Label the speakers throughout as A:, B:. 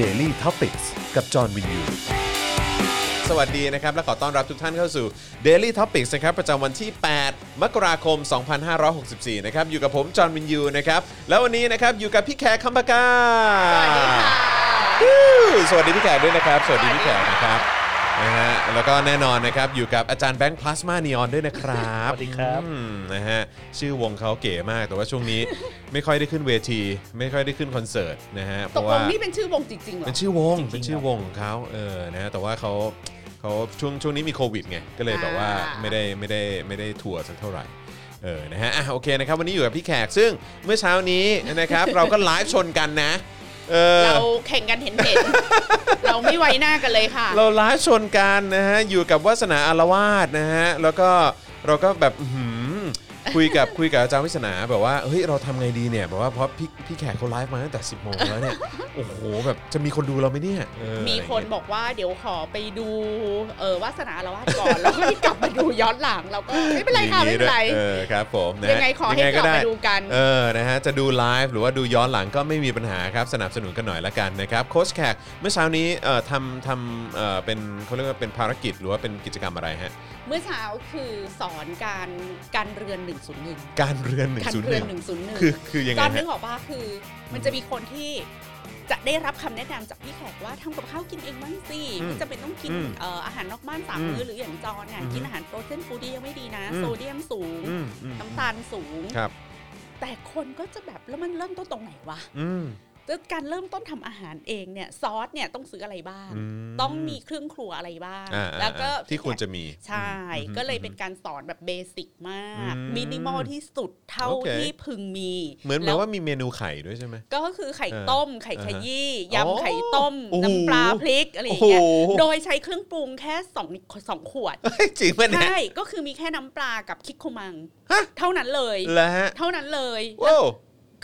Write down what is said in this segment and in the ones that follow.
A: Daily t o p i c กกับจอห์นวินยู
B: สวัสดีนะครับ และขอต้อนรับทุกท่านเข้าสู่ Daily Topics นะครับ ประจำวันที่ 8 มกราคม 2564 นะครับ อยู่กับผม จอห์นวินยู นะครับ แล้ววันนี้นะครับ อยู่กับพี่แขกคำปากาวู้สวัสดีพี่แขกด้วยนะครับ สวัสดีพี่แขกนะครับนะฮะแล้วก็แน่นอนนะครับ อยู่กับอาจารย์แบงค์พลาสมานีออนด้วยนะครับ
C: สวัสดีครับ
B: อืมนะฮะชื่อวงเขาเก๋มากแต่ว่าช่วงนี้ ไม่ค่อยได้ขึ้นเวที ไม่ค่อยได้ขึ้นคอนเสิร์ตนะฮะเพ
D: ตก
B: ราะ
D: ล
B: ว่า
D: งนี่เป็นชื่อวงจริงๆเหรอ
B: เป็นชื่อวง เป็นชื่อวงของเขาเออ นะฮะแต่ว่าเขาเขาช่วงช่วงนี้มีโควิดไง ก็เลยแบบว่า
D: อ่า
B: ไม่ได้ไม่ได้ไม่ได้ทัวร์สักเท่าไหร่ เออ นะฮะ อ่ะ โอเคนะครับ วันนี้อยู่กับพี่แขก ซึ่งเมื่อเช้านี้นะครับ เราก็ไลฟ์ชนกันนะ เออ
D: เราแข่งกันเห็นเห็นๆ เราไม่ไว้หน้ากันเลยค่ะ
B: เราไลฟ์ชนกันนะฮะ อยู่กับวาสนาอารวาสนะฮะ แล้วก็เราก็แบบอื้อหือคุยกับ คุยกับอาจารย์วิสนาแบบว่า เฮ้ย เราทำไงดีเนี่ย แบบว่าเพราะพี่พี่แขกเขาไลฟ์มาตั้งแต่ 10โมงแล้ว เนี่ย โอ้โห แบบจะมีคนดูเราไหมเนี่ยเออ
D: มี
B: อะไรอย่างเงี้ย
D: คนบอกว่าเดี๋ยวขอไปดูเออวาสนาละวาดก่อนแล้วค่อยกลับมาดูย้อนหลังเราก็ไม่เป็นไรค่ะไม่เป็นไร
B: เออครับผมนะฮะ
D: ยังไงขอให้
B: ยั
D: กลับมาดูกัน
B: เออนะฮะจะดูไลฟ์หรือว่าดูย้อนหลังก็ไม่มีปัญหาครับสนับสนุนกันหน่อยละกันนะครับโค้ชแขกเมื่อเช้านี้เอ่อทำทำเอ่อเป็นเขาเรียกว่าเป็นภารกิจหรือว่าเป็นกิจกรรมอะไรฮะ
D: เมื่อเช้าคือสอนการการเรือน 101
B: การเรือน
D: การเรือน
B: 101
D: 101
B: คือคือยังไง
D: ตอนนึ
B: ฮะ
D: กออกป่ะคือ มันจะมีคนที่จะได้รับคำแนะนำจากพี่แขกว่าทำกับข้าวกินเองบ้างสิไม่จำเป็นต้องกิน
B: อืม
D: เอ่ออาหารนอกบ้านสาม
B: อืม
D: มื้อหรืออย่างจอนน่ะกินอาหารโปรตีนฟูดยังไม่ดีนะ
B: อืม
D: โซเดียมสูง
B: อืมอืม
D: น้ำตาลสูง
B: ครับ
D: แต่คนก็จะแบบแล้วมันเริ่มต้นตรงไหนวะ
B: อืม
D: แล้วการเริ่มต้นทำอาหารเองเนี่ยซอสเนี่ยต้องซื้ออะไรบ้าง
B: ม
D: ต้องมีเครื่องครัวอะไรบ้าง
B: อ่า
D: แล้วก็
B: อ่าที่ควรจะมี
D: ใช่ ก็เลยเป็นการสอนแบบเบสิกมาก
B: อืม
D: มินิมอลที่สุดเท่า
B: โอเค
D: ที่พึงมี
B: เหมือนเหมือ
D: แล้
B: น
D: ว
B: ว่ามีเมนูไข่ด้วยใช่ไหม
D: ก็คือไข่
B: เออ
D: ต้ม ไข่
B: เออ
D: ขยี้
B: โอ้
D: ยำไข่ต้ม
B: โอ้โห
D: น้ำปลาพริกอะไรอ
B: โอ้
D: ย่าง
B: โห
D: เงี้ยโดยใช้เครื่องปรุงแค่สองสองขวด
B: เฮ้ยจริงป่ะเนี่ย
D: ใช่ก็คือมีแค่น้ำปลากับคิกโคมัง เท่านั้นเลย
B: แล้วฮะ
D: เท่านั้นเลยแล้ว
B: ว้าว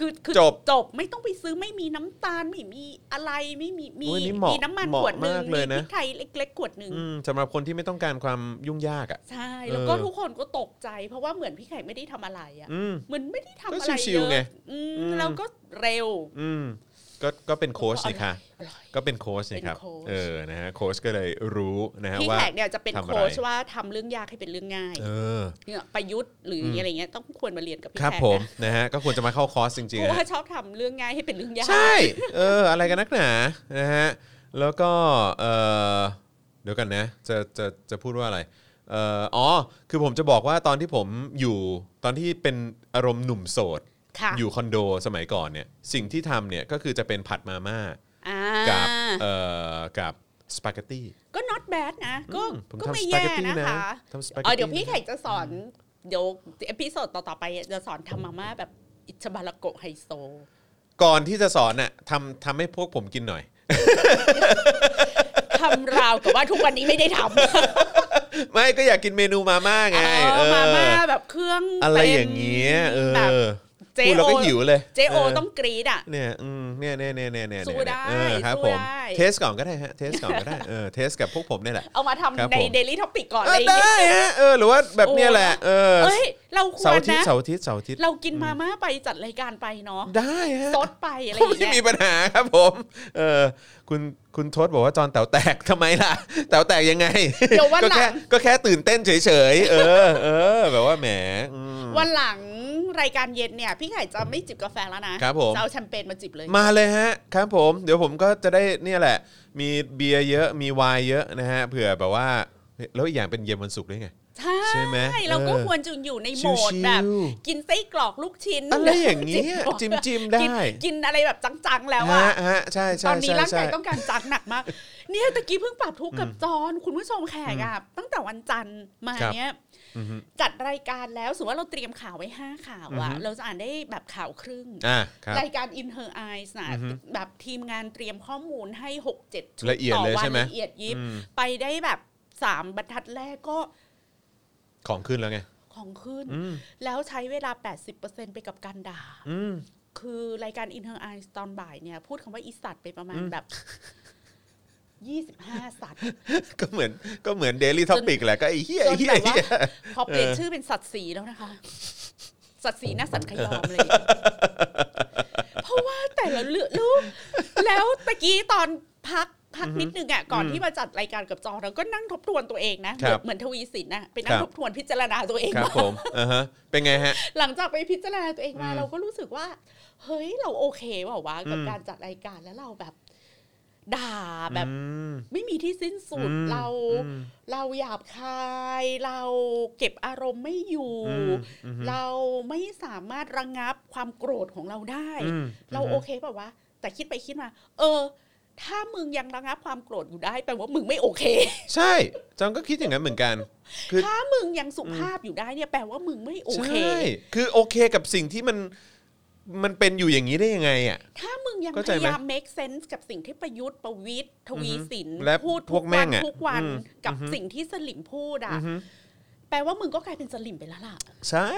D: คือคือ
B: จบ
D: จบไม่ต้องไปซื้อไม่มีน้ำตาลไม่มีอะไรไม่มีมี
B: โอ้ยนี่เหมาะ
D: มีน้ำมัน
B: เหมาะ
D: ขวดหนึ่ง
B: มากเล
D: มี
B: ย
D: พ
B: นะ
D: ริกไทยเล็กๆขวดหนึ่ง
B: อืมสำหรับคนที่ไม่ต้องการความยุ่งยากอ่ะ
D: ใช่ แล้วก็
B: เออ
D: ทุกคนก็ตกใจ เพราะว่าเหมือนพี่ไข่ไม่ได้ทำอะไรอ่ะ
B: อืม
D: เหมือนไม่ได้ทำ
B: ก็
D: อะไร
B: ชิ
D: เยว
B: ๆไง
D: อะอืม
B: อืม
D: แล้วก็เร็ว
B: อืมก็ก็เป็นโค้ชนี่ค่ะ
D: อร่อย
B: ก็เป็นโค้ชนี่ครับ
D: เป็นโค้ช
B: เออ นะฮะ โค้ชก็เลยรู้นะฮะ
D: พี่
B: ว่า
D: แขกเนี่ยจะเป็น
B: ทำอะไร
D: โค้ชว่าทำเรื่องยากให้เป็นเรื่องง่าย
B: เออ
D: เนี่ยประยุทธ์หรืออะไรเงี้ยต้องควรมาเรียนกับพี่
B: ครับ
D: แขก
B: ผม
D: นะ
B: นะฮะ ก็ควรจะมาเข้าคอร์สจริง
D: เพ
B: ๆ
D: ราะว่า
B: นะ
D: ชอบทำเรื่องง่ายให้เป็นเรื่องยาก
B: ใช่ เออ อะไรกันนักหนา นะฮะ แล้วก็ เออเดี๋ยวกันนะ จะ จะ จะพูดว่าอะไร เอ่ออ๋อ คือผมจะบอกว่าตอนที่ผมอยู่ ตอนที่เป็นอารมณ์หนุ่มโสด
D: ค่ะ
B: อยู่คอนโดสมัยก่อนเนี่ย สิ่งที่ทำเนี่ย ก็คือจะเป็นผัดมาม่า
D: อ่า
B: กับ เอ่อ กับสปาเกตตี้
D: ก็ not bad นะก็
B: อืมผม
D: ก็
B: ทำ
D: ไม่
B: สปา
D: แย่
B: เกตตี้
D: นะ
B: นะคะ ทำสปาเกตตี้
D: เออเดี๋ยวพี่ไข่จะสอนเดี๋ยวเอพิโซดต่อๆไปจะสอนทำมาม่าแบบอิชบาระโกะไฮโซ
B: ก่อนที่จะสอนน่ะทำทำให้พวกผมกินหน่อย
D: ทำราวกับว่าทุกวันนี้ไม่ได้ทำ
B: ไม่ก็อยากกินเมนูมาม่าไง
D: เออมาม่า
B: เออ
D: แบบเครื่อง
B: อะไร
D: ต็ม
B: อย่างเงี้ยเอ
D: แบบ
B: อ
D: เจ
B: พูดแล้ว
D: โอ
B: ก็หิวเลย
D: เจโอ
B: เ
D: ต้องกรีดอ่ะ
B: เนี่ยอืมเนี่ยเนี่ยเนี่ยเนี่ยเนี่ย
D: สู้ได้
B: เออครับ
D: สู้
B: ผม
D: ได้
B: เทสก่อนก็ได้ฮะเทสก่อนก็ได้เออเทสกับพวกผมเนี่ยแหละ
D: เอามา
B: ครับ
D: ทำใน
B: ผม
D: เดลิทอปิกก่อน
B: เอ
D: อะไร
B: อ
D: อย่าง
B: ได้
D: เงี้ย
B: ฮะเออหรือว่าแบบเนี้ยแหละเออ
D: เอ้ย เราคว
B: เสาร์
D: ร
B: อาทิต
D: นะ
B: ย์เสาร์อาทิตย์เสาร์อาทิตย์
D: เรากินมาม่าไปจัดรายการไปเนาะ
B: ได้ฮะ
D: ซดไปอะไรอ
B: ก็
D: ย่าง
B: ไม่
D: เงี้
B: มี
D: ย
B: ปัญหาครับผมเออคุณคุณทศบอกว่าจอนแต๋วแตกท ำไมล่ะแต๋วแตกยังไง
D: เดี๋ยววัน
B: ก็
D: หลัง
B: แค่ก็แค่ตื่นเต้นเฉยๆเออเออแบบว่าแหมอืม
D: วันหลังรายการเย็นเนี่ย พี่ไข่จะไม่จิบกาแฟแล้วนะครับ
B: ผม
D: จะเอาแชมเปญมาจิบเลย
B: มาเลยฮะครับผม เดี๋ยวผมก็จะได้เนี่ยแหละ มีเบียร์เยอะมีไวน์เยอะนะฮะเผื่อแบบว่าแล้วอีกอย่างเป็นเย็นวันศุกร์ด้วยไง
D: ใช่
B: ใช่ไหม
D: เราก็
B: เออ
D: ควรจะอยู่ในโหมด
B: ชิวๆ
D: แบบ กินไส้กรอกลูกชิ้น
B: อะไรอย่างเงี้ย
D: จิ
B: จิ
D: บ
B: มจิม
D: หมด
B: ได้
D: กินกินอะไรแบบจังๆแล้ว
B: ฮะ
D: อะ
B: ฮะใช่
D: ต
B: ใช่
D: อนนี้
B: ใช่
D: ร่าง
B: ใช่
D: กายต้องการจังหนัก มาก เนี่ยตะกี้เพิ่งปรับทุกข์กับจอนคุณผู้ชมแขกอะตั้งแต่วันจันทร์มา
B: ครับ
D: เนี้ย
B: อือฮึ
D: จัดรายการแล้วสมมติว่าเราเตรียมข่าวไว้ห้าข่าวอะ
B: อือฮึ
D: เราจะอ่านได้แบบข่าวครึ่ง
B: อ่ะครับ
D: รายการ In Her Eyes นะ
B: อือฮึ
D: แบบทีมงานเตรียมข้อมูลให้ 6-7 ชุด
B: ละเอียด
D: ต่อ
B: เลย
D: วั
B: ใช่ไหม
D: ละเอียดยิบ
B: อืม
D: ไปได้แบบสามบรรทัดแรกก็
B: ของขึ้นแล้วไง
D: ของขึ้น
B: อืม
D: แล้วใช้เวลา 80%ไปกับการด่า
B: อืม
D: คือรายการ In Her Eyes ตอนบ่ายเนี่ย พูดคำว่าอีสัตว์ไปประมาณ
B: อืม
D: แบบ 25 สัตว์
B: ก็เหมือนก็เหมือนเดลี่ท็อปิกแหละก็ไอ้เหี้ยไอ้เหี้ย
D: จนแบบ
B: ไอ้
D: ว่า
B: เหี้ย
D: พอเปลี่ยน
B: เออ
D: ชื่อเป็นสัตว์สีแล้วนะคะ สัตว์สีหน้าสัตว์ขยอมเลย เพราะว่าแต่ละเรื่องแล้วตะ มื่อกี้ตอนพักพักนิดนึงอ่ะก่อนที่มาจัดรายการกับจอเราก็นั่งทบทวนตัวเองนะ
B: ครับ
D: เหมือนทวีสินนะไปนั่งทบทวนพิจารณาตัวเอง
B: ครับผมอ่าฮะเป็นไงฮะ
D: หลังจากไปพิจารณาตัวเองมา
B: อืม
D: เราก็รู้สึกว่า เฮ้ยเราโอเคเปล่าวะกับ
B: อืม
D: การจัดรายการแล้วเราแบบ ด่าแบบ
B: อืม
D: ไม่มีที่สิ้นสุด
B: อืม
D: เรา
B: อืม
D: เราหยาบคาย เราเก็บอารมณ์ไม่อยู่
B: อืมอือฮึ
D: เราไม่สามารถระงงับความโกรธของเราได้
B: อืม
D: เรา
B: อือฮึ
D: โอเคเปล่าวะแต่คิดไปคิดมา เออ ถ้ามึงยังระงับความโกรธอยู่ได้แปลว่ามึงไม่โอเค
B: ใช่จองก็คิดอย่างนั้นเหมือนกัน คือ
D: ถ้ามึงยังสุภาพอยู่ได้เนี่ยแปลว่ามึงไม่โอเค
B: ใช่คือโอเคกับสิ่งที่มันมันเป็นอยู่อย่างนี้ได้ยังไงอ่ะ
D: ถ้ามึงยัง
B: เข้า
D: พ
B: ใจไหม
D: ยายาม make sense กับสิ่งที่ประยุทธ์ประวิทย์ทวีสิน
B: อือฮึและ
D: พูด
B: พ
D: ทุ
B: วก
D: ก
B: แม่
D: วัน
B: งอะ
D: ทุกวัน
B: อืม
D: กับ
B: อือฮึ
D: สิ่งที่สลิมพูด
B: อื
D: อ่ะ
B: อฮึ
D: แปลว่ามึงก็กลายเป็นสลิมไปแล้วล่ะ
B: ใช่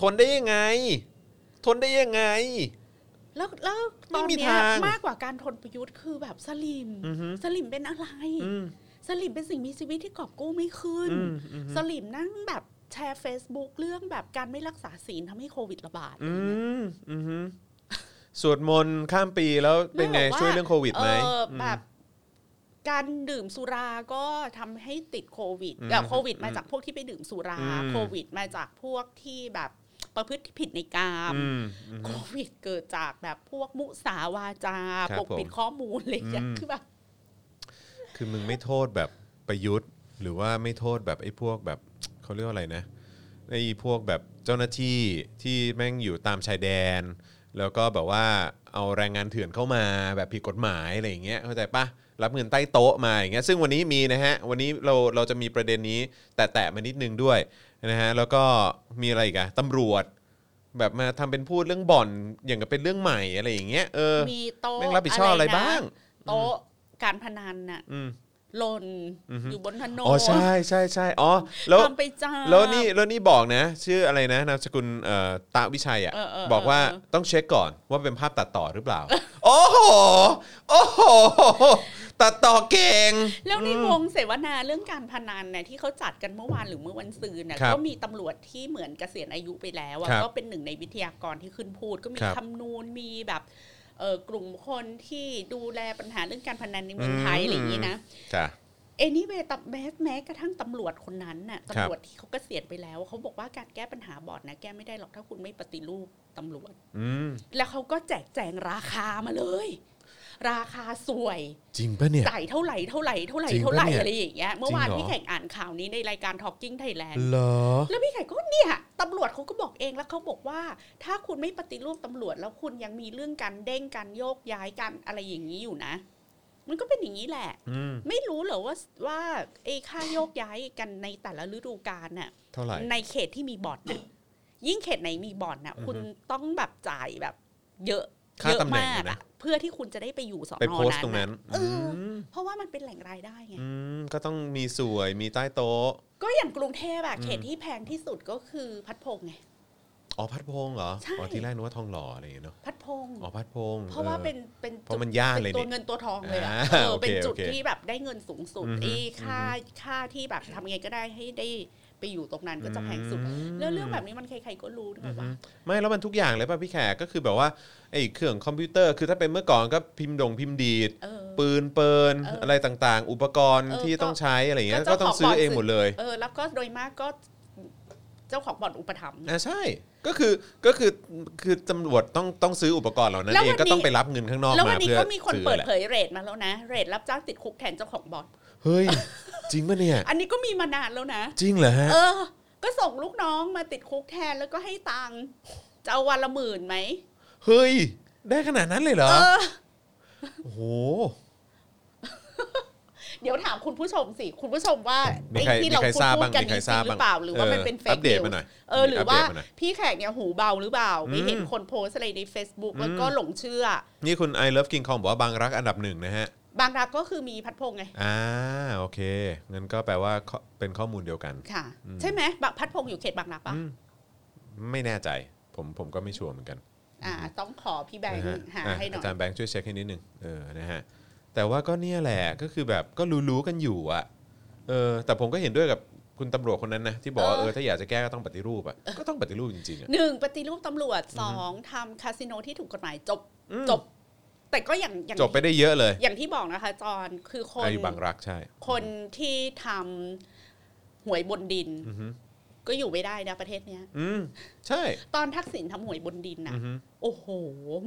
B: ทนได้ยังไง ทนได้ยังไง
D: แล้วแล้วต
B: ไม่
D: อน
B: มี
D: เนี้ย
B: ทาง
D: มากกว่าการทนประยุทธ์คือแบบสลิม
B: อือฮึ
D: สลิมเป็นอะไร
B: อืม
D: สลิมเป็นสิ่งมีชีวิตที่กอบกู้ไม่ขึ้น
B: อืมอือฮึ
D: สลิมนั่งแบบแชร์ Facebook เรื่องแบบการไม่รักษาศีลทำให้โควิดระบาด
B: อืมอือฮึสวดมนต์ข้ามปีแล้วเป็นไง
D: แล้แบบา
B: ช่วยเรื่องโควิดไหม
D: เออแบบ การดื่มสุราก็ทำให้ติดโควิด
B: อืม
D: แต่โควิดมาจากพวกที่ไปดื่มสุรา
B: อืม
D: โควิดมาจากพวกที่แบบประพฤติผิดในกาม
B: อืมอืม
D: โควิดเกิดจากแบบพวกมุสาวาจา
B: ครับ
D: ปกปิด
B: ผม
D: ข้อมูลอะไรอย่างเงี้ย
B: อืม
D: คือแบบ
B: คือมึงไม่โทษแบบประยุทธ์ หรือว่าไม่โทษแบบไอ้พวกแบบเขาเรียกว่าอะไรนะไอ้พวกแบบเจ้าหน้าที่ที่แม่งอยู่ตามชายแดน แล้วก็แบบว่าเอาแรงงานเถื่อนเข้ามาแบบผิดกฎหมายอะไรอย่างเงี้ยเข้าใจปะรับเงินใต้โต๊ะมาอย่างเงี้ยซึ่งวันนี้มีนะฮะวันนี้เราเราจะมีประเด็นนี้แต่แตะมานิดนึงด้วยนะฮะแล้วก็มีอะไรอีกอะตำรวจ แบบมาทำเป็นพูดเรื่องบ่อนอย่างกับเป็นเรื่องใหม่อะไรอย่างเงี้ยเออ
D: มีโต๊ะ
B: แม่งรับผิดชอบอะไรบ้าง
D: อะไนะโต๊ะการพนันน่ะ
B: อืม
D: หล่นอยู่บนถนน
B: อ๋อใช่ใช่ใช่อ๋อแล้ว
D: ตามไปจ้า
B: แล้วนี่แล้วนี่บอกนะ ชื่ออะไรนะนามสกุลเอ่อตาวิชัยอ่ะ
D: เออเออเออ
B: บอกว่าต้องเช็คก่อนว่าเป็นภาพตัดต่อหรือเปล่า โอ้โหโอ้โหตัดต่อเก่ง
D: แล้วในวงเสวนาเรื่องการพนันเนี่ยที่เขาจัดกันเมื่อวานหรือเมื่อวันซืนน่ะ
B: ครับ
D: ก็มีตำรวจที่เหมือนเกษียณอายุไปแล้วอะ
B: ครับ
D: ก็เป็นหนึ่งในวิทยากรที่ขึ้นพูด ก็มี
B: ครับ
D: คำนูนมีแบบเอ่อกลุ่มคนที่ดูแลปัญหาเรื่องการพนันในเมืองไทย
B: อืม
D: อะไรอย่างนี้นะ
B: จ้ะ
D: เอ็นี่เวตับแม้แม้กระทั่งตำรวจคนนั้นน่ะ
B: ครับ
D: ตำรวจที่เขาเกษียณไปแล้วเขาบอกว่าการแก้ปัญหาบอร์ดนะแก้ไม่ได้หรอกถ้าคุณไม่ปฏิรูปตำรวจ
B: อืม
D: แล้วเขาก็แจกแจงราคามาเลย ราคาสวย
B: จริงปะเนี่ย
D: จ่ายเท่าไหร่เท่าไหร่เท่าไหร่
B: จริงปะ
D: เท่าไหร่
B: เนี่ย
D: อะไรอย่างเงี้ยเมื่อวาน
B: จริงเหรอ
D: พี่แขกอ่านข่าวนี้ในรายการ Talking Thailand
B: เหรอ
D: แล้วพี่ไข่ก็เนี่ยตำรวจเขาก็บอกเองแล้วเขาบอกว่า ถ้าคุณไม่ปฏิรูปตำรวจ แล้วคุณยังมีเรื่องการเด้งการโยกย้ายการอะไรอย่างนี้อยู่นะ มันก็เป็นอย่างนี้แหละ
B: อืม
D: ไม่รู้เหรอว่าว่าไอ้ค่าโยกย้ายกันในแต่ละฤดูกาลน่ะ
B: เท่าไหร่
D: ในเขตที่มีบ่อนน่ะยิ่งเขตไหนมีบ่อนน่ะ
B: อือฮึ
D: คุณต้องแบบจ่ายแบบ เยอะ
B: ค่า
D: เยอะ
B: ตำแหน่ง
D: มาก
B: นะ
D: อะเพื่อที่คุณจะได้ไปอยู่สอน
B: ไป
D: อ
B: โพสต์ตรงนั้
D: นั้น น
B: อื
D: เออ
B: ม
D: เพราะว่ามันเป็นแหล่งรายได้ไง
B: อืมก็ต้องมีสวยมีใต้โต๊ะ
D: ก็อย่างกรุงเทพอะ
B: อืม
D: เขตที่แพงที่สุดก็คือพัดพงษ์ไง
B: อ๋อพัดพงษ์เหรอ
D: ใช่
B: อ๋อที่แรกนึกว่าทองหล่ออะไรอย่างเงี้ยเนาะ
D: พัดพงษ์
B: อ๋อพัดพงษ์
D: เพราะว่า
B: ออ
D: เป็นเป็น
B: เพราะมัน
D: จุ
B: ย่านเลย
D: ป็ตัว
B: นี่
D: เงินตัวทองเลยอะ
B: อ่า
D: เออ
B: โอเค
D: เป็นจุด
B: โอเค
D: ที่แบบได้เงินสูงสุด
B: อือฮึ
D: ไอ้ค่า
B: อือฮึ
D: ค่าที่แบบทำยังไงก็ได้ให้ได้ไปอยู่ตรงนั้นก็จะแพงสุด แล้วเรื่องแบบนี้มันใครๆก็รู้ถูกปะ
B: ไม่แล้วมันทุกอย่างเลยป่ะพี่แขกก็คือแบบว่าไอ้เครื่องคอมพิวเตอร์คือถ้าเป็นเมื่อก่อนก็พิมพ์ดงพิมพ์ดีด
D: เออ
B: ปืนเปิน
D: เอออ
B: อะไรต่างๆ อุปกรณ์
D: เออ
B: ที่ต้องใช้อะไรอย่างเงี้ยก็
D: ก็เจ้า
B: ต้อง
D: ของ
B: ซื้อ
D: บ่อน
B: เองหมดเลย
D: เออ แล้วก็โดยมากก็เจ้าของบ่อนอุปถัมภ์
B: อ่ะใช่ก็คือก็คือคือตำรวจต้องต้องซื้ออุปกรณ์เหล่านั้น
D: แล้ว
B: เอ
D: วั
B: ง
D: น
B: ก็ต้อง
D: นี้
B: ไปรับเงินข้างนอก
D: แล้ววั
B: มาน
D: นี้
B: เพื่อ
D: ก็มีคน
B: ซื้อ
D: เปิด
B: แหละ
D: เผยเรทมาแล้วนะ เรทรับจ้างติดคุกแทนเจ้าของบ่อน
B: เฮ้ย จริงปะเนี่ย
D: อันนี้ก็มีมานานแล้วนะ
B: จริงเหรอฮะ
D: เออ ก็ส่งลูกน้องมาติดคุกแทนแล้วก็ให้ตังค์จะเอาวันละหมื่นไหม
B: เฮ้ย ได้ขนาดนั้นเลยเหรอ
D: เออ
B: โอ้โห
D: เดี๋ยวถามคุณผู้ชมสิ คุณผู้ชมว่า
B: มีใคร
D: ไอ้ที่
B: มี
D: เรา
B: ใคร
D: พูด
B: ทราบ
D: พูด
B: บ้าง
D: กัน
B: มี
D: จ
B: ใคร
D: ริ
B: ทราบ
D: งหรื
B: บ้าง
D: อเปล่า หรือว่า
B: เออ
D: มันเป็นเฟ
B: อั
D: ก
B: ปเดต
D: นิว
B: มาหน่อย
D: เออหรือว่า
B: อัปเดตมาหน่อย
D: พี่แขกเนี่ยหูเบาหรือเปล่า ไม่เห็น
B: อืม
D: คนโพสต์อะไรใน Facebook แล้ว
B: อืม
D: ก็หลงเชื่อ
B: นี่คุณ I love King Kong บอกว่าบางรักอันดับหนึ่งนะฮะ
D: บางรักก็คือมีพัดพงษ์ไง
B: อ่าโอเคงั้นก็แปลว่าข้อเป็นข้อมูลเดียวกัน
D: ค่ะ ใช่ไหมบะพัดพงษ์อยู่เขตบางรักปะ
B: อืม ไม่แน่ใจผมผมก็ไม่ชัวร์เหมือนกัน
D: อ่า ต้องขอพี่แบงค์
B: นะฮะ
D: หา
B: อ่ะ
D: ให้หน่อย
B: จารย์แบงค์ช่วยเช็คให้นิดนึงเออนะฮะแต่ว่าก็เนี่ยแหละก็คือแบบก็รู้ๆกันอยู่อะเออแต่ผมก็เห็นด้วยกับคุณตำรวจคนนั้นนะที่บอกว่าเอ
D: เออ
B: อถ้าอยากจะแก้ก็ต้องปฏิรูปอะก็ต้องปฏิรูปจริงๆอะ
D: หนึ่งปฏิรูปตำรวจสองทำคาสิโนที่ถูกกฎหมายจบ
B: อืม
D: จบ แต่ก็อย่างอย่าง
B: จบไปได้เยอะเลย
D: อย่างที่บอกนะคะ จอนคือคน
B: อายุบางรักใช่
D: คนที่ทำหวยบนดิน
B: อือฮึ
D: ก็อยู่ไม่ได้นะประเทศเนี้ย
B: อืมใช่
D: ตอนทักษิณทำหวยบนดินนะ
B: อือฮึ
D: โอ้โห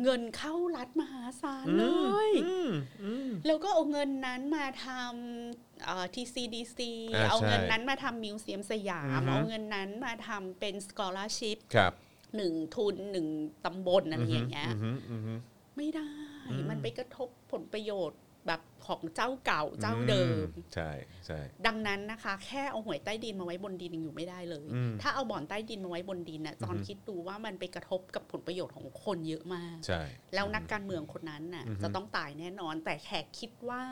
D: เงินเข้ารัฐมหาศาล
B: อื
D: เล
B: ม
D: ย
B: อืมอืม
D: แล้วก็เอาเงินนั้นมาทำเอ่อ TCDC
B: อ่าใช่
D: เอาเงินนั้นมาทำมิวเซียมสยา
B: อื
D: ม
B: อฮึ
D: เอาเงินนั้นมาทำเป็นสกอล a r ชิพ
B: ครับ
D: หนึ่งทุนหนึ่งตำบลอะไรอย่างเงี้ย
B: ฮึอือฮึ
D: ไม่ได้
B: อืม
D: มันไปกระทบผลประโยชน์แบบของเจ้าเก่าเจ้าเดิม
B: อืใช่ใช่
D: ดังนั้นนะคะ แค่เอาหวยใต้ดินมาไว้บนดินยังอยู่ไม่ได้เลย
B: อืม
D: ถ้าเอาบ่อนใต้ดินมาไว้บนดินน่ะจอน
B: อือฮึ
D: คิดดูว่ามันไปกระทบกับผลประโยชน์ของคนเยอะมาก
B: ใช่
D: แล้วนักการเมืองคนนั้นน่ะ
B: อือฮึ
D: จะต้องตายแน่นอน แต่แขกคิดว่า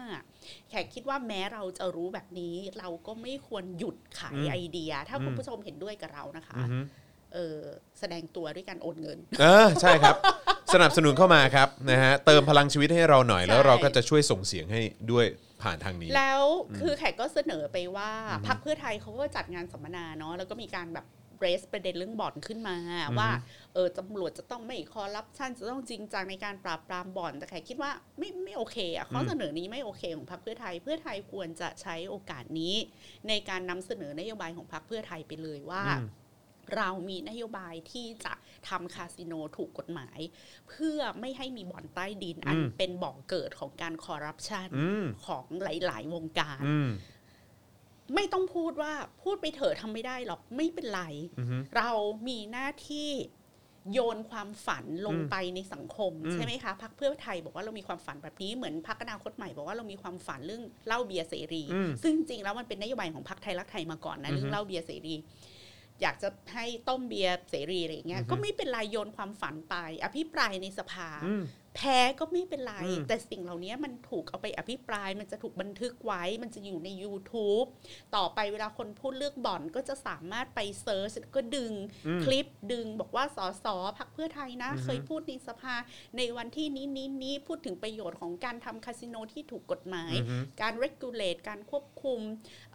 D: แขกคิดว่าแม้เราจะรู้แบบนี้ เราก็ไม่ควรหยุดขายไอเดีย ถ้าคุณผู้ชมเห็นด้วยกับเรานะคะ
B: อือฮึ
D: เออแสดงตัวด้วยการโอนเงิน
B: เออใช่ครับ สนับสนุนเข้ามาครับนะฮะเติมพลังชีวิตให้เราหน่อย แล้ว
D: ใช่
B: เราก็จะช่วยส่งเสียงให้ด้วยผ่านทางนี้
D: แล้วคือแขกก็เสนอไปว่าพรรคเพื่อไทยเขาก็จัดงานสัมมนาเนาะแล้วก็มีการแบบเรสประเด็นเรื่องบ่อนขึ้นมา ว่าเออตำรวจจะต้องไม่คอร์รัปชันจะต้องจริงจังในการปราบปรามบ่อน แต่แขกคิดว่าไม่ไม่โอเคอะข้อเสนอนี้ไม่โอเคของพรรคเพื่อไทย เพื่อไทยควรจะใช้โอกาสนี้ ในการนำเสนอนโยบายของพรรคเพื่อไทยไปเลยว่า
B: อืม
D: เรามีนโยบายที่จะทำคาสิโนถูกกฎหมาย เพื่อไม่ให้มีบ่อนใต้ดินอัน
B: อืม
D: เป็นบ่อเกิดของการคอร์รัปชัน
B: อืม
D: ของหลาย ๆ วงการ
B: อืม
D: ไม่ต้องพูดว่าพูดไปเถอะทำไม่ได้หรอกไม่เป็นไร
B: อือฮึ
D: เรามีหน้าที่โยนความฝันลงไปในสังคม
B: อืม
D: ใช่ไหมคะพักเพื่อไทยบอกว่าเรามีความฝันแบบนี้เหมือนพักอนาคตใหม่บอกว่าเรามีความฝันเรื่องเหล้าเบียร์เสรี
B: อืม
D: ซึ่งจริงๆแล้วมันเป็นนโยบายของพรรคไทยรักไทยมาก่อนนะ
B: อือฮึ
D: เรื่องเหล้าเบียร์เสรี อยากจะให้ต้มเบียร์เสรีอะไรอย่างเงี้ย
B: อือฮึ
D: ก็ไม่เป็นไรโยนความฝันไป อภิปรายในสภา
B: อืม
D: แพ้ก็ไม่เป็นไร
B: อืม
D: แต่สิ่งเหล่านี้มันถูกเอาไปอภิปราย มันจะถูกบันทึกไว้ มันจะอยู่ใน YouTube ต่อไปเวลาคนพูดเลือกบ่อนก็จะสามารถไปเซิร์ชก็ดึง
B: อืม
D: คลิปดึงบอกว่าสสพักเพื่อไทยนะ
B: อือฮึ
D: เคยพูดในสภาในวันที่นี้นี้นี้พูดถึงประโยชน์ของการทำคาสิโนที่ถูกกฎหมาย
B: อือฮึ
D: การ regulate การควบคุม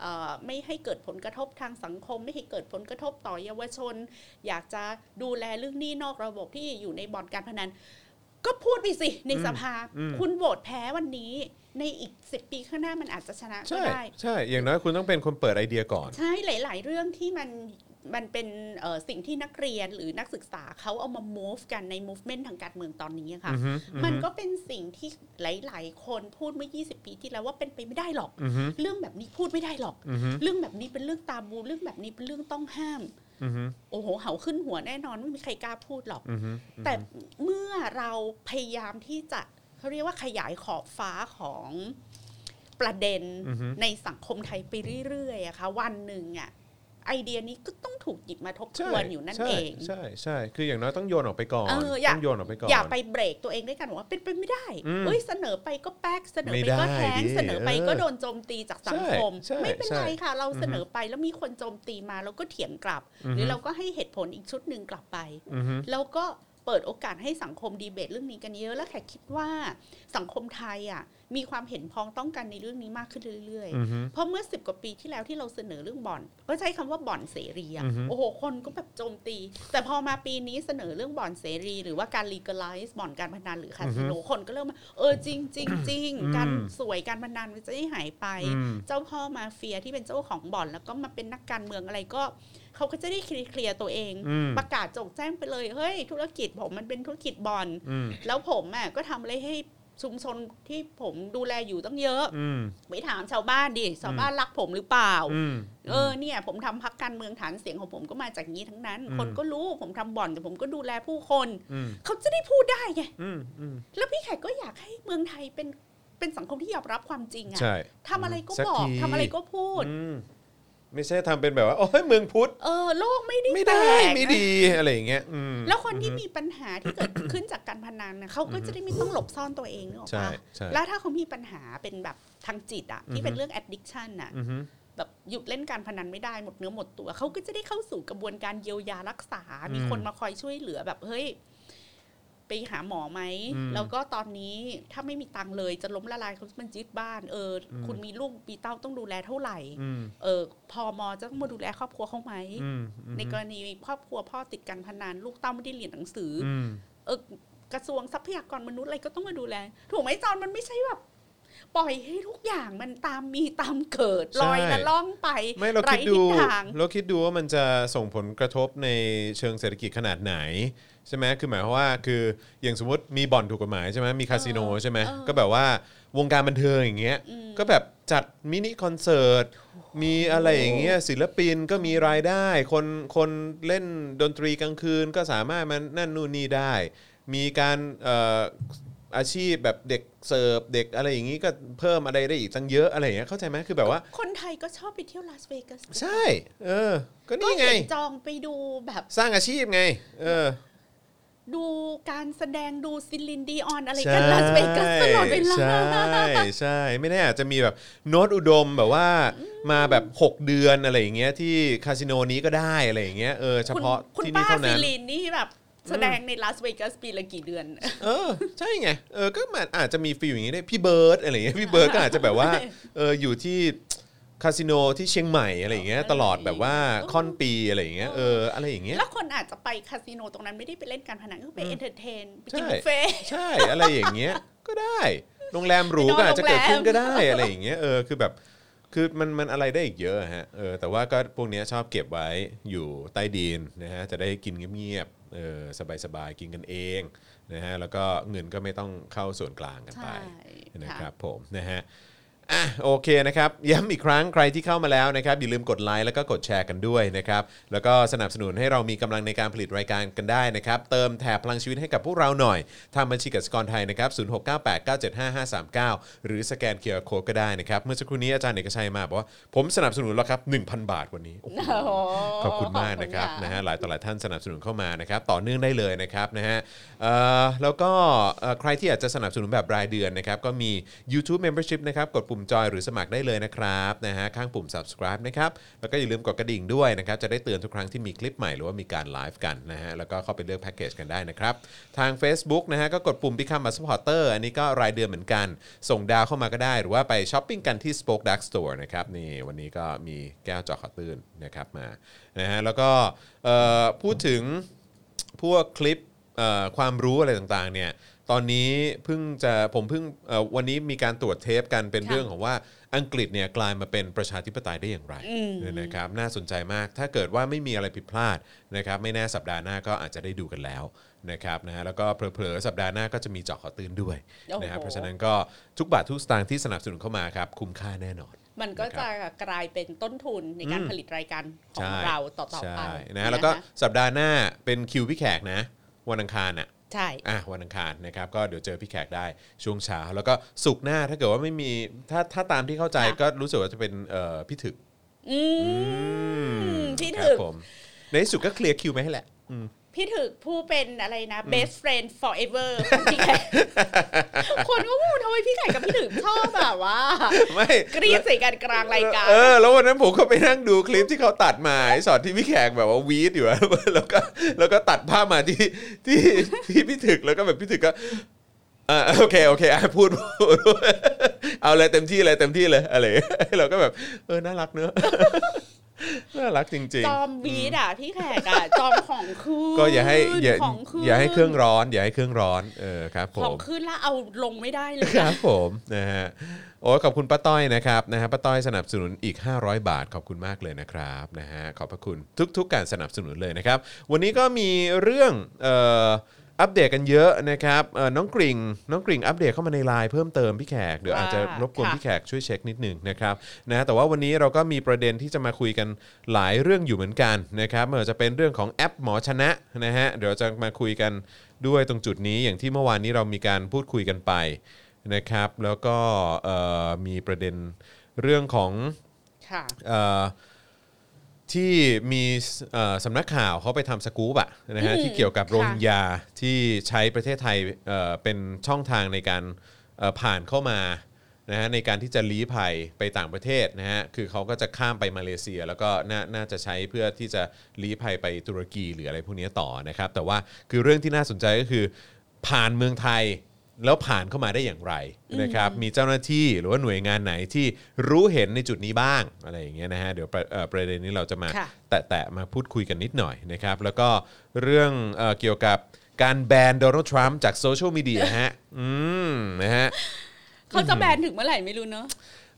D: เอ่อไม่ให้เกิดผลกระทบทางสังคม ไม่ให้เกิดผลกระทบต่อเยาวชน อยากจะดูแลเรื่องหนี้นอกระบบที่อยู่ในบ่อนการพนัน ก็พูดไปสิใน
B: อืม
D: สภา
B: อืม
D: คุณโหวตแพ้วันนี้ ในอีกสิปีข้างหน้ามันอาจจะชนะก็
B: ใช่
D: ได้
B: ใช่อย่างน้อยคุณต้องเป็นคนเปิดไอเดียก่อน
D: ใช่หลาย ๆ เรื่องที่มันมันเป็นเอ่อสิ่งที่นักเรียนหรือนักศึกษาเขาเอามา move กันใน movement ทางการเมืองตอนนี้อะค่ะ
B: อือฮึอือฮึ
D: มันก็เป็นสิ่งที่หลาย ๆ คนพูดเมื่อ 20 ปีที่แล้วว่าเป็นไปไม่ได้หรอก
B: อือฮึ
D: เรื่องแบบนี้พูดไม่ได้หรอก
B: อือฮึ
D: เรื่องแบบนี้เป็นเรื่องตาบู เรื่องแบบนี้เป็นเรื่องต้องห้าม
B: อือฮึ
D: โอ้โห เหาขึ้นหัวแน่นอนไม่มีใครกล้าพูดหรอก
B: อือฮึ
D: แต่เมื่อเราพยายามที่จะเขาเรียกว่าขยายขอบฟ้าของประเด็น
B: อือฮึ
D: ในสังคมไทยไปเรื่อยๆอะค่ะ วันหนึ่งอะไอเดียนี้ก็ต้องถูกหยิบมาทบทวนอยู่นั่นเอง
B: ใช่ใช่ใช่คืออย่างน้อยต้องโยนออกไปก่อน
D: เอออย่า
B: ต้องโยนออกไปก่อน
D: อย่าไปเบรกตัวเองด้วยกันบอกว่าเป็นไปไม่ได้
B: อืม
D: เอ้ยเสนอไปก็แป๊กเสนอ
B: ไม่
D: ไป
B: ได้
D: ก็แท้ง
B: ดิ
D: เสนอไป
B: เออ
D: ก็โดนโจมตีจากสังคม
B: ใช่ใช่
D: ไม่เป็นไรค่ะ เรา
B: อือฮึ
D: เสนอไปแล้วมีคนโจมตีมาแล้วก็เถียงกลับ
B: อือฮึ
D: หรือเราก็ให้เหตุผลอีกชุดหนึ่งกลับไป
B: อือฮึ
D: แล้วก็เปิดโอกาสให้สังคมดีเบตเรื่องนี้กันเยอะแล้วแขกคิดว่าสังคมไทยอ่ะมีความเห็นพ้องต้องกันในเรื่องนี้มากขึ้นเรื่อย
B: อือฮึ
D: ๆเพราะเมื่อสิบกว่าปีที่แล้วที่เราเสนอเรื่องบ่อน ก็ใช้คำว่าบ่อนเสรีอ่ะ
B: อือฮึ
D: โอ้โหคนก็แบบโจมตี แต่พอมาปีนี้เสนอเรื่องบ่อนเสรี หรือว่าการ legalize บ่อนการพนันหรือคาสิโนคนก็เริ่มมาเออจริงจริงจริงการสวยการพนันมันจะได้หายไป
B: อืม
D: เจ้าพ่อมาเฟียที่เป็นเจ้าของบ่อน แล้วก็มาเป็นนักการเมืองอะไรก็ เขาก็จะได้เคลียร์ตัวเอง
B: อืม
D: ประกาศโจงแจ้งไปเลยเฮ้ย ธุรกิจผมมันเป็นธุรกิจบ่อน
B: อืม
D: แล้วผมอ่ะก็ทำอะไรให้ชุมชนที่ผมดูแลอยู่ตั้งเยอะ
B: อืม
D: ไปถามชาวบ้านดิชาวบ้านรักผมหรือเปล่า
B: อืม
D: เออเนี่ย ผมทำพักการเมืองฐานเสียงของผมก็มาจากนี้ทั้งนั้น
B: อืม
D: คนก็รู้ผมทำบ่อนแต่ผมก็ดูแลผู้คน
B: อืม
D: เขาจะได้พูดได้ไง
B: อืมอืม
D: แล้วพี่แขกก็อยากให้เมืองไทยเป็นเป็นสังคมที่ยอมรับความจริงอะ
B: ใช่
D: ทำอะไรก็
B: สั
D: บอก
B: ที
D: ทำอะไรก็พูด
B: อืมไม่ใช่ทำเป็นแบบว่า โอ้ยเมืองพุทธ
D: เออโลกไม่ได้
B: ไม่ได้
D: แตก
B: ไม่
D: นะ
B: ดีอะไรอย่างเงี้ยอืม
D: แล้วคนที่มีปัญหาที่เกิด ขึ้นจากการพนันนะเขาก็จะได้ไม่ต้องหลบซ่อนตัวเองนึกออก
B: ใช่
D: ปะ
B: ใช่
D: แล้วถ้าเขามีปัญหาเป็นแบบทางจิตอะ
B: อือฮึ
D: ที่เป็นเรื่อง addiction อะ
B: อือฮึ
D: แบบหยุดเล่นการพนันไม่ได้หมดเนื้อหมดตัว เขาก็จะได้เข้าสู่กระบวนการเยียวยารักษา มีคนมาคอยช่วยเหลือแบบเฮ้ย ไปหาหมอไหม แล้วก็ตอนนี้ถ้าไม่มีตังค์เลยจะล้มละลายเขามันยึดบ้าน เอออคุณมีลูกมีเต้าต้องดูแลเท่าไหร่
B: อืม
D: เออพอมอจะต้องมาดูแลครอบครัวเขาไหม
B: อืมอืม
D: ในกรณีครอบครัวพ่อติดการพนันลูกเต้าไม่ได้เรียนหนังสืออ
B: อืม
D: เออ กระทรวงทรัพยากรมนุษย์อะไรก็ต้องมาดูแล ถูกไหมจอนมันไม่ใช่แบบ ปล่อยให้ทุกอย่างมันตามมีตามเกิด
B: ใช่
D: ลอยละล่องไป
B: ไม่เราคิด
D: ทิ
B: ดู
D: ศทาง
B: เราคิดดูว่ามันจะส่งผลกระทบในเชิงเศรษฐกิจขนาดไหน ใช่ไหมคือหมายความว่าคืออย่างสมมติมีบ่อนถูกกฎหมายใช่ไหมมีคาสิโนใช่ไหม
D: เออ
B: ก็แบบว่าวงการบันเทิงอย่างเงี้ย
D: อืม
B: ก็แบบจัดมินิคอนเสิร์ตมีอะไรอย่างเงี้ยศิลปินก็มีรายได้ คนคนเล่นดนตรีกลางคืนก็สามารถมานั่นนู่นนี่ได้ มีการเอ่ออาชีพแบบเด็กเสิร์ฟเด็กอะไรอย่างงี้ก็เพิ่มอะไรได้อีกตั้งเยอะอะไรอย่างเงี้ยเข้าใจไหมคือแบบว่า
D: คนไทยก็ชอบไปเที่ยวลาสเวกัส
B: ใช่ เออ ก็
D: ก็
B: นี่ไง
D: เห็นจองไปดูแบบ
B: สร้างอาชีพไง เออ
D: ดูการแสดงดูซิลินดีออนอะไรกันลาสเวกัสตลอดเวลา
B: ใช่ใช่ใช่ ไม่แน่อาจจะมีแบบโน้ตอุดมแบบว่ามาแบบ 6 เดือนอะไรอย่างเงี้ยที่คาสิโนนี้ก็ได้อะไรอย่างเงี้ยเออเฉ
D: คุณ
B: พาะ
D: คุณ
B: ที่นี่
D: ป้า
B: เท่า
D: ซิ
B: นั้น
D: ลินนี่แบบแสดงในลาสเวกัสปีละกี่เดือน
B: เออใช่ไงเออก็มันอาจจะมีฟีลอย่างนี้ได้พี่เบิร์ดอะไรอย่างเงี้ยพี่เบิร์ดก็อาจจะแบบว่าเอออยู่ที่คาสิโนที่เชียงใหม่อะไรอย่างเงี้ยตลอดแบบ ว่าค่อนปีอะไรอย่างเงี้ยเอออะไรอย่างเงี้ย
D: แล้วคนอาจจะไปคาสิโนตรงนั้นไม่ได้ไปเล่นการพนันก็ไปเอนเตอร์เทนไปกิน
B: ใช่
D: บุฟเฟ่ต์
B: ใช่ อะไรอย่างเงี้ยก็ได้โรงแรมหรูก็อาจจะเกิดขึ้นก็ได้อะไรอย่างเงี้ยเออคือแบบคือมันมันอะไรได้อีกเยอะฮะเออแต่ว่าก็พวกเนี้ยชอบเก็บไว้อยู่ใต้ดินนะฮะจะได้กินเงียบๆเออสบายๆกินกันเองนะฮะแล้วก็เงินก็ไม่ต้องเข้าส่วนกลางกันไป
D: ใช่
B: นะ
D: ค่ะ
B: ครับผมนะฮะ อ่ะโอเคนะครับย้ำอีกครั้งใครที่เข้ามาแล้วนะครับอย่าลืมกดไลค์แล้วก็กดแชร์กันด้วยนะครับแล้วก็สนับสนุนให้เรามีกำลังในการผลิตรายการกันได้นะครับเติมแถบพลังชีวิตให้กับพวกเราหน่อยทางบัญชีกสิกรไทยนะครับ0698975539 หรือสแกนเคอร์โคก็ได้นะครับเมื่อสักครู่นี้อาจารย์เอกชัยมาบอกว่าผมสนับสนุนแล้วครับ 1,000 บาทวันนี้โอ้โห
D: โอ้
B: ขอบคุณมากนะครับ
D: ขอณ
B: นะฮะหลายต่อหลายท่านสนับสนุนเข้ามานะครับต่อเนื่องได้เลยนะครับนะฮะเอ่อแล้วก็เอ่อใครที่อยากจะสนับสนุนแบบรายเดือนนะครับก็มี YouTube Membership นะครับกดปุ่มจอยหรือสมัครได้เลยนะครับนะฮะข้างปุ่ม subscribe นะครับแล้วก็อย่าลืมกดกระดิ่งด้วยนะครับจะได้เตือนทุกครั้งที่มีคลิปใหม่หรือว่ามีการไลฟ์กันนะฮะแล้วก็เข้าไปเลือกแพ็กเกจกันได้นะครับทาง Facebook นะฮะก็กดปุ่ม Become a supporter อันนี้ก็รายเดือนเหมือนกัน ส่งดาวเข้ามาก็ได้ หรือว่าไปช้อปปิ้งกันที่ Spoke Dark Store นะครับนี่วันนี้ก็มีแก้วเจอขอตื่นนะครับมา นะฮะแล้วก็เอ่อพูดถึงพวกคลิปเอ่อความรู้อะไรต่างๆเนี่ยตอนนี้เพิ่งจะผมเพิ่งเอ่อวันนี้มีการตรวจเทปกันเป็น
D: ค่ะ
B: เรื่องของว่าอังกฤษเนี่ยกลายมาเป็นประชาธิปไตยได้อย่างไร
D: อืม
B: เนี่ยนะครับน่าสนใจมากถ้าเกิดว่าไม่มีอะไรผิดพลาดนะครับไม่แน่สัปดาห์หน้าก็อาจจะได้ดูกันแล้วนะครับนะฮะแล้วก็เผลอๆสัปดาห์หน้าก็จะมีเจาะขอตื่นด้วยนะครับเพราะฉะนั้นก็ทุกบาททุกสตางค์ที่สนับสนุนเข้ามาครับคุ้มค่าแน่นอน
D: มันก็จะกลายเป็นต้นทุนในการ
B: อืม
D: ผลิตรายการขอ
B: ใช่
D: งเราต่อๆไป
B: ใช่นะแล้วก็สัปดาห์หน้าเป็นคิวพี่แขกนะ วันอังคารอ่ะ
D: ใช่
B: อ่ะวันอังคารนะครับก็เดี๋ยวเจอพี่แขกได้ช่วงเช้า แล้วก็สุกร์หน้าถ้าเกิดว่าไม่มีถ้าถ้าตามที่เข้าใจ
D: ค่ะ
B: ก็รู้สึกว่าจะเป็นเอ่อพี่ถึก
D: อืม พี่ถึก
B: ครับผมในที่สุดก็เคลียร์คิวมาให้แหละ
D: พี่ถึกผู้เป็นอะไรนะ best friend forever ของพี่แข กคนก็พูดทำไมพี่แขกกับพี่ถึกชอบแบบว่า
B: ไม่
D: เกรียดใส่กันกลางรายการ
B: เออแล้ววันนั้นผมก็ไปนั่งดูคลิปที่เขาตัดมาไอ้สอนที่พี่แขกแบบว่าวีดอยู่อะ แล้วก็แล้วก็ตัดภาพมาที่ที่ที่พี่ถึกแล้วก็แบบพี่ถึกก็อ่าโอเคโอเคอ่ะพูดพูดเอาเลยเต็มที่เลยเต็มที่เลยอะไร เราก็แบบเออน่ารักเนอะ น่ารักจริง
D: จอมวีดอ่ะพี่แขกอ่ะ จอมของคืน
B: ๆ ก็อย่าให้อย่า
D: ของคืน
B: อย่าให้เครื่องร้อน อย่าให้เครื่องร้อนเออครับผ
D: ของ
B: ม
D: คืนแล้วเอาลงไม่ได้เลย
B: ครับผมนะฮะโอ้ขอบคุณป้าต้อยนะครับนะฮะป้าต้อยสนับสนุนอีก 500 บาทขอบคุณมากเลยนะครับนะฮะขอบพระคุณทุก ๆ การสนับสนุนเลยนะครับ วันนี้ก็มีเรื่องเอ่ออัปเดตกันเยอะนะครับเอ่อน้องกริ่งน้องกริ่งอัปเดตเข้ามาในไลน์เพิ่มเติมพี่แขกเดี๋ยว
D: ว่า
B: อาจจะรบกวน
D: ค่ะ
B: พี่แขกช่วยเช็คนิดหนึงนะครับนะแต่ว่าวันนี้เราก็มีประเด็นที่จะมาคุยกันหลายเรื่องอยู่เหมือนกันนะครับไม่ว่าจะเป็นเรื่องของแอปหมอชนะนะฮะเดี๋ยวจะมาคุยกันด้วยตรงจุดนี้อย่างที่เมื่อวานนี้เรามีการพูดคุยกันไป นะครับแล้วก็เอ่อมีประเด็นเรื่องของ
D: ค่ะ
B: เออที่มีเอ่อสำนักข่าวเขาไปทำสกู๊ปอะนะฮะ
D: อืม
B: ที่เกี่ยวกับโร
D: ค่ะ
B: ฮิงญาที่ใช้ประเทศไทยเอ่อเป็นช่องทางในการเอ่อผ่านเข้ามานะฮะในการที่จะลี้ภัยไปต่างประเทศนะฮะคือเขาก็จะข้ามไปมาเลเซีย แล้วก็น่าน่าจะใช้เพื่อที่จะลี้ภัยไปตุรกีหรืออะไรพวกเนี้ยต่อนะครับแต่ว่าคือเรื่องที่น่าสนใจก็คือ ผ่านเมืองไทยแล้วผ่านเข้ามาได้อย่างไรนะครับมีเจ้าหน้าที่หรือว่าหน่วยงานไหนที่รู้เห็นในจุดนี้บ้างอะไรอย่างเงี้ยนะฮะเดี๋ยวประเอ่อประเด็นนี้เราจะมา
D: ค่ะ
B: แตะๆมาพูดคุยกันนิดหน่อยนะครับแล้วก็เรื่องเออเกี่ยวกับ การแบนโดนัลด์ทรัมป์จากโซเชียลมีเดียฮะ อืมนะฮะ
D: เขาจะแบนถึงเมื่อไหร่ไม่รู้เนอะ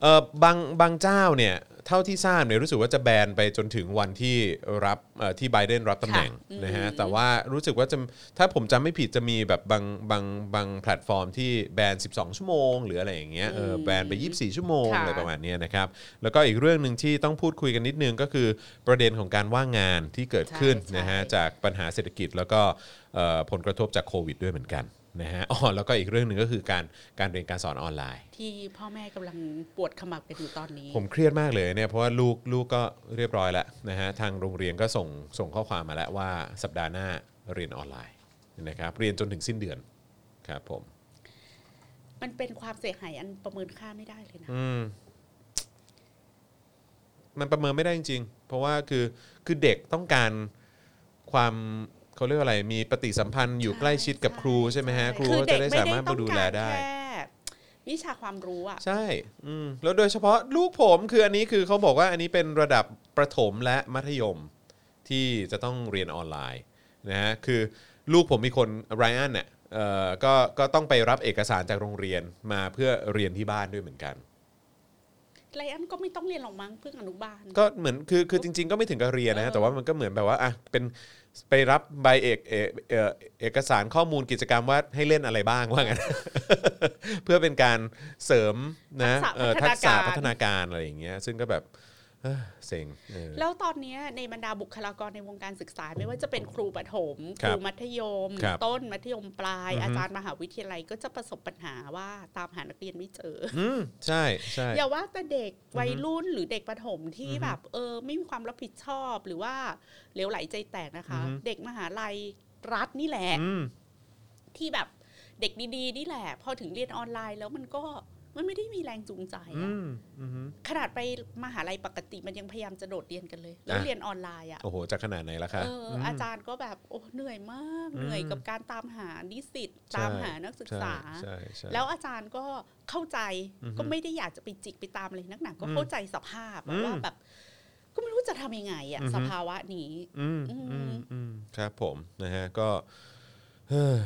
B: เออบางบางเจ้าเนี่ยเท่าที่ทราบเนี่ยรู้สึกว่าจะแบนไปจนถึงวันที่รับเอ่อที่ไบเดนรับตำแหน่ง
D: ค่ะอืม
B: นะฮะแต่ว่ารู้สึกว่าจะถ้าผมจำไม่ผิดจะมีแบบบางบางบางแพลตฟอร์มที่แบน 12 ชั่วโมง หรืออะไรอย่างเงี้ยเออแบนไป 24 ชั่วโมงอะไรประมาณเนี้ยนะครับแล้วก็อีกเรื่องหนึ่งที่ต้องพูดคุยกันนิดนึงก็คือประเด็นของการว่างงานที่เกิดขึ้นนะฮะ
D: ใช่
B: จากปัญหาเศรษฐกิจแล้วก็เอ่อผลกระทบจากโควิดด้วยเหมือนกันนะฮะ อ๋อแล้วก็อีกเรื่องหนึ่งก็คือการการเรียนการสอนออนไลน์
D: ที่พ่อแม่กำลังปวดขมับกันอยู่ตอนนี้
B: ผมเครียดมากเลยเนี่ยเพราะว่าลูกลูกก็เรียบร้อยแล้วนะฮะทางโรงเรียนก็ส่งส่งข้อความมาแล้วว่าสัปดาห์หน้าเรียนออนไลน์นะครับเรียนจนถึงสิ้นเดือนครับผม
D: มันเป็นความเสียหายอันประเมินค่าไม่ได้เลยนะ
B: อืมมันประเมินไม่ได้จริงๆ เพราะว่าคือคือเด็กต้องการความเขาเรียกว่าอะไรมีปฏิสัมพันธ์อยู่ใกล้ชิดกับครูใช่ไหมฮะครูก็จะได้สามารถมาดูแลได้
D: คือเกม่ต้องการแค่วิชาความรู้อะ
B: ใช่อืมแล้วโดยเฉพาะลูกผมคืออันนี้คือเขาบอกว่าอันนี้เป็นระดับประถมและมัธยมที่จะต้องเรียนออนไลน์นะฮะ คือลูกผมมีคนไรอันเนี่ยเอ่อก็ ก็ต้องไปรับเอกสารจากโรงเรียนมาเพื่อเรียนที่บ้านด้วยเหมือนกัน
D: ไรอันก็ไม่ต้องเรียนหรอกมั้งเพิ่งอนุบาล
B: ก็เหมือน คือ คือจริง ๆ ก็ไม่ถึงกับเรียนนะฮะ
D: เออ
B: แต่ว่ามันก็เหมือนแบบว่า อ่ะ เป็น ไปรับใบเอกเอ่อเอ่อเอกสารข้อมูลกิจกรรมว่าให้เล่นอะไรบ้างว่า งั้น เพื่อเป็นการเสริมนะเอ่อทักษะพัฒนาการอะไรอย่างเงี้ย ซึ่งก็แบบเอ้อเซ็งเออ
D: แล้วตอนเนี้ยในบรรดาบุคลากรในวงการศึกษา ไม่ว่าจะเป็นครูประถม
B: ค
D: ครับ รูมัธยม
B: ครับ
D: ต้นมัธยมปลาย
B: อือฮึ
D: อาจารย์มหาวิทยาลัยก็จะประสบปัญหาว่าตามหานักเรียนไม่เจออ
B: อืมใช่ใช่
D: อย่าว่าแต่เด็กวัยรุ่นหรือเด็กประถมที่แบบเออไม่มีความรับผิดชอบหรือว่าเหลวไหลใจแตกนะคะ
B: อือฮึ
D: เด็กมหาลัยรัฐนี่แหละ
B: อืม
D: ที่แบบเด็กดีๆนี่แหละ พอถึงเรียนออนไลน์แล้วมันก็มันไม่ได้มีแรงจูงใจ
B: อื
D: อะ
B: มอืม
D: ขนาดไปมหาลัยปกติมันยังพยายามจะโดดเรียนกันเลย แล้ว
B: อ่ะ
D: เรียนออนไลน์อ่ะ
B: โอ้โหจะขนาดไหนล่ะคะ
D: เอออ
B: ม
D: อาจารย์ก็แบบโอ้เหนื่อยมาก
B: อืม
D: เหนื่อยกับการตามหานิสิตตามหานักศึกษา
B: ใช่ใช่ใช่
D: แล้วอาจารย์ก็เข้าใจ
B: อือฮึ
D: ก็ไม่ได้อยากจะไปจิกไปตามอะไรนักหนาก็
B: อืม
D: เข้าใจสภาพอะ
B: อืม
D: ว่าแบบ ก็ไม่รู้จะทำยังไงอ่ะ
B: อือฮึ
D: สภาวะนี้
B: อืม
D: อืม
B: อืมอืมครับผมนะฮะก็ เออ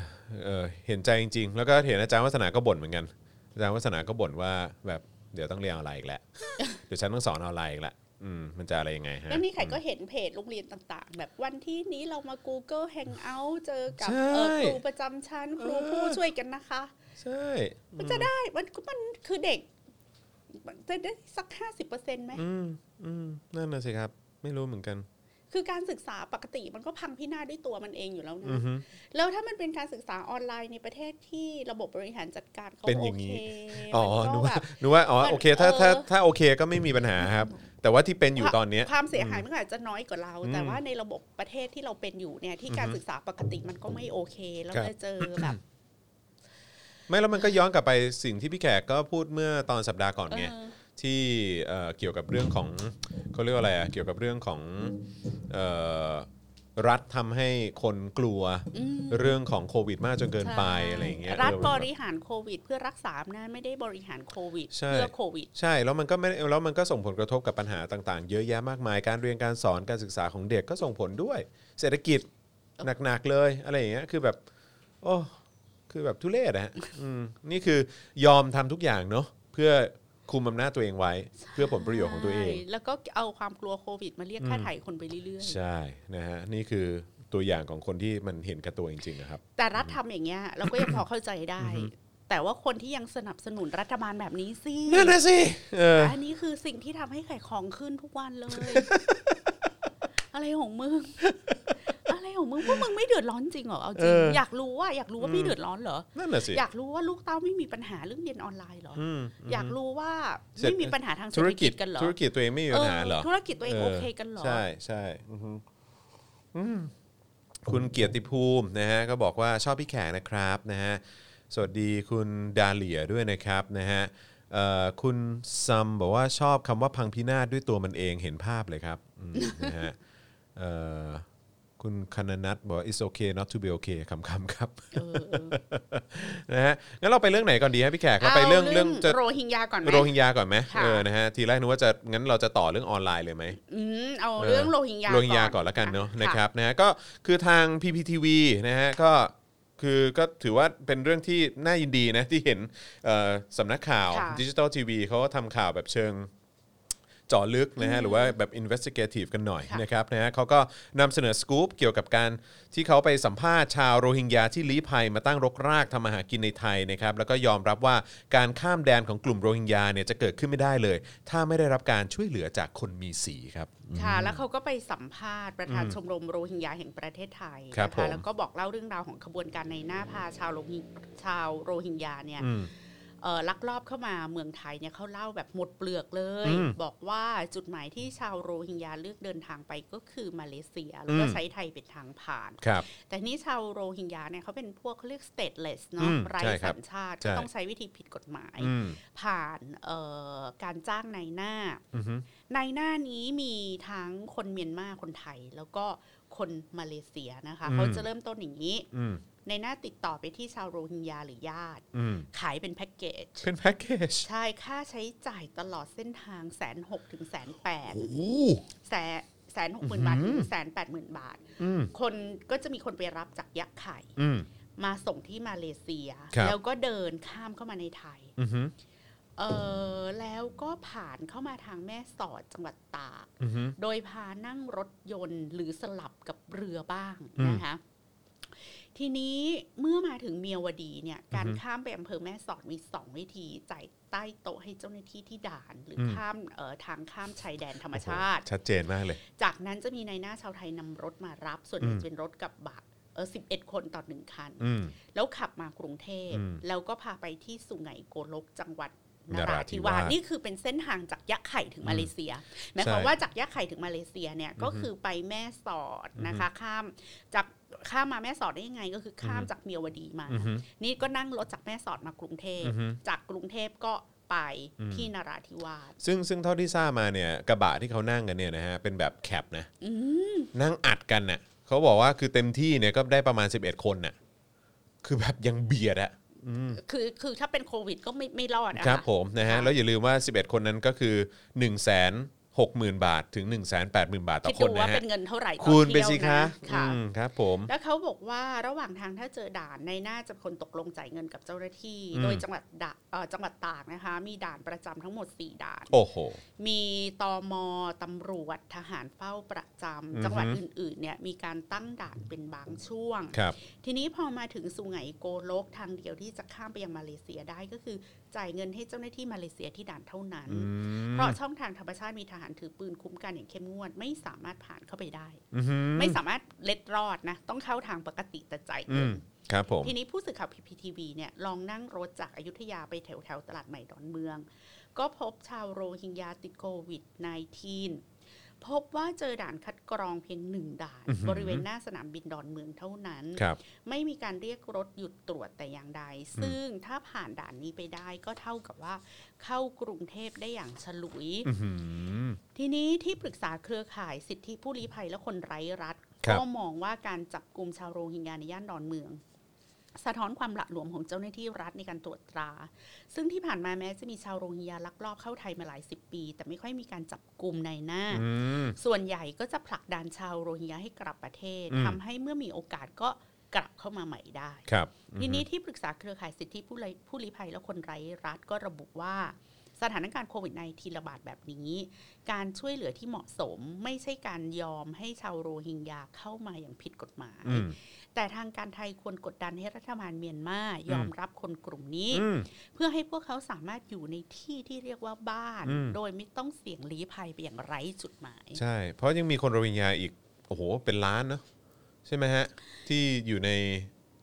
B: เออเห็นใจจริง ๆ แล้วก็เห็นอาจารย์วัฒนาก็บ่นเหมือนกันอาจารย์วัฒนาก็บ่นว่าแบบเดี๋ยวต้องเรียนออนไลน์อีกแล้ว เดี๋ยวฉันต้องสอนออนไลน์อีกและอืมมันจะอะไรยังไงฮะ
D: แล้วนี่ไข่ก็เห็นเพจโรงเรียนต่างๆ แบบวันที่นี้เรามา Google Hangout เจอกับ
B: ใช่
D: เอ่อครูประจำชั้นครู
B: เออ
D: ผู้ช่วยกันนะคะ
B: ใช่
D: มันจะได้มันก็มันคือเด็กมันจะได้สัก 50%ไหม
B: อืมอืมนั่นน่ะสิครับ ไม่รู้เหมือนกัน
D: คือการศึกษาปกติมันก็พังพินาศด้วยตัวมันเองอยู่แล้ว
B: อื
D: นะ
B: อฮึ
D: แล้วถ้ามันเป็นการศึกษาออนไลน์ในประเทศที่ระบบบริหารจัดการเขา
B: เป็นอ
D: โอย่าง
B: นี้
D: เค
B: อ๋อ
D: มัน
B: นึ
D: ก็
B: กว่า
D: แบบ
B: นึกว่าอ๋อ
D: มัน
B: โอเคถ้า
D: เออ
B: ถ้าถ้าโอเคก็ไม่มีปัญหาครับ แต่ว่าที่เป็นอยู่ตอนเนี้ย
D: ความเสียหายมันอาจจะน้อยกว่าเรา
B: อืม
D: แต่ว่าในระบบประเทศที่เราเป็นอยู่เนี่ย ที่การศึกษาปกติมันก็ไม่โอเค แล้ว
B: ครับ
D: จะเจอแบบ
B: ไม่แล้วมันก็ย้อนกลับไปสิ่งที่พี่แขกก็พูดเมื่อตอนสัปดาห์ก่อนไง
D: เออ
B: ที่เอ่อเกี่ยวกับเรื่องของเขาเรียกว่าอะไรอ่ะเกี่ยวกับเรื่องของเอ่อรัฐทำให้คนกลัว
D: อืม
B: เรื่องของโควิดมากจนเกินไป
D: ใช่
B: อะไรอย่างเงี้ย
D: รัฐ
B: เออมัน
D: บ
B: แบบ
D: ริหารโควิด เพื่อรักษาอำนาจไม่ได้บริหารโควิด
B: ใช่
D: เพื่อโควิด
B: ใช่แล้วมันก็ไม่ได้แล้วมันก็ส่งผลกระทบกับปัญหาต่างๆ เยอะแยะมากมาย การเรียนการสอนการศึกษาของเด็กก็ส่งผลด้วย เศรษฐกิจหนักๆเลยอะไรอย่างเงี้ยคือแบบโอ้คือแบบทุเรศนะฮะอืมนี่คือยอมทำทุกอย่างเนาะเพื่อคุมอำนาจตัวเองไว้ เพื่อผลประโยชน์ของตัวเอง
D: ใช่แล้วก็เอาความกลัวโควิด มาเรียกค่าไถ่คนไปเรื่อย
B: ใช่นะฮะนี่คือตัวอย่างของคนที่มันเห็นกับตัวจริงๆนะครับ
D: ๆ แต่รัฐทำอย่างเงี้ยเราก็ยังพอเข้าใจได้ แต่ว่าคนที่ยังสนับสนุนรัฐบาลแบบนี้สิ
B: นั่นนะสิเออ
D: อันนี้คือสิ่งที่ทำให้ไข่ของขึ้นทุกวันเลย อะไรของมึง อะไรของมึงพวกมึงไม่เดือดร้อนจริงเหรอเอาจริงอยากรู้ว่าอยากรู้ว่าพี่เดือดร้อนเหรอ
B: นั่นน่ะสิ
D: อยากรู้ว่าลูกเต้าไม่มีปัญหาเรื่องเรียนออนไลน์เหรอ
B: อืม
D: อยากรู้ว่า
B: เศรษฐ
D: ไม่มีปัญหาทางเศร
B: ธุ
D: ษ
B: ร
D: ฐ
B: กิ
D: กิ
B: จ
D: จกันเหรอ
B: ธุรกิจตัวเองไม่มีปัญหาเหรอ
D: เออธุรกิจตัวเอง
B: เออ
D: โอเคกันเหรอ
B: ใช่ใช่อือฮึอืมคุณเกียรติภูมินะฮะก็บอกว่าชอบพี่แขกนะครับนะฮะสวัสดีคุณดาเลียด้วยนะครับนะฮะเอ่อคุณซัมบอกว่าชอบคำว่าพังพินาศด้วยตัวมันเองเห็นภาพเลยครับอืมนะฮะเอ่อคุณคณนัทบอกว่า it's okay not to be okay คำๆครับ
D: เออเออ
B: นะฮะงั้นเราไปเรื่องไหนก่อนดีฮะพี่แขกเราไปเรื่อง
D: า
B: เรื่องจะ
D: โรฮิงญาก่อนไหม
B: โรฮิงญาก่อนไหม
D: ค่ะ
B: เออนะฮะทีแรกนึกว่าจะงั้นเราจะต่อเรื่องออนไลน์เลยไหม
D: อืมเอาเรื่องโรฮิงญา
B: โรฮิงญาก่อนละกันเนาะนะครับนะฮะก็คือทาง PPTV นะฮะก็ คือก็ถือว่าเป็นเรื่องที่น่ายินดีนะที่เห็นเอ่อสำนักข่าว
D: ค่ะ
B: ดิจิตอลทีวีเขาก็ทำข่าวแบบเชิงเจาะลึกนะฮะหรือว่าแบบ investigative กันหน่อยนะครับนะฮะเขาก็นำเสนอสกู๊ปเกี่ยวกับการที่เขาไปสัมภาษณ์ชาวโรฮิงญาที่ลี้ภัยมาตั้งรกรากทำมาหากินในไทยนะครับแล้วก็ยอมรับว่าการข้ามแดนของกลุ่มโรฮิงญาเนี่ยจะเกิดขึ้นไม่ได้เลย ถ้าไม่ได้รับการช่วยเหลือจากคนมีสีครับ
D: ค่ะ แล้วเขาก็ไปสัมภาษณ์ประธานชมรมโรฮิงญาแห่งประเทศไทย
B: ครับ
D: นะ
B: ผม
D: คะแล้วก็บอกเล่าเรื่องราวของขบวนการในหน้าพาชาวโรฮิงชาวโรฮิงญาเนี่ย
B: อืม
D: เอ่อลักลอบเข้ามาเมืองไทยเนี่ยเขาเล่าแบบหมดเปลือกเลย
B: อืม
D: บอกว่าจุดหมายที่ชาวโรฮิงญาเลือกเดินทางไปก็คือมาเลเซีย แล้วก็
B: อืม
D: ใช้ไทยเป็นทางผ่าน
B: ครับ
D: แต่นี่ชาวโรฮิงญาเนี่ยเขาเป็นพวกเขาเรียก stateless
B: อื
D: เนาะ
B: ม
D: ไร้
B: ใช่ครับ
D: สัญชาติ
B: ใช่
D: ก็ต้องใช้วิธีผิดกฎหมาย
B: อืม
D: ผ่านเอ่อการจ้างนายหน้า
B: อือฮึ
D: ในหน้านี้มีทั้งคนเมียนมาคนไทย แล้วก็คนมาเลเซียนะคะ
B: อืม
D: เขาจะเริ่มต้นอย่างนี้
B: อืม
D: ในหน้าติดต่อไปที่ชาวโรฮิงญาหรือญาติ
B: อืม
D: ขายเป็นแพ็กเกจ
B: เป็นแพ็กเกจ
D: ใช่ค่าใช้จ่ายตลอดเส้นทางแสนหกถึงแสนแปด
B: โอ้โห
D: แสนแสนหกหมื่นบาท
B: อื้
D: ถึ
B: อหื
D: ง
B: อ
D: แสนแปดหมื่นบาท
B: อืม
D: คนก็จะมีคนไปรับจากยะไข่
B: อืม
D: มาส่งที่มาเลเซีย
B: ครับ
D: แล้วก็เดินข้ามเข้ามาในไทย
B: อือฮึ
D: เออแล้วก็ผ่านเข้ามาทางแม่สอดจังหวัดตาก
B: อือฮึ
D: โดยพานั่งรถยนต์หรือสลับกับเรือบ้าง
B: อืม
D: นะคะทีนี้เมื่อมาถึงเมียวดีเนี่ยการ
B: อือฮึ
D: ข้ามไปอำเภอแม่สอดมีสองวิธีจ่ายใต้โต๊ะให้เจ้าหน้าที่ที่ด่าน หรืออ
B: ม
D: ข้ามเอ่อทางข้ามชายแดนธรรมชาติ
B: ชัดเจนมากเลย
D: จากนั้นจะมีนายหน้าชาวไทยนำรถมารับ ส่วนใหญ่
B: อืม
D: จะเป็นรถกับบักเออสิบเอ็ดคนต่อหนึ่งคัน
B: อืม
D: แล้วขับมากรุงเทพ
B: อืม
D: แล้วก็พาไปที่สุไหงโกลกจังหวัดน
B: นรา
D: รา
B: ธิวาว
D: ธิา
B: ส
D: สนี่คือเป็นเส้นทางจากยะไข่ถึงมาเลเซียหมาย
B: ใช่
D: ความว่าจากยะไข่ถึงมาเลเซียเนี่ยก็
B: อือฮึ
D: คือไปแม่สอดนะคะ ข้ามจากข้ามมาแม่สอดได้ยังไง ก็คือข้าม
B: อือฮึ
D: จากเมียวดีมา
B: อือฮึ
D: นี่ก็นั่งรถจากแม่สอดมากรุงเทพ
B: อือฮึ
D: จากกรุงเทพก็ไป
B: อืม
D: ที่นราธิวาส
B: ซึ่งซึ่งเท่าที่ทราบมาเนี่ยกระบะที่เขานั่งกันเนี่ยนะฮะเป็นแบบแคปนะ
D: อืม
B: นั่งอัดกันน่ะเขาบอกว่าคือเต็มที่เนี่ยก็ได้ประมาณ 11 คนน่ะคือแบบยังเบียดอะ
D: คือคือถ้าเป็นโควิดก็ไม่ไม่รอดอะะ
B: ครับผมนะฮะ
D: ค่ะ
B: แล้วอย่าลืมว่า 11 คนนั้นก็คือ 1 6 0 0 0 0 บาทถึง 1 8 0 0 0 0 บาทต่
D: คิ
B: อค
D: ดดู
B: น
D: ว่า
B: นะฮะ
D: เป็นเงินเท่าไหร่ต่อ
B: คูณไป
D: เที่ยว
B: สิ
D: นะคะ ค่ะ
B: อืมครับผม
D: แล้วเขาบอกว่าระหว่างทางถ้าเจอด่านในหน้าจะเป็นคนตกลงจ่ายเงินกับเจ้าหน้าที่
B: อืม
D: โดยจังหวัดดะเอ่อจังหวัดตากนะคะ มีด่านประจำทั้งหมด 4 ด่าน
B: โอ้โห
D: มีตมตำรวจทหารเฝ้าประจำ
B: อือฮึ
D: จังหวัดอื่นๆเนี่ยมีการตั้งด่านเป็นบางช่วง
B: ครับ
D: ทีนี้พอมาถึงสุไหงโกลกทางเดียวที่จะข้ามไปยังมาเลเซียได้ก็คือจ่ายเงินให้เจ้าหน้าที่มาเลเซียที่ด่านเท่านั้น
B: อืม
D: เพราะช่องทางธรรมชาติมีทหารถือปืนคุ้มกันอย่างเข้มงวดไม่สามารถผ่านเข้าไปได้
B: อือฮึ
D: ไม่สามารถเล็ดรอดนะ ต้องเข้าทางปกติแต่ใจ
B: อื
D: เงิ
B: ม
D: น
B: ครับผม
D: ทีนี้ผู้สื่อข่าวพีพีทีวีเนี่ยลองนั่งรถจากอายุทยาไปแถวแถวๆตลาดใหม่ดอนเมือง ก็พบชาวโรฮิงญาติดโควิด -19 พบว่าเจอด่านคัดกรองเพียงหนึ่งด่าน
B: อื้อหือ
D: บริเวณหน้าสนามบินดอนเมืองเท่านั้น
B: ครับ
D: ไม่มีการเรียกรถหยุดตรวจแต่อย่างใด ซึ่งถ้าผ่านด่านนี้ไปได้ก็เท่ากับว่าเข้ากรุงเทพได้อย่างฉลุย
B: อืม
D: ทีนี้ที่ปรึกษาเครือข่ายสิทธิผู้ลี้ภัยและคนไร้รัฐ
B: ครับ
D: ก็มองว่าการจับกลุ่มชาวโรฮิงญาในย่านดอนเมือง สะท้อนความหละหลวมของเจ้าหน้าที่รัฐในการตรวจตรา ซึ่งที่ผ่านมาแม้จะมีชาวโรฮิงญาลักลอบเข้าไทยมาหลายสิบปี แต่ไม่ค่อยมีการจับกลุ่มในหน้า
B: อืม
D: ส่วนใหญ่ก็จะผลักดันชาวโรฮิงญาให้กลับประเทศ
B: อืม
D: ทำให้เมื่อมีโอกาสก็กลับเข้ามาใหม่ได้
B: ครับ
D: ทีนี้ที่ปรึกษาเครือข่ายสิทธิผู้ไร้ผู้ลี้ภัยและคนไร้รัฐก็ระบุว่า สถานการณ์โควิด -19 ระบาดแบบนี้ การช่วยเหลือที่เหมาะสมไม่ใช่การยอมให้ชาวโรฮิงญาเข้ามาอย่างผิดกฎหมาย
B: อืม
D: แต่ทางการไทยควรกดดันให้รัฐบาลเมียนมายอมรับคนกลุ่มนี้
B: อืม
D: เพื่อให้พวกเขาสามารถอยู่ในที่ที่เรียกว่าบ้าน
B: อืม
D: โดยไม่ต้องเสี่ยงลี้ภัยไปอย่างไร้จุดหมาย
B: ใช่ เพราะยังมีคนโรฮิงญาอีก โอ้โห เป็นล้านเนอะใช่ไหมฮะ ที่อยู่ใน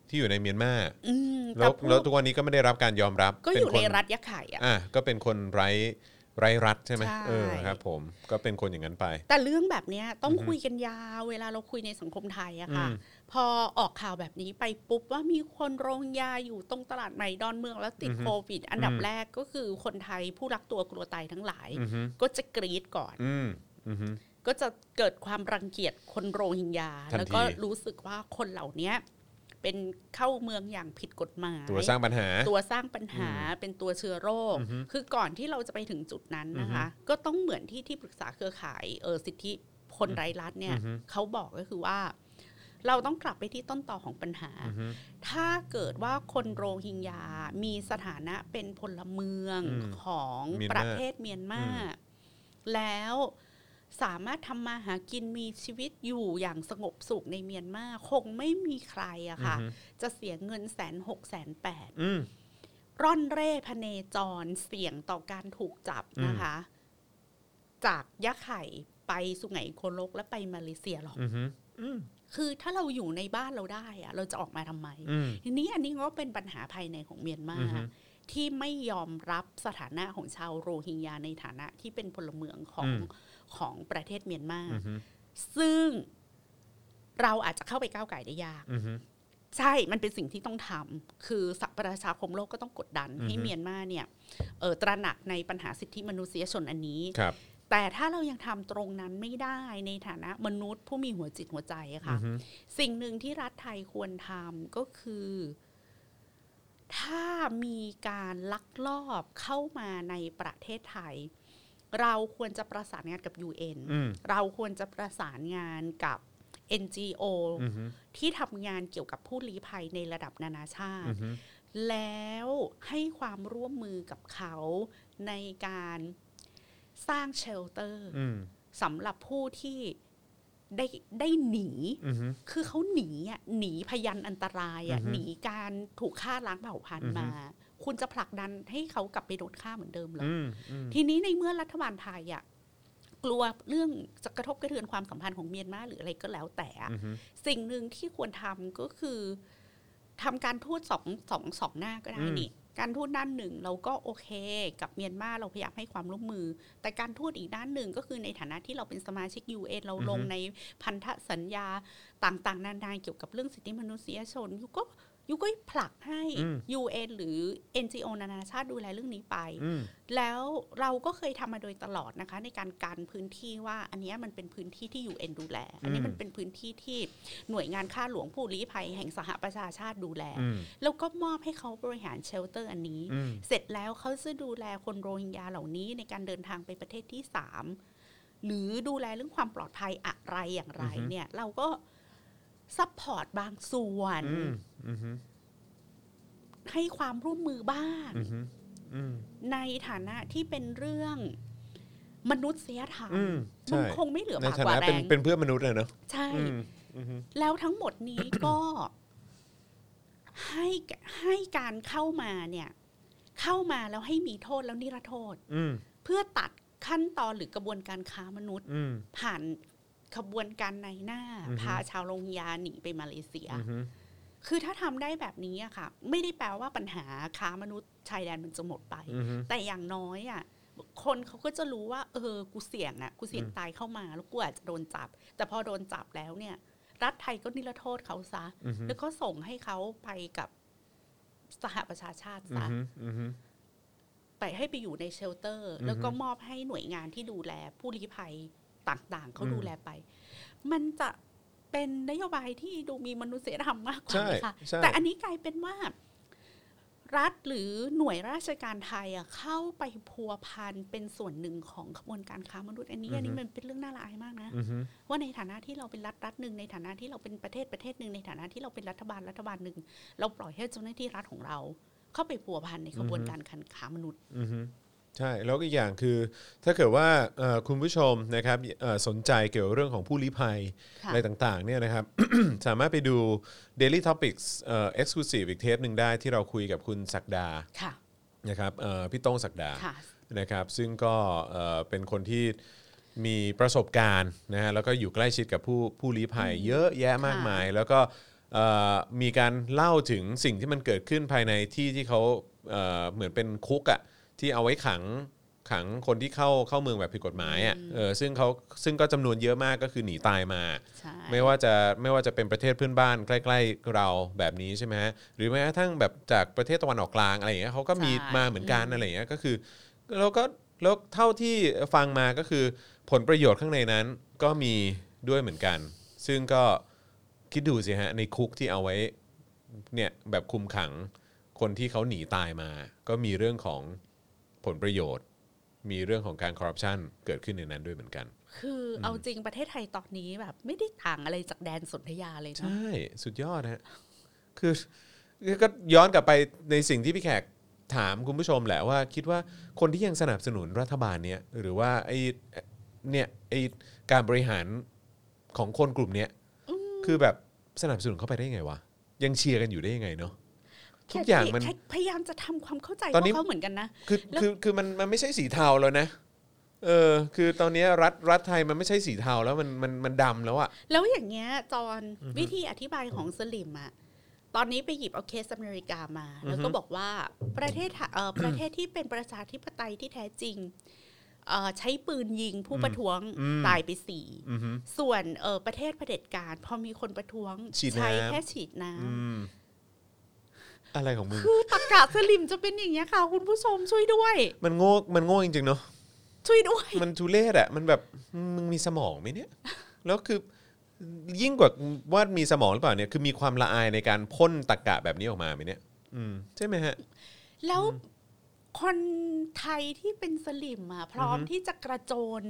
B: ที่อยู่ในเมียนมา
D: อืม
B: แล้
D: แต่
B: ว
D: พว
B: แล้ว
D: ก
B: ทุกวันนี้ก็ไม่ได้รับการยอมรับ
D: ก็อ
B: เป็
D: ยู่
B: ค
D: ในรัฐยะไข่อะ
B: อ่ะก็เป็นคนไร้ไร้รัฐใช่ไหม
D: ใช่
B: เออครับ ผมก็เป็นคนอย่างนั้นไป
D: แต่เรื่องแบบเนี้ยต้อง
B: อือฮึ
D: คุยกันยาว เวลาเราคุยในสังคมไทยอะค่ะ
B: อืม
D: พอออกข่าวแบบนี้ไปปุ๊บว่ามีคนโรงยาอยู่ตรงตลาดใหม่ดอนเมืองแล้วติดโควิด อันดับแรกก็คือคนไทยผู้รักตัวกลัวตายทั้งหลาย
B: อือฮึ
D: ก็จะกรีดก่อน
B: อืมอือฮึ
D: ก็จะเกิดความรังเกียจคนโรฮิงญา
B: ทันที
D: แล้วก็รู้สึกว่าคนเหล่าเนี้ยเป็นเข้าเมืองอย่างผิดกฎหมาย
B: ตัวสร้างปัญหา
D: ตัวสร้างปัญหาเป็นตัวเชื้อโรค
B: อือฮึ
D: คือก่อนที่เราจะไปถึงจุดนั้นนะคะ ก็ต้องเหมือนที่ที่ปรึกษาเครือข่ายเออสิทธิคนไร้รัฐเนี่ย
B: อือฮึ
D: เขาบอกก็คือว่า เราต้องกลับไปที่ต้นต่อของปัญหา
B: อือฮึ
D: ถ้าเกิดว่าคนโรฮิงญา มีสถานะเป็นพลเมือง
B: อืม
D: ของ
B: เมียนมา
D: ประเทศเมียนมา แล้วสามารถทำมาหากินมีชีวิตอยู่อย่างสงบสุขในเมียนมา คงไม่มีใครอะค่ะ จะเสียเงินแสนหกแสนแปด
B: อืม
D: ร่อนเร่พเนจรเสี่ยงต่อการถูกจับนะคะ จากยะไข่ไปสุไหงโคโลกและไปมาเลเซียหรอก
B: อืมอืมอืม
D: คือถ้าเราอยู่ในบ้านเราได้อะเราจะออกมาทำไม
B: อืม
D: ทีนี้อันนี้ก็เป็นปัญหาภายในของเมียนมา
B: อือฮึ
D: ที่ไม่ยอมรับสถานะของชาวโรฮิงญาในฐานะที่เป็นพลเมืองของของประเทศเมียนมา
B: อืมอืม
D: ซึ่งเราอาจจะเข้าไปก้าวไก่ายได้ยาก
B: อืม
D: ใช่ มันเป็นสิ่งที่ต้องทำ คือสหประชาคมโลกก็ต้องกดดัน
B: อือฮึ
D: ให้เมียนมาเนี่ยเออตระหนักในปัญหาสิทธิมนุษยชนอันนี้
B: ครับ
D: แต่ถ้าเรายังทำตรงนั้นไม่ได้ในฐานะมนุษย์ผู้มีหัวจิตหัวใจอะค่ะ
B: อือฮึ
D: สิ่งหนึ่งที่รัฐไทยควรทำก็คือ ถ้ามีการลักลอบเข้ามาในประเทศไทย เราควรจะประสานงานกับ UN
B: อืม
D: เราควรจะประสานงานกับ NGO
B: อืมอืม
D: ที่ทำงานเกี่ยวกับผู้ลี้ภัยในระดับนานาชา
B: อื
D: ติ
B: มอืม
D: แล้วให้ความร่วมมือกับเขาในการสร้างเชลเตอร์
B: อืม
D: สำหรับผู้ที่ได้ได้หนี
B: อืม
D: คือเขาหนีอ่ะหนีพยันอันตรายอ่ะ
B: อือฮึ
D: หนีการถูกฆ่าล้างเผ่าพัน
B: อือฮึ
D: ธุ์มา คุณจะผลักดันให้เขากลับไปโดนฆ่าเหมือนเดิมเหรออ
B: อืมอืม
D: ทีนี้ในเมื่อรัฐบาลไทยอ่ะกลัวเรื่องจะกระทบกระเทือนความสัมพันธ์ของเมียนมาหรืออะไรก็แล้วแต่อะ
B: อืม
D: สิ่งหนึ่งที่ควรทำก็คือทำการทูตสองสองสองหน้าก็ได้
B: อืม
D: นี่ การทูตด้านหนึ่งเราก็โอเค กับเมียนมาเราพยายามให้ความร่วมมือ แต่การทูตอีกด้านหนึ่งก็คือในฐานะที่เราเป็นสมาชิก UN เราลงในพันธสัญญาต่างๆ นานาเกี่ยวกับเรื่องสิทธิมนุษยชนยูก็ยูก็ผลักให้ UN หรือ NGO นานาชาติดูแลเรื่องนี้ไป
B: อืม
D: แล้วเราก็เคยทำมาโดยตลอดนะคะ ในการการพื้นที่ว่า อันเนี้ยมันเป็นพื้นที่ที่ UN ดูแล อันนี้
B: อืม
D: มันเป็นพื้นที่ที่หน่วยงานข้าหลวงผู้ลี้ภัยแห่งสหประชาชาติดูแล
B: อืม
D: แล้วก็มอบให้เขาบริหารเชลเตอร์อันนี้
B: อืม
D: เสร็จแล้วเขาจะดูแลคนโรฮิงญาเหล่านี้ในการเดินทางไปประเทศที่สามหรือดูแลเรื่องความปลอดภัยอะไรอย่างไร
B: อือฮึ
D: เนี่ย เราก็ซัพพอร์ตบางส่วน
B: อืมอืม
D: ให้ความร่วมมือบ้าง
B: อืมอืม
D: ในฐานะที่เป็นเรื่องมนุษยธรรม
B: อืมใช่
D: มันคงไม่เหลือ
B: ใน
D: ปาก
B: ฐาก
D: ว่า
B: นะ
D: แบ
B: เป็น
D: งค์
B: เป็นเพื่อนมนุษย์เลยเนอะ
D: ใช่
B: อืมอืม
D: แล้วทั้งหมดนี้ก็ ให้ให้การเข้ามาเนี่ย เข้ามาแล้วให้มีโทษแล้วนิรโทษ
B: อืม
D: เพื่อตัดขั้นตอนหรือกระบวนการค้ามนุษย์
B: อืม
D: ผ่านขบวนการในหน้า
B: อือฮึ
D: พาชาวโรงยาหนีไปมาเลเซีย
B: อืม
D: คือถ้าทำได้แบบนี้อะค่ะ ไม่ได้แปลว่าปัญหาค้ามนุษย์ชายแดนมันจะหมดไป
B: อืม
D: แต่อย่างน้อยอ่ะคนเขาก็จะรู้ว่า เออ กูเสี่ยงนะกูเสี่ยง
B: อืม
D: ตายเข้ามาแล้วกูอาจจะโดนจับ แต่พอโดนจับแล้วเนี่ย รัฐไทยก็นิรโทษเขาซะ
B: อืม
D: แล้วก็ส่งให้เขาไปกับสหประชาชาติซะ
B: อืมอืม
D: ไปให้ไปอยู่ในเชลเตอร์
B: อืม
D: แล้วก็มอบให้หน่วยงานที่ดูแลผู้ลี้ภัยต่างๆเขา
B: อืม
D: ดูแลไป มันจะเป็นนโยบายที่ดูมีมนุษยธรรมมากกว่า
B: ใช่
D: นะคะ
B: ใช่
D: แต่อันนี้กลายเป็นว่า รัฐหรือหน่วยราชการไทยอะเข้าไปพัวพันเป็นส่วนหนึ่งของขบวนการค้ามนุษย์อันนี้อันนี้มันเป็นเรื่องน่าละอายมากนะ
B: อืม
D: ว่าในฐานะที่เราเป็นรัฐรัฐหนึ่งในฐานะที่เราเป็นประเทศประเทศหนึ่งในฐานะที่เราเป็นรัฐบาลรัฐบาลหนึ่งเราปล่อยให้เจ้าหน้าที่รัฐของเรา เข้าไปพัวพันในขบวนการการค้ามนุษย์
B: อืมใช่แล้วก็อีกอย่างคือ ถ้าเกิดว่าเอ่อคุณผู้ชมนะครับเอ่อสนใจเกี่ยวกับเรื่องของผู้ลี้ภัย
D: ค่ะ
B: อะไรต่างๆเนี่ยนะครับ สามารถไปดู Daily Topics เอ่อ Exclusive อีกเทปหนึ่งได้ที่เราคุยกับคุณศักดา
D: ค่ะ
B: นะครับเอ่อพี่โต้งศักดา
D: ค่ะ
B: นะครับซึ่งก็เอ่อเป็นคนที่มีประสบการณ์นะฮะแล้วก็อยู่ใกล้ชิดกับผู้ผู้ลี้ภัย เยอะแยะมากมาย แล้วก็เอ่อมีการเล่าถึงสิ่งที่มันเกิดขึ้นภายในที่ที่เขาเอ่อเหมือนเป็นคุกอะที่เอาไว้ขังขังคนที่เข้าเข้าเมืองแบบผิดกฎหมายอะเออซึ่งเขาซึ่งก็จำนวนเยอะมากก็คือหนีตายมา
D: ใช่
B: ไม่ว่าจะไม่ว่าจะเป็นประเทศเพื่อนบ้านใกล้ๆเราแบบนี้ใช่ไหมฮะหรือแม้กระทั่งแบบจากประเทศตะวันออกกลางอะไรอย่างเงี้ยเขาก็มีมาเหมือนกันอะไรอย่างเงี้ยก็คือแล้วก็แล้วเท่าที่ฟังมาก็คือผลประโยชน์ข้างในนั้นก็มีด้วยเหมือนกัน ซึ่งก็คิดดูสิฮะในคุกที่เอาไว้เนี่ยแบบคุมขังคนที่เขาหนีตายมา ก็มีเรื่องของผลประโยชน์ มีเรื่องของการคอร์รัปชันเกิดขึ้นในนั้นด้วยเหมือนกัน
D: คือเอาจริงประเทศไทยตอนนี้แบบไม่ได้ต่างอะไรจากแดนสนธยาเลยเนาะ
B: ใช่ สุดยอดฮะคือก็ย้อนกลับไปในสิ่งที่พี่แขกถามคุณผู้ชมแหละว่า คิดว่าคนที่ยังสนับสนุนรัฐบาลเนี้ยหรือว่าไอ้เนี่ยไอ้การบริหารของคนกลุ่มเนี้ยคือแบบสนับสนุนเข้าไปได้ยังไงวะ ยังเชียร์กันอยู่ได้ยังไงเนาะทุกอย่างมัน
D: แค่พยายามจะทำความเข้าใจพ
B: ต
D: ว
B: อนนี้
D: กเขาเหมือนกันนะ
B: คือ
D: แล้ว
B: คือคือมันมันไม่ใช่สีเทาแล้วนะเออ คือตอนเนี้ยรัฐรัฐไทยมันไม่ใช่สีเทาแล้วมันมันมันดำแล้วอะ
D: แล้วอย่างเงี้ยจอนวิธีอธิบายของสลิมอะตอนนี้ไปหยิบเอาเคสอเมริกามา แล้วก็บอกว่าประเทศไทยเอ่อ ประเทศที่เป็นประชาธิปไตยที่แท้จริงเอ่อใช้ปืนยิงผู้ประท้วงตายไปสี่
B: อือฮึ
D: ส่วนเอ่อประเทศเผด็จการพอมีคนประท้วง
B: ฉีดน้ำ
D: ใช้แค่ฉีดน้
B: อืมอะไรของมึง
D: ำคือตะกะสลิมจะเป็นอย่างเงี้ยค่ะ คุณผู้ชมช่วยด้วย
B: มันโง่ มันโง่จริงๆเนาะ
D: ช่วยด้วย
B: มันทุเรศอะมันแบบมึงมีสมองไหมเนี่ย แล้วคือยิ่งกว่าว่ามีสมองหรือเปล่าเนี่ย คือมีความละอายในการพ่นตะกกะแบบนี้ออกมาไหมเนี่ย อืมใช่ไหมฮะ
D: แล้วคนไทยที่เป็นสลิมอ่ะ พร้อม
B: อือฮึ
D: ที่จะกระโจน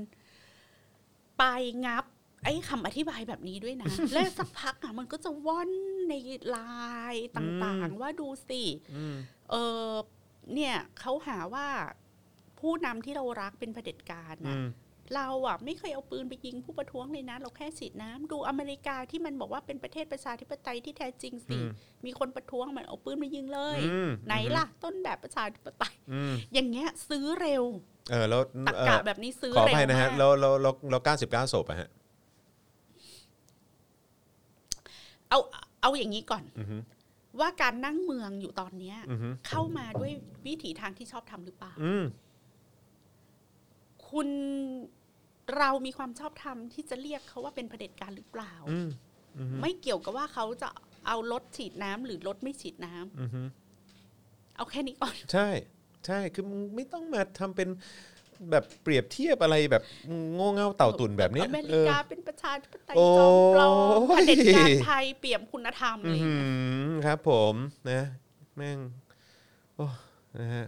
D: ไปงับ ไอ้คำอธิบายแบบนี้ด้วย นะ และสักพักอ่ะ มันก็จะว่อนในไลายต่างๆ ว่าดูสิ
B: อืม
D: เออเนี่ยเขาหาว่าผู้นำที่เรารักเป็นเผด็จการ
B: อื
D: นะ
B: ม
D: เราอ่ะ ไม่เคยเอาปืนไปยิงผู้ประท้วงเลยนะ เราแค่ฉีดน้ำดูอเมริกาที่มันบอกว่าเป็นประเทศประชาธิปไตยที่แท้จริงสิ
B: อืม
D: มีคนประท้วงมันเอาปืนมายิงเลย
B: อืม
D: ไหนล่ะ ต้นแบบประชาธิปไตย
B: อืม
D: อย่างเงี้ยซื้อเร็ว
B: เออ แล้ว
D: ตัก
B: เอ่
D: กะ
B: อ
D: แบบนี้ซื้อ
B: ขออ
D: เร็ว
B: ภัยนะ
D: มา
B: ฮะ
D: ก
B: แล้วแล้วแล้วแล้วเก้าสิบเก้าศพอะฮะ
D: เอาเอาอย่างนี้ก่อน
B: อือฮึ
D: ว่าการนั่งเมืองอยู่ตอนเนี้ย
B: อือฮึ
D: เข้ามาด้วยวิถีทางที่ชอบทำหรือเปล่า
B: อืม
D: คุณเรามีความชอบธรรมที่จะเรียกเขาว่าเป็นเผด็จการหรือเปล่า
B: อืม อืม
D: ไม่เกี่ยวกับว่าเขาจะเอารถฉีดน้ำหรือรถไม่ฉีดน้ำ
B: อือฮึ
D: เอาแค่นี้ก่อน
B: ใช่ ใช่ คือมึงไม่ต้องมาทำเป็นแบบเปรียบเทียบอะไรแบบโง่เง่าเต่าตุ่นแบบเนี้ย
D: อเมริ
B: เออ
D: กาเป็นประชาธิปไตยจอมปลอม
B: โอ้ย
D: เผด็จการไทยเปี่ยมคุณธรรม
B: อื
D: เลย
B: มครับผมนะแม่งโอ้นะฮะ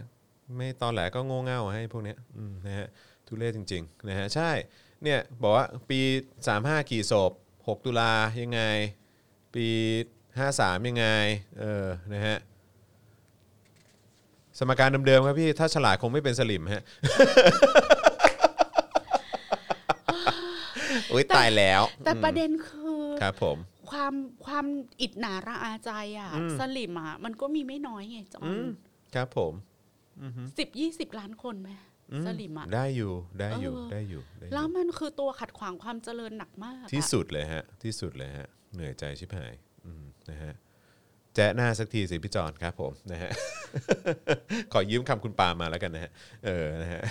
B: ไม่ตอนแหลก็โง่เง่าให้พวกเนี้ยอืมนะฮะทุเรศจริงๆนะฮะใช่เนี่ยบอกว่าปี 35 กี่ศพ 6 ตุลายังไง ปี 53 ยังไงเออนะฮะสมการเดิมๆครับพี่ถ้าฉลาดคงไม่เป็นสลิม ฮะ อุ้ยตายแล้ว
D: แต่ประเด็นคือ
B: ครับผม
D: ความความอิดหนาระอาใจอ่ะ
B: อืม
D: สลิมอ่ะมันก็มีไม่น้อยไงจอ
B: อื
D: น
B: มครับผม
D: สิบยี่สิบล้านคนไหม
B: อื
D: สลิมอ่ะ
B: ได้อยู่ได้อยู่
D: เออ
B: ได้อยู่ได้อยู่
D: แล้วมันคือตัวขัดขวางความเจริญหนักมากอะ
B: ที่สุดเลยฮะ ที่สุดเลยฮะ เหนื่อยใจชิบหายอืมนะฮะแจ๊ะหน้าสักทีสิพี่จอนครับผมนะฮ ะ ขอยืมคำคุณปามาแล้วกันนะฮะเออนะฮ ะ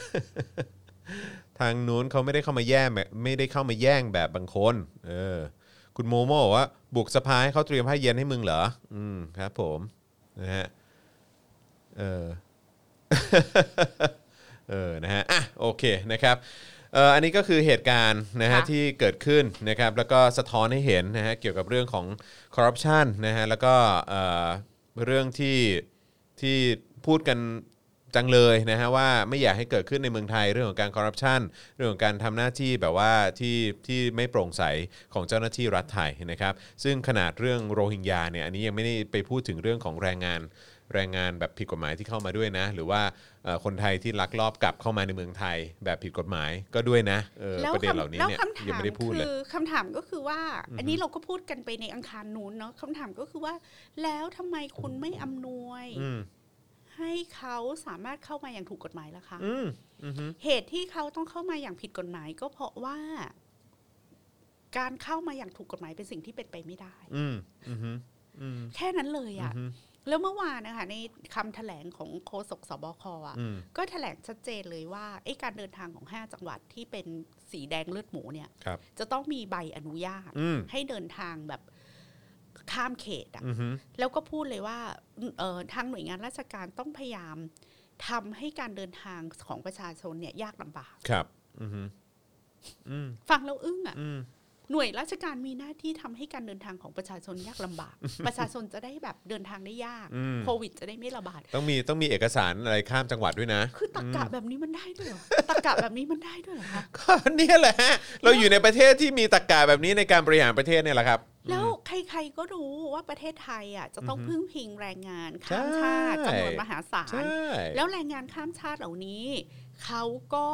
B: ทางนู้นเขาไม่ได้เข้ามาแย่งแบบไม่ได้เข้ามาแย่งแบบบางคนเออ คุณโมโมบอกว่า บุกสภาให้เขาเตรียมให้เย็นให้มึงเหรอ อืมครับผมนะฮะเออ เออ นะฮะ อ่ะ โอเค นะครับ เอ่อ อันนี้ก็คือเหตุการณ์นะฮะที่เกิดขึ้นนะครับ แล้วก็สะท้อนให้เห็นนะฮะ เกี่ยวกับเรื่องของคอร์รัปชันนะฮะ แล้วก็เอ่อเรื่องที่ที่พูดกันจังเลยนะฮะว่าไม่อยากให้เกิดขึ้นในเมืองไทยเรื่องของการคอร์รัปชันเรื่องของการทำหน้าที่แบบว่าที่ที่ไม่โปร่งใสของเจ้าหน้าที่รัฐไทยนะครับ ซึ่งขนาดเรื่องโรฮิงญาเนี่ยอันนี้ยังไม่ได้ไปพูดถึงเรื่องของแรงงาน แรงงานแบบผิดกฎหมายที่เข้ามาด้วยนะ หรือว่าเอ่อคนไทยที่ลักลอบกลับเข้ามาในเมืองไทยแบบผิดกฎหมายก็ด้วยนะเออประเด็นเหล่านี้
D: แล้ว
B: เนี่ย
D: คำถา
B: ยัง
D: ม
B: ไม่ได้พูด
D: คื
B: เลย
D: อคำถามก็คือว่า อันนี้เราก็พูดกันไปในอังคารนู้นเนาะคำถามก็คือว่า แล้วทำไมคุณไม่อำนวย
B: อืม
D: ให้เขาสามารถเข้ามาอย่างถูกกฎหมายล่ะคะ
B: อืมอือฮึ
D: เหตุที่เขาต้องเข้ามาอย่างผิดกฎหมายก็เพราะว่า การเข้ามาอย่างถูกกฎหมายเป็นสิ่งที่เป็นไปไม่ได้
B: อืมอือฮึอืม
D: แค่นั้นเลย
B: อือ
D: อะ
B: ฮึ
D: แล้วเมื่อวานนะคะในคำแถลงของโฆษกสบคอะ
B: อืม
D: ก็แถลงชัดเจนเลยว่าไอ้การเดินทางของ 5 จังหวัดที่เป็นสีแดงเลือดหมูเนี่ย
B: ครับ
D: จะต้องมีใบอนุญาต
B: อืม
D: ให้เดินทางแบบข้ามเขตอะ
B: อือฮึ
D: แล้วก็พูดเลยว่าเอ่อทางหน่วยงานราชการต้องพยายามทำให้การเดินทางของประชาชนเนี่ยยากลำบาก
B: ครับ อือฮึอืม
D: ฟังแล้วอึ้งอะ
B: อืม
D: หน่วยราชการมีหน้าที่ทำให้การเดินทางของประชาชนยากลำบาก ประชาชนจะได้แบบเดินทางได้ยาก
B: อืม
D: โควิดจะได้ไม่ระบาด
B: ต้องมีต้องมีเอกสารอะไรข้ามจังหวัดด้วยนะ
D: คือตะกะแบบนี้มันได้ด้วยเหรอตะกะแบบนี้มันได้ด้วยเหรอคะ
B: ก็เนี่ยแหละฮะเราอยู่ในประเทศที่มีตรกกะแบบนี้ในการบริหารประเทศเนี่ยแหละครับ
D: แล้วใครๆก็รู้ว่าประเทศไทยอ่ะจะต้อง
B: อือฮึ
D: พึ่งพิงแรงงานข้ามชาติ
B: ใช่
D: จำนวนมหาศา
B: ใช่
D: ล แล้วแรงงานข้ามชาติเหล่านี้เขาก็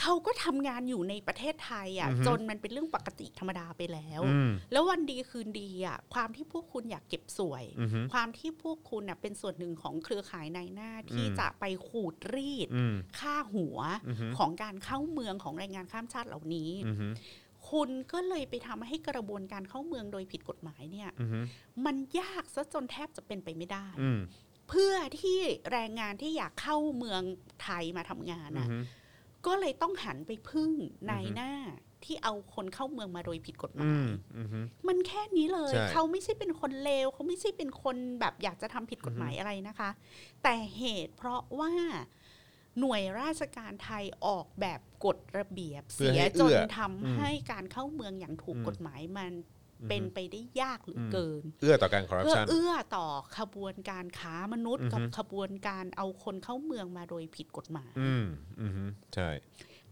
D: เขาก็ทำงานอยู่ในประเทศไทยอ่ะ จนมันเป็นเรื่องปกติธรรมดาไปแล้ว
B: อืม
D: แล้ววันดีคืนดีอ่ะความที่พวกคุณอยากเก็บสวย
B: อือฮึ
D: ความที่พวกคุณน่ะเป็นส่วนหนึ่งของเครือข่ายนายหน้าที่
B: อืม
D: จะไปขูดรีด
B: อืม
D: ค่าหัว
B: อือฮึ
D: ของการเข้าเมืองของแรงงานข้ามชาติเหล่านี้
B: อืม
D: คุณก็เลยไปทำให้กระบวนการเข้าเมืองโดยผิดกฎหมายเนี่ย
B: อืม
D: มันยากซะจนแทบจะเป็นไปไม่ได้
B: อืม
D: เพื่อที่แรงงานที่อยากเข้าเมืองไทยมาทำงาน
B: อื
D: น่ะ
B: ม
D: ก็เลยต้องหันไปพึ่งนาย
B: อือฮึ
D: หน้าที่เอาคนเข้าเมืองมาโดยผิดกฎห
B: อื
D: มาย
B: มอืม
D: มันแค่นี้เลย
B: ใช่
D: เขาไม่ใช่เป็นคนเลวเขาไม่ใช่เป็นคนแบบอยากจะทำผิดกฎหมายอะไรนะคะ แต่เหตุเพราะว่าหน่วยราชการไทยออกแบบกฎระเบียบ
B: เพื่อย
D: เสี
B: ให้
D: จ
B: เอื้
D: น
B: อ
D: ทำให้การเข้าเมืองอย่างถูก
B: อืม
D: กฎหมายมันเป็นไปได้ยากเหรือเกิน
B: เอื้อต่อการคอร์รัป
D: เพื่อ
B: ชัน
D: เอื้อต่อขบวนการค้ามนุษย์
B: อือฮึ
D: กับขบวนการเอาคนเข้าเมืองมาโดยผิดกฎหมาย
B: อืมอืมใช่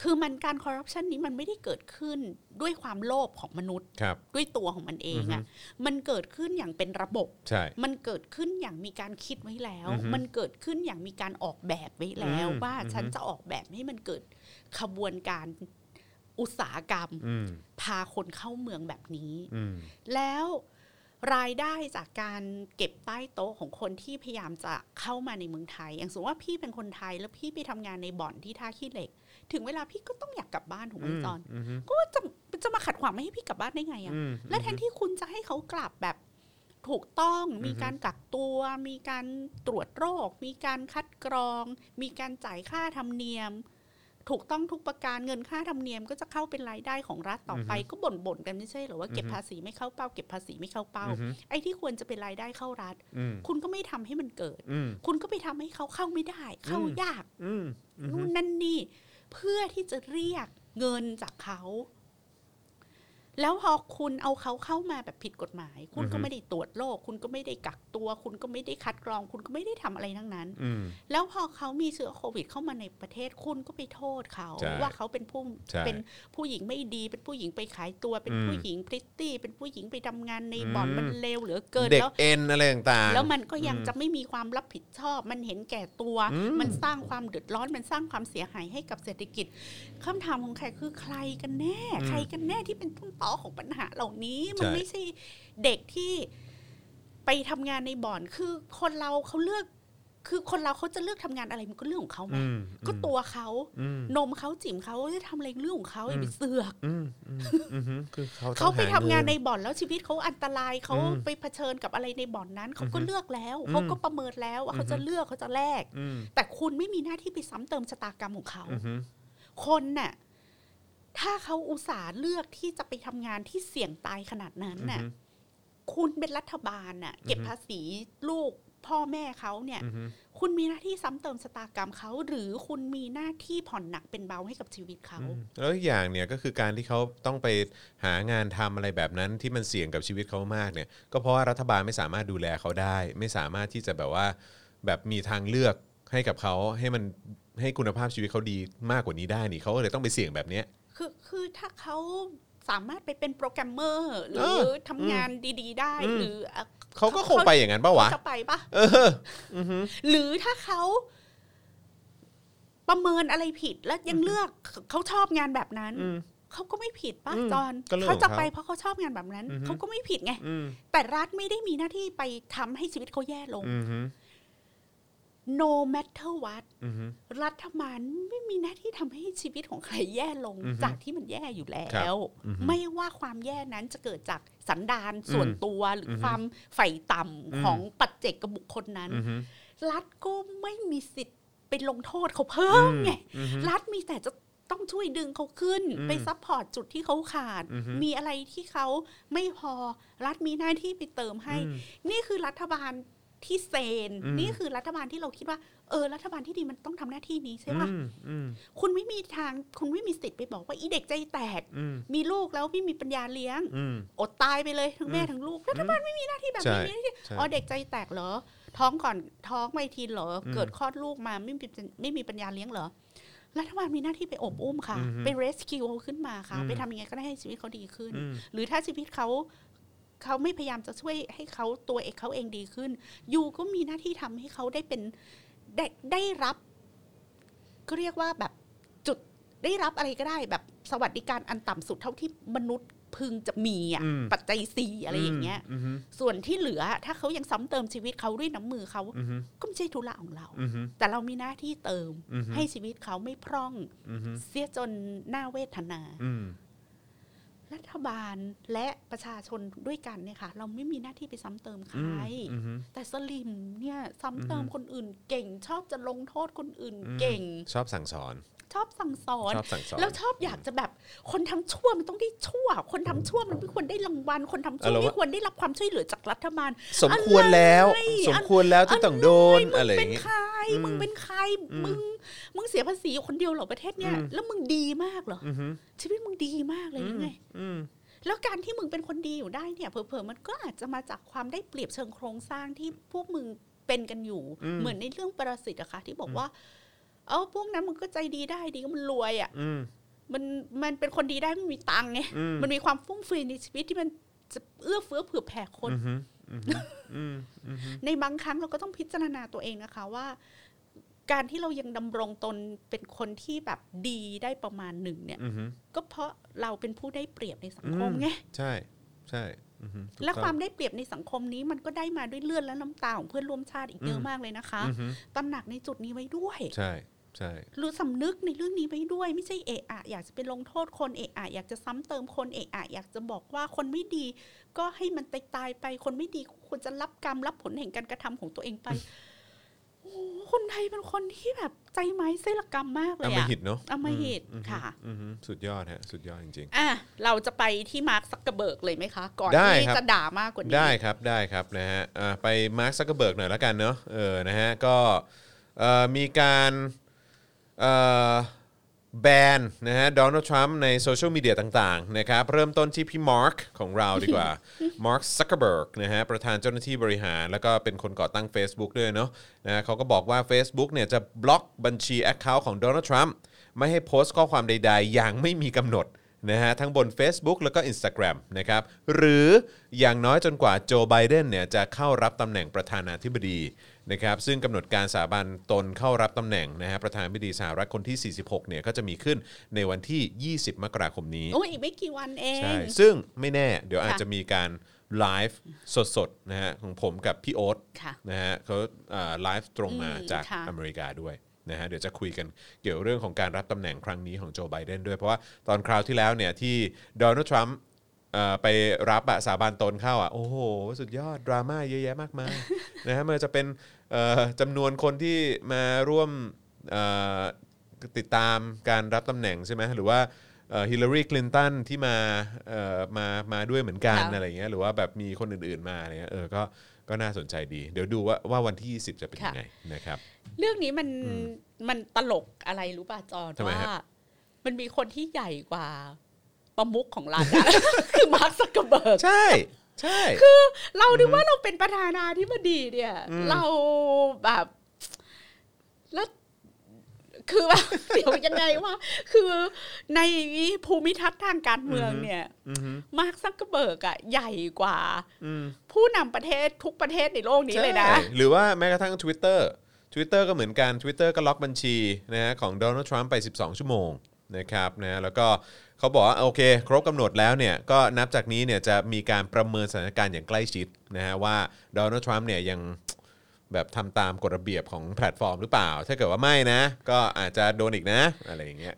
D: คือมันการคอร์รัปชันนี้มันไม่ได้เกิดขึ้นด้วยความโลภของมนุษย์
B: ครับ
D: ด้วยตัวของมันเองอะ่ะ มันเกิดขึ้นอย่างเป็นระบบ
B: ใช่
D: มันเกิดขึ้นอย่างมีการคิดไว้แล้ว
B: อือฮึ
D: มันเกิดขึ้นอย่างมีการออกแบบไว้แล้ว
B: อืม
D: ว่า
B: อือฮึ
D: ฉันจะออกแบบให้มันเกิดขบวนการอุตสาหกรรม
B: อืม
D: พาคนเข้าเมืองแบบนี้
B: อืม
D: แล้วรายได้จากการเก็บใต้โต๊ะของคนที่พยายามจะเข้ามาในเมืองไทย อย่างสมมติว่าพี่เป็นคนไทยแล้วพี่ไปทำงานในบ่อนที่ท่าขี้เหล็ก ถึงเวลาพี่ก็ต้องอยากกลับบ้านถูกไหมจอน
B: อืม
D: ก็จะจะมาขัดขวางไม่ให้พี่กลับบ้านได้ไงอะ
B: อืม
D: และแทนที่คุณจะให้เขากลับแบบถูกต้อง
B: อือฮึ
D: มีการกักตัว มีการตรวจโรค มีการคัดกรอง มีการจ่ายค่าธรรมเนียม ถูกต้องทุกประการเงินค่าธรรมเนียมก็จะเข้าเป็นรายได้ของรัฐต่อไปก็บ่นๆกันไม่ใช่เหรอว่าเก็บภาษีไม่เข้าเป้า เก็บภาษีไม่เข้าเป้า
B: อืม
D: ไอ้ที่ควรจะเป็นรายได้เข้ารัฐ
B: อืม
D: คุณก็ไม่ทำให้มันเกิด
B: อืม
D: คุณก็ไปทำให้เขาเข้าไม่ได้ เข้า
B: อืม
D: ยาก
B: อืมอืม
D: นู่นนั่นนี่ เพื่อที่จะเรียกเงินจากเขา แล้วพอคุณเอาเขาเข้ามาแบบผิดกฎหมาย คุณก็ไม่ได้ตรวจโรคคุณก็ไม่ได้กักตัว คุณก็ไม่ได้คัดกรอง คุณก็ไม่ได้ทำอะไรทั้งนั้น
B: อืม
D: แล้วพอเขามีเชื้อโควิดเข้ามาในประเทศคุณก็ไปโทษเขา
B: ใช่
D: ว่าเขาเป็นผู้
B: ใช่
D: เป็นผู้หญิงไม่ดี เป็นผู้หญิงไปขายตัว เป็น
B: อืม
D: ผู้หญิงพริตตี้ เป็นผู้หญิงไปทำงานใน
B: อืม
D: บ่อนมันเลวเหลือเกิน
B: เด็ก
D: แล้ว
B: เอ็นอะไรต่างๆ
D: แล้วมันก็ยัง
B: อืม
D: จะไม่มีความรับผิดชอบ มันเห็นแก่ตัว
B: อืม
D: มันสร้างความเดือดร้อน มันสร้างความเสียหายให้กับเศรษฐกิจคำถามของใครคือใครกันแน่ ใครกันแน่ที่เป็นต้นตอของปัญหาเหล่านี้ มันไม่ใช่เด็กที่ไปทำงานในบ่อน คือคนเราเขาเลือก คือคนเราเขาจะเลือกทำงานอะไรมันก็เรื่องของเขาไหม
B: อืม
D: ก็ตัวเขา
B: อืม
D: นมเขาจิ๋มเขาจะทำอะไรเรื่องของเขาอย่า
B: อื
D: ไป
B: ม
D: เสือก
B: อืมอืมอืมคือเขาต้อ
D: เขาไป
B: ห
D: ทำงาน
B: เ
D: ในบ่อนแล้วชีวิตเขาอันตรายเขา
B: อืม
D: ไปเผชิญกับอะไรในบ่อนนั้นเขาก็
B: อือฮึ
D: เลือกแล้ว
B: อืม
D: เขาก็ประเมินแล้วว่า
B: อือฮึ
D: เขาจะเลือกเขาจะแลก
B: อืม
D: แต่คุณไม่มีหน้าที่ไปซ้ำเติมชะตากรรมของเขา
B: อืม
D: คนน่ะถ้าเขาอุตส่าห์เลือกที่จะไปทำงานที่เสี่ยงตายขนาดนั้นน่ะ คุณเป็นรัฐบาลน่ะ เก็บ
B: อือฮึ
D: ภาษีลูกพ่อแม่เขาเนี่ย
B: อืม
D: คุณมีหน้าที่ซ้ำเติมชะตากรรมเขา หรือคุณมีหน้าที่ผ่อนหนักเป็นเบาให้กับชีวิตเขา
B: แล้วอีกอย่างเนี่ยก็คือการที่เขาต้องไปหางานทำอะไรแบบนั้นที่มันเสี่ยงกับชีวิตเขามากเนี่ย ก็เพราะว่ารัฐบาลไม่สามารถดูแลเขาได้ ไม่สามารถที่จะแบบว่า แบบมีทางเลือกให้กับเขาให้มันให้คุณภาพชีวิตเขาดีมากกว่านี้ได้นี่เขาก็เลยต้องไปเสี่ยงแบบเนี้ย
D: คือคือถ้าเขาสามารถไปเป็นโปรแกรมเมอร์ หรื
B: เอ
D: อ
B: อ
D: ทำงานดีๆ ได้
B: อืม
D: หรืออ่ะ
B: เขาก็คงไปอย่างนั้นปะวะ
D: จะไปปะ
B: เออ
D: หรือถ้าเขาประเมินอะไรผิดแล้วยังเลือกเขาชอบงานแบบนั้น
B: อืม
D: เขาก็ไม่ผิดปะ
B: อืม
D: จอน
B: ก็เรื่อง
D: เขาจะ
B: ของเขา
D: ไปเพราะเขาชอบงานแบบนั้น
B: อือฮึ
D: เขาก็ไม่ผิดไง
B: อืม
D: แต่รัฐไม่ได้มีหน้าที่ไปทำให้ชีวิตเขาแย่ลง
B: อืม
D: no matter what
B: อืม
D: รัฐบาลไม่มีหน้าที่ทำให้ชีวิตของใครแย่ลง
B: อือฮึ
D: จากที่มันแย่อยู่แล้
B: ครับ
D: ว
B: อือฮึ
D: ไม่ว่าความแย่นั้นจะเกิดจากสันดานส่วนตัวหรืออ
B: อฮึ
D: ความใฝ่ต่ำ
B: อืม
D: ของปัจเจกบุคคลนั้น
B: อืม
D: รัฐก็ไม่มีสิทธิ์ไปลงโทษเขาเพิ่มไง
B: อืม
D: รัฐมีแต่จะต้องช่วยดึงเขาขึ้น
B: อืม
D: ไปซัพพอร์ตจุดที่เขาขาด
B: อือฮึ
D: มีอะไรที่เขาไม่พอรัฐมีหน้าที่ไปเติมให้ นี่คือรัฐบาล ที่เซน
B: อืม
D: นี่คือรัฐบาลที่เราคิดว่า เออ รัฐบาลที่ดีมันต้องทำหน้าที่นี้ใช่
B: อื
D: ปะ
B: มอืม
D: คุณไม่มีทาง คุณไม่มีสิทธิ์ไปบอกว่าอีเด็กใจแตก
B: อืม
D: มีลูกแล้วไม่มีปัญญาเลี้ยง
B: อืม
D: อดตายไปเลยทั้งแม่
B: อืม
D: ทั้งลูกรัฐบาลไม่มีหน้าที่แบบ
B: ใช่
D: นี้มีหน้าที่
B: ใช่
D: อ๋อเด็กใจแตกเหรอ ท้องก่อนท้องไวทีนเหรอ
B: อืม
D: เกิดคลอดลูกมาไม่มีไม่มีปัญญาเลี้ยงเหรอ รัฐบาลมีหน้าที่ไปอบอุ้มค่ะ
B: อือฮึ
D: ไปเรสคิวเขาขึ้นมาค่ะ
B: อืม
D: ไปทำยังไงก็ได้ให้ชีวิตเขาดีขึ้น
B: อืม
D: หรือถ้าชีวิตเขาเขาไม่พยายามจะช่วยให้เขาตัวเองเขาเองดีขึ้น ยูก็มีหน้าที่ทำให้เขาได้เป็นได้ได้รับก็เรียกว่าแบบจุดได้รับอะไรก็ได้ แบบสวัสดิการอันต่ำสุดเท่าที่มนุษย์พึงจะมีอ่ะ
B: อืม
D: ปัจจัยสี่อะไรอย่างเงี้ย
B: อืมอืม
D: ส่วนที่เหลือถ้าเขายังซ้ำเติมชีวิตเขาด้วยน้ำมือเขา
B: อืม
D: ก็ไม่ใช่ธุระของเรา
B: อืม
D: แต่เรามีหน้าที่เติม
B: อืม
D: ให้ชีวิตเขาไม่พร่อง
B: อืม
D: เสียจนหน้าเวทนา
B: อืม
D: รัฐบาลและประชาชนด้วยกันเนี่ยค่ะ เราไม่มีหน้าที่ไปซ้ำเติมใคร
B: อืมอืม
D: แต่สลิมเนี่ยซ้ำเติม
B: อือฮึ
D: คนอื่นเก่ง ชอบจะลงโทษคนอื่นเก่ง
B: ชอบสั่งสอน
D: ชอบสั่งสอน
B: ชอบสั่งสอน
D: แล้วชอบอยากจะแบบคนทำชั่วมันต้องได้ชั่ว คนทำชั่วมันไม่ควรได้รางวัลคนทำชั่
B: อะไร
D: ว
B: วะ
D: ไม่ควรได้รับความช่วยเหลือจากรัฐบาล
B: สมควรแล้ว
D: อะไร
B: สมควรแล้วที่ต้องโดน
D: มึ
B: อะไร
D: ง
B: อ
D: เป็
B: ย่าน งงี้
D: ใคร
B: อืม
D: มึงเป็นใคร
B: อืม
D: มึง มึงเสียภาษีอยู่คนเดียวเหรอประเทศเนี้ย
B: อืม
D: แล้วมึงดีมากเหรอ
B: อืม
D: ชีวิตมึงดีมากเลยหรือไง
B: อืม
D: แล้วการที่มึงเป็นคนดีอยู่ได้เนี่ย เผลอๆมันก็อาจจะมาจากความได้เปรียบเชิงโครงสร้างที่พวกมึงเป็นกันอยู่
B: อืม
D: เหมือนในเรื่องปรสิตอะค่ะ ที่บอกว่า เอ้าพวกนั้นมันก็ใจดีได้ดีก็มันรวยอะ
B: อืม
D: มัน มันเป็นคนดีได้มันมีตังค์ไง
B: อืม
D: มันมีความฟุ่มเฟือยในชีวิตที่มันจะเอื้อเฟื้อเผื่อแผ่คน
B: อืมอืมอืมอืม
D: ในบางครั้งเราก็ต้องพิจารณาตัวเองนะคะว่า การที่เรายังดำรงตนเป็นคนที่แบบดีได้ประมาณหนึ่งเนี่ย
B: อืม
D: ก็เพราะเราเป็นผู้ได้เปรียบในสังคมไง
B: ใช่ใช่อืมถูกต้อง
D: และความได้เปรียบในสังคมนี้มันก็ได้มาด้วยเลือดและน้ำตาของเพื่อนร่วมชาติอีกเยอะ
B: อืม
D: มากเลยนะคะ
B: อืม
D: ตระหนักในจุดนี้ไว้ด้วย
B: ใช่ใช่
D: รู้สำนึกในเรื่องนี้ไว้ด้วย ไม่ใช่เอะอะอยากจะไปลงโทษคนเอะอะอยากจะซ้ำเติมคนเอะอะอยากจะบอกว่าคนไม่ดี ก็ให้มันตายตายๆไปคนไม่ดีควรจะรับกรรมรับผลแห่งการกระทำของตัวเองไป โอ้โหคนไทยเป็นคนที่แบบใจไม้เส้นละกรรมมากเล
B: อ
D: ยอะ
B: มหิตเนาะ
D: อำมหิต
B: อืม
D: ค่ะ
B: อืมอืมสุดยอดฮะ สุดยอดจริง
D: อ่ะเราจะไปที่มาร์คซักเกอร์เบิร์กเลยไหมคะ ก่อน
B: ได้
D: ที่
B: ครับ
D: จะด่ามากกว่า
B: ๆ
D: นี้
B: ได้ครับ ได้ครับนะฮะอ่าไปมาร์คซักเกอร์เบิร์กหน่อยละกันเนาะ เออ นะฮะ ก็เอ่อมีการเอ่อแบนนะฮะ โดนัลด์ทรัมป์ในโซเชียลมีเดียต่างๆ นะครับ เริ่มต้นที่พี่มาร์คของเราดี กว่า มาร์คซักเกอร์เบิร์กนะฮะ ประธานเจ้าหน้าที่บริหาร แล้วก็เป็นคนก่อตั้ง Facebook ด้วยเนาะ นะฮะเขาก็บอกว่า Facebook เนี่ยจะบล็อกบัญชี Account ของโดนัลด์ทรัมป์ไม่ให้โพสต์ข้อความใด ๆ อย่างไม่มีกำหนด นะฮะทั้งบน Facebook แล้วก็ Instagram นะครับหรืออย่างน้อยจนกว่าโจไบเดนเนี่ยจะเข้ารับตำแหน่งประธานาธิบดีนะครับซึ่งกำหนดการสาบันตนเข้ารับตำแหน่งนะฮะประธานาธิบดีสหรัฐคนที่ 46เนี่ยก็จะมีขึ้นในวันที่ 20 มกราคมนี้
D: โอ้ยอีกไม่กี่วันเอง
B: ใช่ ซึ่งไม่แน่เดี๋ยวอาจ
D: ค่ะ
B: จะมีการไลฟ์สดๆนะฮะของผมกับพี่โอ๊ต
D: ค่ะ
B: นะฮะเขาเอ่อไลฟ์ตรงมา
D: อืม
B: จาก
D: ค่ะ
B: อเมริกาด้วยนะฮะเดี๋ยวจะคุยกันเกี่ยวเรื่องของการรับตำแหน่งครั้งนี้ของโจไบเดนด้วย เพราะว่าตอนคราวที่แล้วเนี่ยที่โดนัลด์ทรัมป์เอ่อไปรับอะสาบานตนเข้าอะโอ้โห สุดยอด ดราม่าเยอะแยะมากมาย นะฮะไมันจะเป็นเอ่อจำนวนคนที่มาร่วมเอ่อ ติดตามการรับตำแหน่งใช่ไหมหรือว่าฮิลลารีคลินตันที่มาเอ่อมามาด้วยเหมือนกัน
D: ค่ะ
B: อะไรเงี้ยหรือว่าแบบมีคนอื่นๆมาอะไรเงี้ยเออก็ก็น่าสนใจดี เดี๋ยวดูว่าว่าวันที่ 20 จะเป็นยังไงนะครับ
D: เรื่องนี้มันมันตลกอะไรรู้ป่ะจอน
B: ทำไม
D: ว่า
B: ฮะ
D: มันมีคนที่ใหญ่กว่าประมุขของรัฐอะ คือมาร์คซักเกอร์เบิร์ก
B: ใช่ ใช่
D: เราดูว่าเราเป็นประธานาธิบดีเนี่ย
B: อืม
D: เราแบบแล้วคือแบบ เดี๋ยวยังไงว่า คือในภูมิทัศน์ทางการเมืองเนี่ย
B: อือฮึ
D: มาร์คซักเกอร์เบิร์กอะใหญ่กว่า
B: อืม
D: ผู้นำประเทศทุกประเทศในโลกนี้เลยนะ
B: ใช่หรือว่าแม้กระทั่ง Twitter Twitter ก็เหมือนกัน Twitter ก็ล็อกบัญชีนะฮะของโดนัลด์ทรัมป์ไป 12 ชั่วโมงนะครับนะแล้วก็เขาบอกว่าโอเค ครบกำหนดแล้วเนี่ยก็นับจากนี้เนี่ยจะมีการประเมินสถานการณ์อย่างใกล้ชิดนะฮะว่าโดนัลด์ทรัมป์เนี่ยยัง แบบทำตามกฎระเบียบของแพลตฟอร์มหรือเปล่า ถ้าเกิดว่าไม่นะ ก็อาจจะโดนอีกนะ อะไรอย่างเงี้ย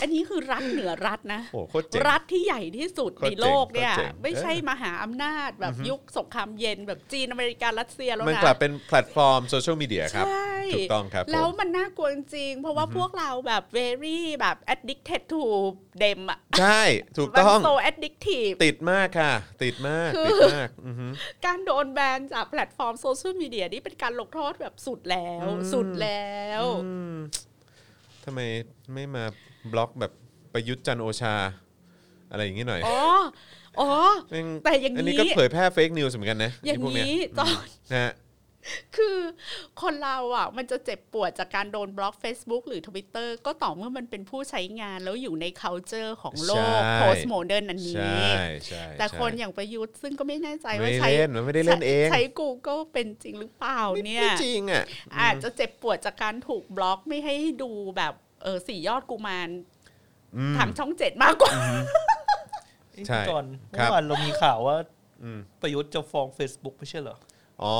D: อันนี้คือรัฐเหนือรัฐนะ
B: โอ้โหโคตรเจ๋ง
D: รัฐที่ใหญ่ที่สุด
B: โคตร
D: ในโลกเนี่ย
B: เจ๋งโคตรเจ๋ง
D: ไม่ใช่
B: เออ
D: มหาอำนาจแบบยุคสงครามเย็นแบบจีนอเมริการัสเซียแล้ว
B: มัน
D: นะ
B: กลับเป็นแพลตฟอร์มโซเชียลมีเดียครับ
D: ใช่
B: ถูกต้องครับผม
D: แล้วมันน่ากลัวจริงๆเพราะว่าพวกเราแบบ very แบบ addicted to them อ่ะ
B: ใช่ ถูก
D: มัน
B: ต้อง
D: so addictive
B: ติดมากค่ะ ติดมาก
D: คือ
B: ติด มากอือฮึ
D: การโดนแบนจากแพลตฟอร์มโซเชียลมีเดียนี่เป็นการลงโทษแบบสุดแล้ว
B: อืม
D: สุดแล้ว
B: อืมทำไมไม่มาบล็อกแบบประยุทธ์จันทร์โอชา อะไรอย่างนี้หน่อย
D: อ๋อ อ๋อ
B: แม่ง
D: แต่อย่างนี้
B: อันนี้ก็เผยแพร่เฟกนิวส์เหมือนกันนะ
D: อย่าง
B: ไพวกเ
D: นี้จอน
B: นะฮะ
D: คือคนเราอ่ะ มันจะเจ็บปวดจากการโดนบล็อก Facebook หรือ Twitter ก็ต่อเมื่อมันเป็นผู้ใช้งานแล้วอยู่ใน culture ของโลก
B: ใช่
D: post modern อัน
B: ใช
D: นี้
B: ่ใช่
D: แต่คน
B: ใช่
D: อย่างประยุทธ์ซึ่งก็ไม่แน่ใจ
B: ไม่
D: ว่า
B: ได้
D: ใช้
B: เล่นมันไม่ได้เล่นเอง
D: ใช้ Google เป็นจริงหรือเปล่าเนี่ย
B: ไม่จริงอ่ะ
D: อาจจะเจ็บปวดจากการถูกบล็อกไม่ให้ดูแบบเออสี่ยอดกุมาร
B: อืม
D: ทางช่องเจ็ดมากกว่า
B: ใช่
C: จอน
B: ครั
C: เมื่
B: บ
C: อวานเรามีข่าวว่า
B: อืม
C: ประยุทธ์จะฟ้อง Facebook ไม่ใช่เหรอ
B: อ๋อ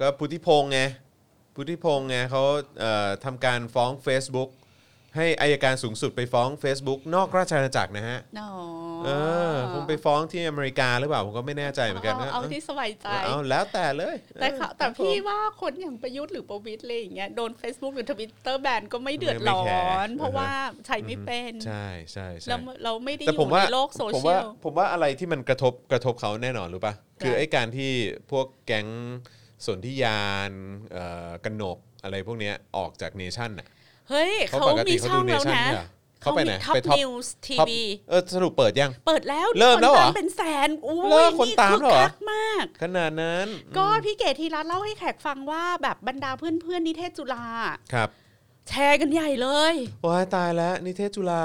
B: ก็พุทธิพงษ์ไง พุทธิพงษ์ไงเขาเอ่อทำการฟ้อง Facebook ให้อายการสูงสุดไปฟ้อง Facebook นอกราชอาณาจักรนะฮะ
D: เนา
B: เออ คงไปฟ้องที่อเมริกาหรือเปล่า ผมก็ไม่แน่ใจเหมือนกันนะ
D: เอาที่สบายใจ
B: เออเอาแล้วแต่เลย
D: แต่เขา
B: เออ
D: แต่พี่
B: ครับ
D: ว่าคนอย่างประยุทธ์หรือประวิตยอะไรอย่างเงี้ยโดน Facebook หรือ Twitter แบนก็ไม่เดือด
B: ไม่
D: ร้
B: แคร์
D: อน เพราะ
B: อือฮะ
D: ว่าใช้
B: ผม
D: ไม่เป็น
B: ใช่ใช่ใช่
D: เราเราไม่ได้อ
B: แต่ผม
D: ยู่
B: ว่า
D: ในโลกโซ
B: ผม
D: เชี
B: ว่าย
D: ล
B: ผมว่าอะไรที่มันกระทบกระทบเขาแน่นอนรู้ป่ะ คือไอ้การที่พวกแก๊งสนธิยานเอ่อกนกอะไรพวกเนี้ยออกจากเนชั่นน่ะ
D: เฮ้ย
B: เขา
D: เขา
B: ปกติ
D: มี
B: เขา
D: ช่
B: ดู
D: อง
B: เน
D: แล้ว
B: ชั่น
D: นะ
B: เนี่ยเขาไปไหน
D: ท็อ
B: ไป
D: ป
B: ท็อป
D: นิวส์ที
B: ท็อป
D: วี
B: เออสรุปเปิดยัง
D: เปิดแล้ว
B: เริ่มแล้วเหรอ
D: คนตามเป็นแสนอุ้
B: เลิ
D: ย
B: กคนตาม
D: คึก
B: แล้วเหรอ
D: คักมาก
B: ขนาดนั้น
D: ก็พี่เกดทีรัตน์เล่าให้แขกฟังว่าแบบบรรดาเพื่อนเพื่อนๆนิเทศจุฬา
B: ครับ
D: แชร์กันใหญ่เลย
B: ว้ายตายแล้วนิเทศจุฬา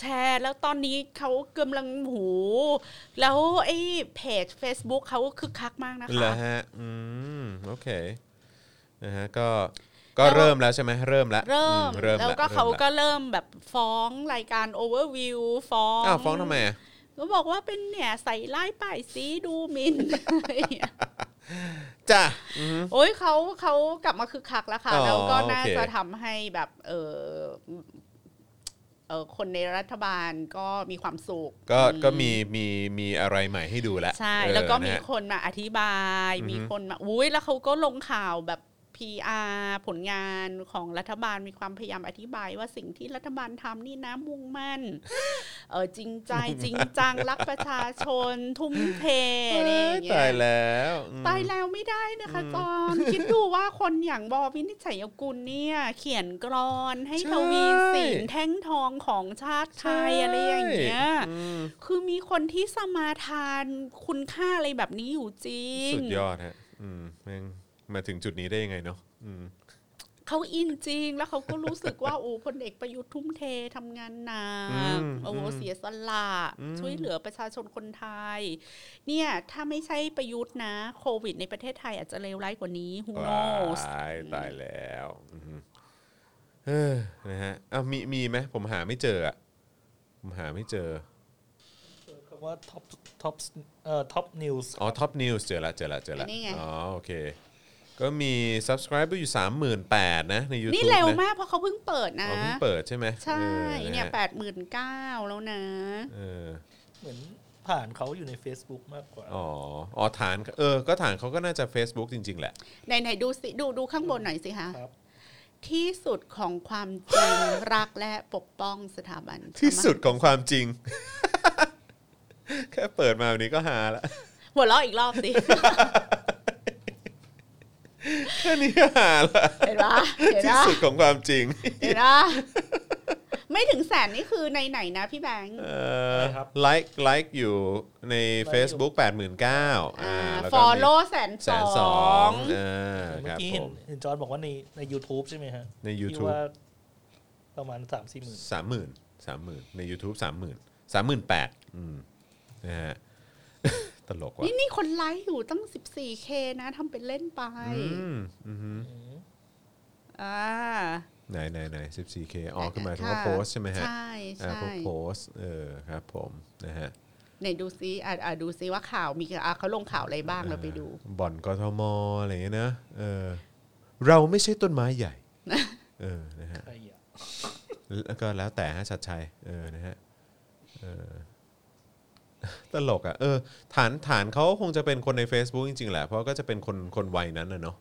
D: แชร์แล้วตอนนี้เขากำลังหู แล้วไอ้เพจ Facebook เขาคึกคักมากนะ
B: เหรอ
D: คะ
B: ฮะ อืม โอเค นะฮะ ก็ ก็
D: แล้ว
B: เริ่มแล้วใช่ไหม เริ่มแล้ว
D: เริ่
B: อื
D: ม
B: เริ่ม
D: แล้วก็
B: ริ่ม
D: เขาก็เริ่มแบบฟ้องรายการ Overview ฟ้อง
B: อ้าว ฟ้องทำไมอ่ะ
D: ก็บอกว่าเป็นเนี่ยใส่ร้ายป้ายสีดู หมิน
B: จ้ะอืม
D: โอ้ยเขาเขากลับมาคึกคักแล้วค่ะ
B: อ๋อ
D: แล้วก็น่า
B: โอเค
D: จะทำให้แบบเออเออคนในรัฐบาลก็มีความสุข
B: ก็
D: อื
B: ก็มี มี มีอะไรใหม่ให้ดูแล้ว
D: ใช่
B: เออ
D: แล้วก็มี
B: นะฮะ
D: คนมาอธิบาย
B: อือฮึ
D: มีคนมาอุ้ยแล้วเขาก็ลงข่าวแบบ PR ผลงานของรัฐบาลมีความพยายามอธิบายว่าสิ่งที่รัฐบาลทำนี่นะมุ่งมั่น เออจริงใจจริงจังรักประชาชน ทุ่มเทอะไรอย่างเงี้ย
B: ตายแล้วอืม
D: ตายแล้วไม่ได้นะคะ
B: อืม
D: จอน คิดดูว่าคนอย่างบอวินิจฉัยกุลเนี่ย เขียนกรอนให้
B: ใช่
D: ทวีสินแท่งทองของชาติไทยอะไรอย่างเงี้ย
B: อืม
D: คือมีคนที่สมาทานคุณค่าอะไรแบบนี้อยู่จริง
B: สุดยอดฮะ อืมแม่งมาถึงจุดนี้ได้ยังไงเนาะ อืม
D: เขาอินจริงแล้วเขาก็รู้สึกว่า โอ้พลเอกประยุทธ์ทุ่มเททำงานหนั
B: อื
D: ก
B: ม
D: โอ้โห
B: อืม
D: เสียสละ
B: อืม
D: ช่วยเหลือประชาชนคนไทย เนี่ย ถ้าไม่ใช่ประยุทธ์นะ โควิดในประเทศไทยอาจจะเลวร้ายกว่านี้ who
B: ว้า
D: knows
B: ยตายแล้วอือฮึเออนะฮะอ้าวมีมีไหมผมหาไม่เจออะผมหาไม่เจอ
C: คำว่าท็อปท็อปเอ่อท็อปนิวส์
B: อ๋อท็อปนิวส์เจอละเจอละเจอละ
D: อันนี้ไง
B: อ๋อโอเค ก็มี subscriber อยู่ 38,000นะ ใน YouTube
D: นี่เร็ว
B: นะ
D: มากเพราะเขาเพิ่งเปิดนะ
B: อ๋อเพิ่งเปิดใช่ไหม
D: ใช่
B: ออะ
D: เนี่ย
B: ฮะ
D: แปดหมื่นเก้าแล้วนะ
B: เออ
C: เหมือนผ่านเขาอยู่ใน Facebook มากกว่า
B: อ๋ออ๋อฐานเออ ก็ฐานเขาก็น่าจะ Facebook จริง ๆ แหละ
D: ไหนไหนดูสิดูดูข้างบนหน่อยสิคะ
C: ครับ
D: ที่สุดของความจริง รักและปกป้องสถาบัน
B: ที่สุด
D: ธรรม
B: ของความจ ริง แค่เปิดมาวันนี้ก็หาละ
D: หัวเราะอีกรอบสิ
B: แค่นี้ก็หาละ
D: เห็นปะเห็น
B: ที่
D: ปะ
B: สุดของความจริง
D: เห็นปะไม่ถึงแสนนี่คือในไหนนะพี่แบงค์
B: เอ่ออะไร
C: ครับ
B: ไลค์ไลค์อยู่ใน Facebook 89,000อ่า
D: อ่า
B: แล้ว
D: ฟ
B: ก็
D: อล
B: มี
D: โล่แสน
B: แส
D: ส
B: นส
D: อ
B: อง
D: ง
B: อ่าค
C: แต่เมื่อ
B: รับ
C: กี้
B: ผ
C: เห็น
B: ม
C: เห็นจอนบอกว่าในใน YouTube ใช่ไหมฮะ
B: ใน
C: ที่
B: YouTube
C: ว่าประมาณสามสี่หมื่น
B: สามหมื่นสามหมื่นใน YouTube สามหมื่นสามหมื่นแปดอืมนะฮะ ตลกว่ะ
D: นี่นี่คนไลค์อยู่ตั้ง 14k นะทำเป็นเล่นไป
B: อืมอือหือ
D: อ่า
B: ไหนไหนไหน 14K อ๋อคือหมายถึงว่าโพสต์ใช่ไหมฮะ
D: ใช่
B: อ่า
D: ใช่
B: พวกโพสต์เออครับผมนะฮะ
D: ไหนดูซิอ่ะอ่ะดูซิว่าข่าวมีอ่ะเขาลงข่าวอะไรบ้างเราไปดู
B: บ่อนกทมอะไรอย่างเงี้ยนะ เออเราไม่ใช่ต้นไม้ใหญ่ เออนะฮะ
C: ใครอ่ะ
B: แล้วก็แล้วแต่ฮะชัดชัยเออนะฮะเออ ตลกอ่ะเออฐานฐานเขาคงจะเป็นคนใน Facebook จริงๆแหละ เพราะก็จะเป็นคนคนวัยนั้นนะเนาะ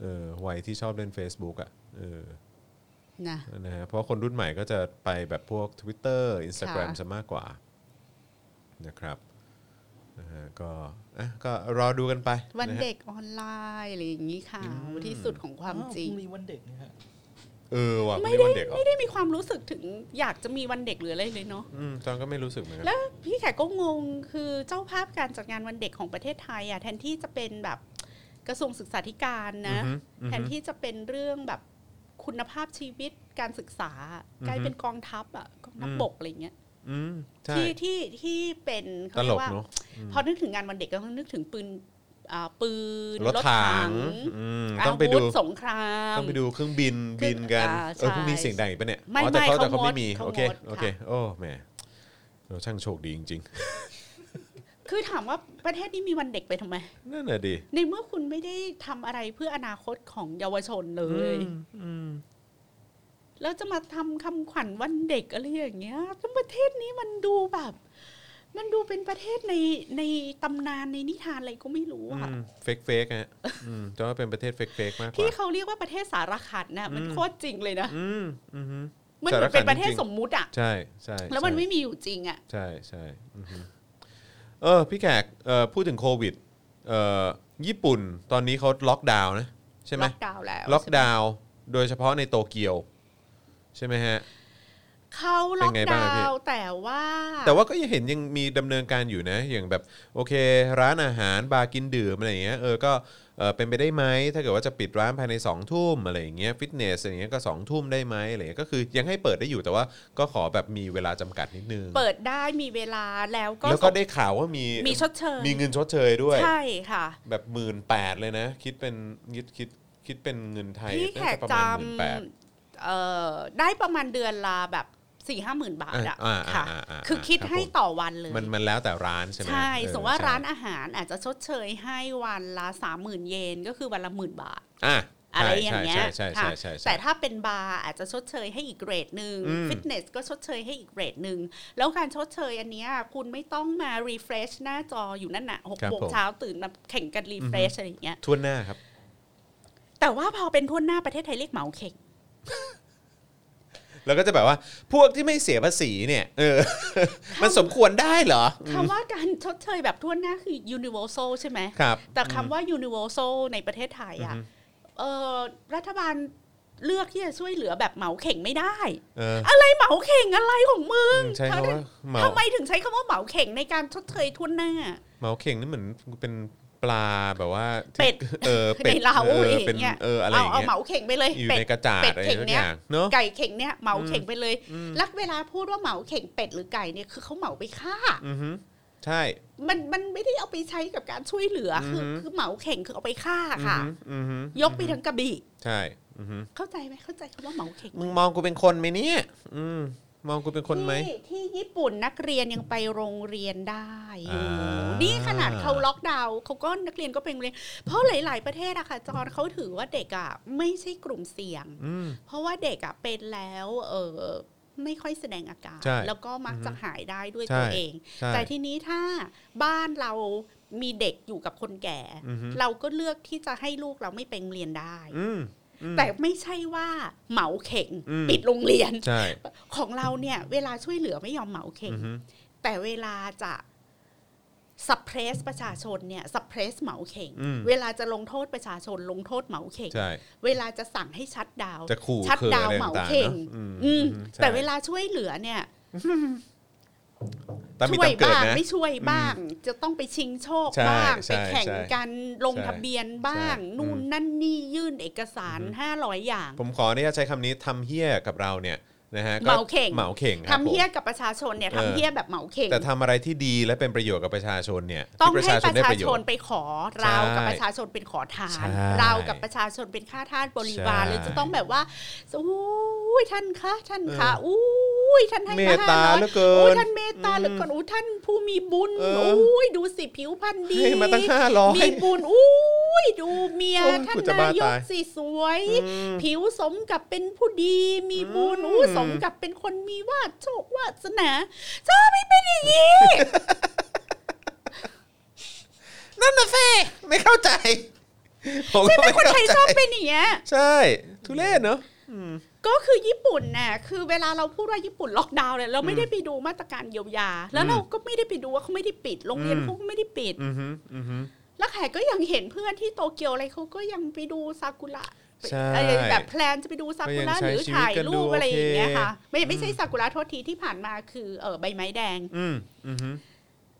B: เออวัยที่ชอบเล่น Facebook อ่ะเออ
D: นะ
B: นะฮะเพราะคนรุ่นใหม่ก็จะไปแบบพวก Twitter Instagram
D: ค่ะ
B: ซะมากกว่านะครับนะฮะก็อ่ะก็รอดูกันไป
D: วันะ
B: ฮะ
D: เด็กออนไลน์อะไรอย่างนี้ค่ะที่สุดของความจริง
C: พรุ่งนี้วันเด็กนะฮะ
B: เออว่ะ
D: ไม่
B: ไม่ได้วัน
D: ได้
B: เด็กเหรอ
D: ไม่ได้มีความรู้สึกถึงอยากจะมีวันเด็กหรืออะไรเลยเนาะ
B: อืมจอนก็ไม่รู้สึกเหมือนกัน
D: แล้วพี่แขกก็งงคือเจ้าภาพการจัดงานวันเด็กของประเทศไทยอ่ะแทนที่จะเป็นแบบกระทรวงศึกษาธิการนะ
B: อือฮึอือ
D: แท
B: ฮึ
D: นที่จะเป็นเรื่องแบบคุณภาพชีวิตการศึกษา
B: อือฮึ
D: กลายเป็นกองทัพอ่ะกองทัพ
B: อืม
D: บกอะไรอย่างเงี้ย
B: อืมใช่
D: ที่ที่ที่เป็น
B: ต
D: เขา
B: ล
D: เรีย
B: ก
D: กว่า
B: เนาะ
D: พอนึกถึงงานวันเด็กก็นึกถึงปืนอ่าปืน
B: รถถังอืมต้องไปดู
D: าวุธสงคราม
B: ต้องไปดูเครื่องบิน
D: เครื่
B: บิ
D: อง
B: นกัน
D: อ่า
B: เออพรุ่งนี้
D: ใช่
B: เสียงดังอีกปะเนี่ย
D: ไม่
B: อ๋อแต่
D: ไม่
B: เขาแต่
D: เขา
B: เขาไม่
D: งด
B: มี
D: เขา
B: โอเค
D: งด
B: โอเค
D: ค่ะ
B: โอ้แหมเราช่างโชคดีจริง
D: คือถามว่าประเทศนี้มีวันเด็กไปทำไม
B: ๆนั่นน่ะดิ
D: ในเมื่อคุณไม่ได้ทำอะไรเพื่ออนาคตของเยาวชนเล
B: อื
D: ย
B: มอืม
D: แล้วจะมาทำคำขวัญวันเด็กอะไรอย่างเงี้ยแล้วประเทศนี้มันดูแบบ มันดูเป็นประเทศในในตำนานในนิทานอะไรก็ไม่รู้อะ
B: เฟกเฟกๆฮะอืมแต่ว่าเป็นประเทศเฟกเฟกๆมากก
D: ที่
B: ว่า
D: เขาเรียกว่าประเทศสารคัดนะมัน
B: อืม
D: โคตรจริงเลยนะ
B: อืมอือฮึ
D: มันเหมือนเป็นประเทศ
B: สารคดีจริง
D: สมมุติอะ
B: ใช่ใช่
D: แล้วมัน
B: ใช่
D: ไม่มีอยู่จริงอะ
B: ใช่ใช่อือฮึเออพี่แขกเอ่อพูดถึงโควิดเอ่อญี่ปุ่นตอนนี้เขาล็อกดาวน์นะใช่ไหม
D: ล็อกดาวน์แล้ว
B: ล็อกดาวน์โดยเฉพาะในโตเกียว ใช่ไหมฮะ
D: เขาล็อก
B: เป็นไงบ้าง
D: ดา
B: อะพี่
D: วน์แต่ว่า
B: แต่ว่าก็ยังเห็นยังมีดำเนินการอยู่นะ อย่างแบบโอเค ร้านอาหารบาร์กินดื่มอะไรอย่างเงี้ยเออก็เออเป็นไปได้ไหมถ้าเกิดว่าจะปิดร้านภายใน2องทุ่มอะไรอย่างเงี้ยฟิตเนสอะไรอย่างเงี้ยก็2องทุ่มได้ไหมอะไรอย่างเงี้ยก็คือยังให้เปิดได้อยู่แต่ว่าก็ขอแบบมีเวลาจำกัดนิดนึง
D: เปิดได้มีเวลาแล้วก็
B: แล้วก็ได้ข่าวว่ามี
D: มีชดเชย
B: มีเงินชดเชยด้วย
D: ใช่ค่ะ
B: แบบหมื่นแปดเลยนะ คิดเป็นคิดคิดคิดเป็นเงินไทย
D: พี่แข
B: น่าจะ
D: ก
B: ประ
D: จ
B: มาณหมื่นแปด
D: ำเอ่อได้ประมาณเดือนละแบบสี่ห้าหมื่นบาทอะ
B: อ่าอ่า
D: ค่ะ
B: อ่าอ่า
D: คือคิด
B: ครับ
D: ให้
B: ผม
D: ต่อวันเลย
B: มันมันแล้วแต่ร้านใช่ไหม
D: ใช่
B: เออ
D: สมมติว่า
B: ใช่
D: ร้านอาหารอาจจะชดเชยให้วันละสามหมื่นเยนก็คือวันละหมื่นบาท
B: อ่ะ
D: อะไรอย่างเงี้ย
B: ใช่ใช่ใช่
D: ค่ะ
B: ใช่ใช่
D: แต่ถ้าเป็นบาร์อาจจะชดเชยให้อีกเกรดหนึ่ง
B: อืม
D: ฟิตเนสก็ชดเชยให้อีกเกรดหนึ่งแล้วการชดเชยอันเนี้ยคุณไม่ต้องมารีเฟรชหน้าจออยู่นั่นน่ะหกโมงเช้าตื่นมาแข่งกันรีเฟรชอะไรอย่างเงี้ย
B: ทั่วหน้าครับ
D: แต่ว่าพอเป็นทั่วหน้าประเทศไทยเรียกเหมาเข่ง
B: แล้วก็จะแบบว่าพวกที่ไม่เสียภาษีเนี่ยเอ อ มันสมควรได้เหรอ
D: คำว่าการชดเชยแบบทั่วหน้าคือ universal ใช่ไหม
B: ครับ
D: แต่คำว่า universal ในประเทศไทยอ่ะ
B: อือฮึ
D: เออรัฐบาลเลือกที่จะช่วยเหลือแบบเหมาเข่งไม่ได้
B: เออ
D: อะไรเหมาเข่งอะไรของมึง
B: ใช้
D: เธอ
B: คำว่าเหมา
D: ทำไมถึงใช้คำว่าเหมาเข่งในการชดเชยทั่วหน้า
B: เหมาเข่งนี่เหมือนเป็นปลาแบบว่าที่
D: เป็ด
B: เออ เป็ด
D: ในเล้า
B: เออ
D: อ
B: เป็น
D: ย่างเงี้ย
B: เอออะไรอย่าง
D: เอาเอา
B: เงี้ย
D: เหมาเข่งไปเลย
B: อยู่
D: เป็
B: ใน
D: ด
B: กระจาด
D: เป็ด
B: อะไร
D: เข่ง
B: ทุกอ
D: เนี้
B: ย ย่างเนาะ
D: ไก่เข่งเนี่ยเหมาเข่งไปเลย
B: อืม
D: แล้วเวลาพูดว่าเหมาเข่งเป็ดหรือไก่เนี่ยคือเขาเหมาไปฆ่า
B: อือฮึใช่
D: มันมันไม่ได้เอาไปใช้กับการช่วยเหลืออคือ
B: อฮึ
D: คือเหมาเข่งคือเอาไปฆ่าค่ะ
B: อือฮึ
D: ยกไปทั้งกระบี่
B: ใช่อือฮึ
D: เข้าใจไหมเข้าใจคำว่าเหมาเข่ง
B: มึงมองกูเป็นคนไหมเนี่ยอืมมองกูเป็นคนไหม
D: ที่ที่ญี่ปุ่นนักเรียนยังไปโรงเรียนได้อยู่
B: อ่านี่
D: นี่ขนาดเขาล็อกดาวน์เขาก็นักเรียนก็เป็นเรียน เพราะหลาย ๆ ประเทศอะค่ะจอนเขาถือว่าเด็กอะไม่ใช่กลุ่มเสี่ยง
B: อืม
D: เพราะว่าเด็กอะเป็นแล้วเออไม่ค่อยแสดงอาการ
B: ใช่
D: แล้วก็มักจะหายได้ด้วย
B: ใช่
D: ตัวเอง
B: ใช่
D: แต่ทีนี้ถ้าบ้านเรามีเด็กอยู่กับคนแก่
B: อือฮึ
D: เราก็เลือกที่จะให้ลูกเราไม่ไปโรงเรียนได้
B: อืมอืม
D: แต่ไม่ใช่ว่าเหมาเข่ง
B: อืม
D: ปิดโรงเรียน
B: ใช่
D: ของเราเนี่ย เวลาช่วยเหลือไม่ยอมเหมาเข่ง
B: อือฮึ
D: แต่เวลาจะสับเพรสประชาชนเนี่ยสับเพรสเหมาเข่ง
B: อืม
D: เวลาจะลงโทษประชาชนลงโทษเหมาเข่ง
B: ใช่
D: เวลาจะสั่งให้ชัดดาวน์
B: จะขู่
D: ชัด
B: เขิน
D: ดาว
B: อะไร
D: เหมา
B: ต่างๆ
D: เข่
B: เน
D: ง
B: อะอืม
D: อืม
B: ใช่
D: แต่เวลาช่วยเหลือเนี่ย
B: ตามมี
D: ช่วย
B: ตามเกิด
D: บ้าง
B: นะ
D: ไม่ช่วยบ้าง จะต้องไปชิงโชค
B: ใช่
D: บ้าง
B: ใช่
D: ไปแข่ง
B: ใช่
D: กันลงทะเบียนบ้าง
B: ใช่
D: นู่น
B: อืม
D: นั่นนี่ยื่นเอกสาร
B: อือฮึ
D: ห้าร้อยอย่าง
B: ผมขออนุญาตใช้คำนี้ทำเฮี้ยกับเราเนี่ยนะฮะก็
D: เหมาเข่ง
B: เหมาเข่งครับ
D: ทำเฮี้ย
B: ผ
D: กับประชาชนเนี่ย
B: เออ
D: ทำเฮี้ยแบบเหมาเข่ง
B: มแต่ทำอะไรที่ดีและเป็นประโยชน์กับประชาชนเนี่ย
D: ต้อง
B: ที่ประ
D: ให้
B: ชาชน
D: ประ
B: ได้
D: ชา
B: ประโย
D: ช
B: ช
D: น
B: น์
D: ไปขอเรา
B: ใช่
D: กับประชาชนเป็นขอทาน
B: ใช่
D: เรากับประชาชนเป็นข้าทาสบริวาร
B: ใช่
D: เลยจะต้องแบบว่าอู้ยท่านคะท่านคะ
B: เอออู้
D: อู้ยท่านให้
B: เม
D: มา
B: ต
D: ห้า
B: ตา
D: ร้อย
B: เหลือเกิน
D: อู้ยท่านเมตตาเหลือเกินอู้ยท่านผู้มีบุญ
B: เออ
D: อู้ยดูสิผิวพรรณดี
B: ให้มาตั้งห้าร้อย
D: มีบุญอู้ ยดูเมีย
B: โอ้ย
D: ท่าน
B: กูจะบ้าน
D: ายก
B: ตาย
D: สิสวย
B: อืม
D: ผิวสมกับเป็นผู้ดีมีบุญ
B: อืม
D: อู้สมกับเป็นคนมีวาดโชควาสนาเจ้าไม่เป็นอย่างนี้
B: นั่นน่ะสิไม่เข้าใจผมก็ไม่
D: คนไท
B: เข้าย ใจ
D: ชอบเป็นอย่างเงี้ย
B: ใช่ ทุเรศเนอะ
D: ก็คือญี่ปุ่นน่ะคือเวลาเราพูดว่าญี่ปุ่นล็อกดาวน์เนี่ยเราไม่ได้ไปดูมาตรการเยียวยา แล้วเราก็ไม่ได้ไปดูว่าเขาไม่ได้ปิดโรงเรียน
B: อืม
D: เขาก็ไม่ได้ปิด
B: อือฮึอือฮึ
D: แล้วแขกก็ยังเห็นเพื่อนที่โตเกียวอะไรเขาก็ยังไปดูซากุระไป
B: ใช่
D: เออแบบแพลนจะไปดูซากุระ
B: ก็ยังใช้
D: หรือถ่ายรูปอะไร
B: ชี
D: อ
B: วิตกันดู
D: ย่างเงี้ยค่ะ
B: โอเค
D: ไม่ไม่ใช่ซากุระโทษทีที่ผ่านมาคือเออใบไม้แดง
B: อืมอือฮึ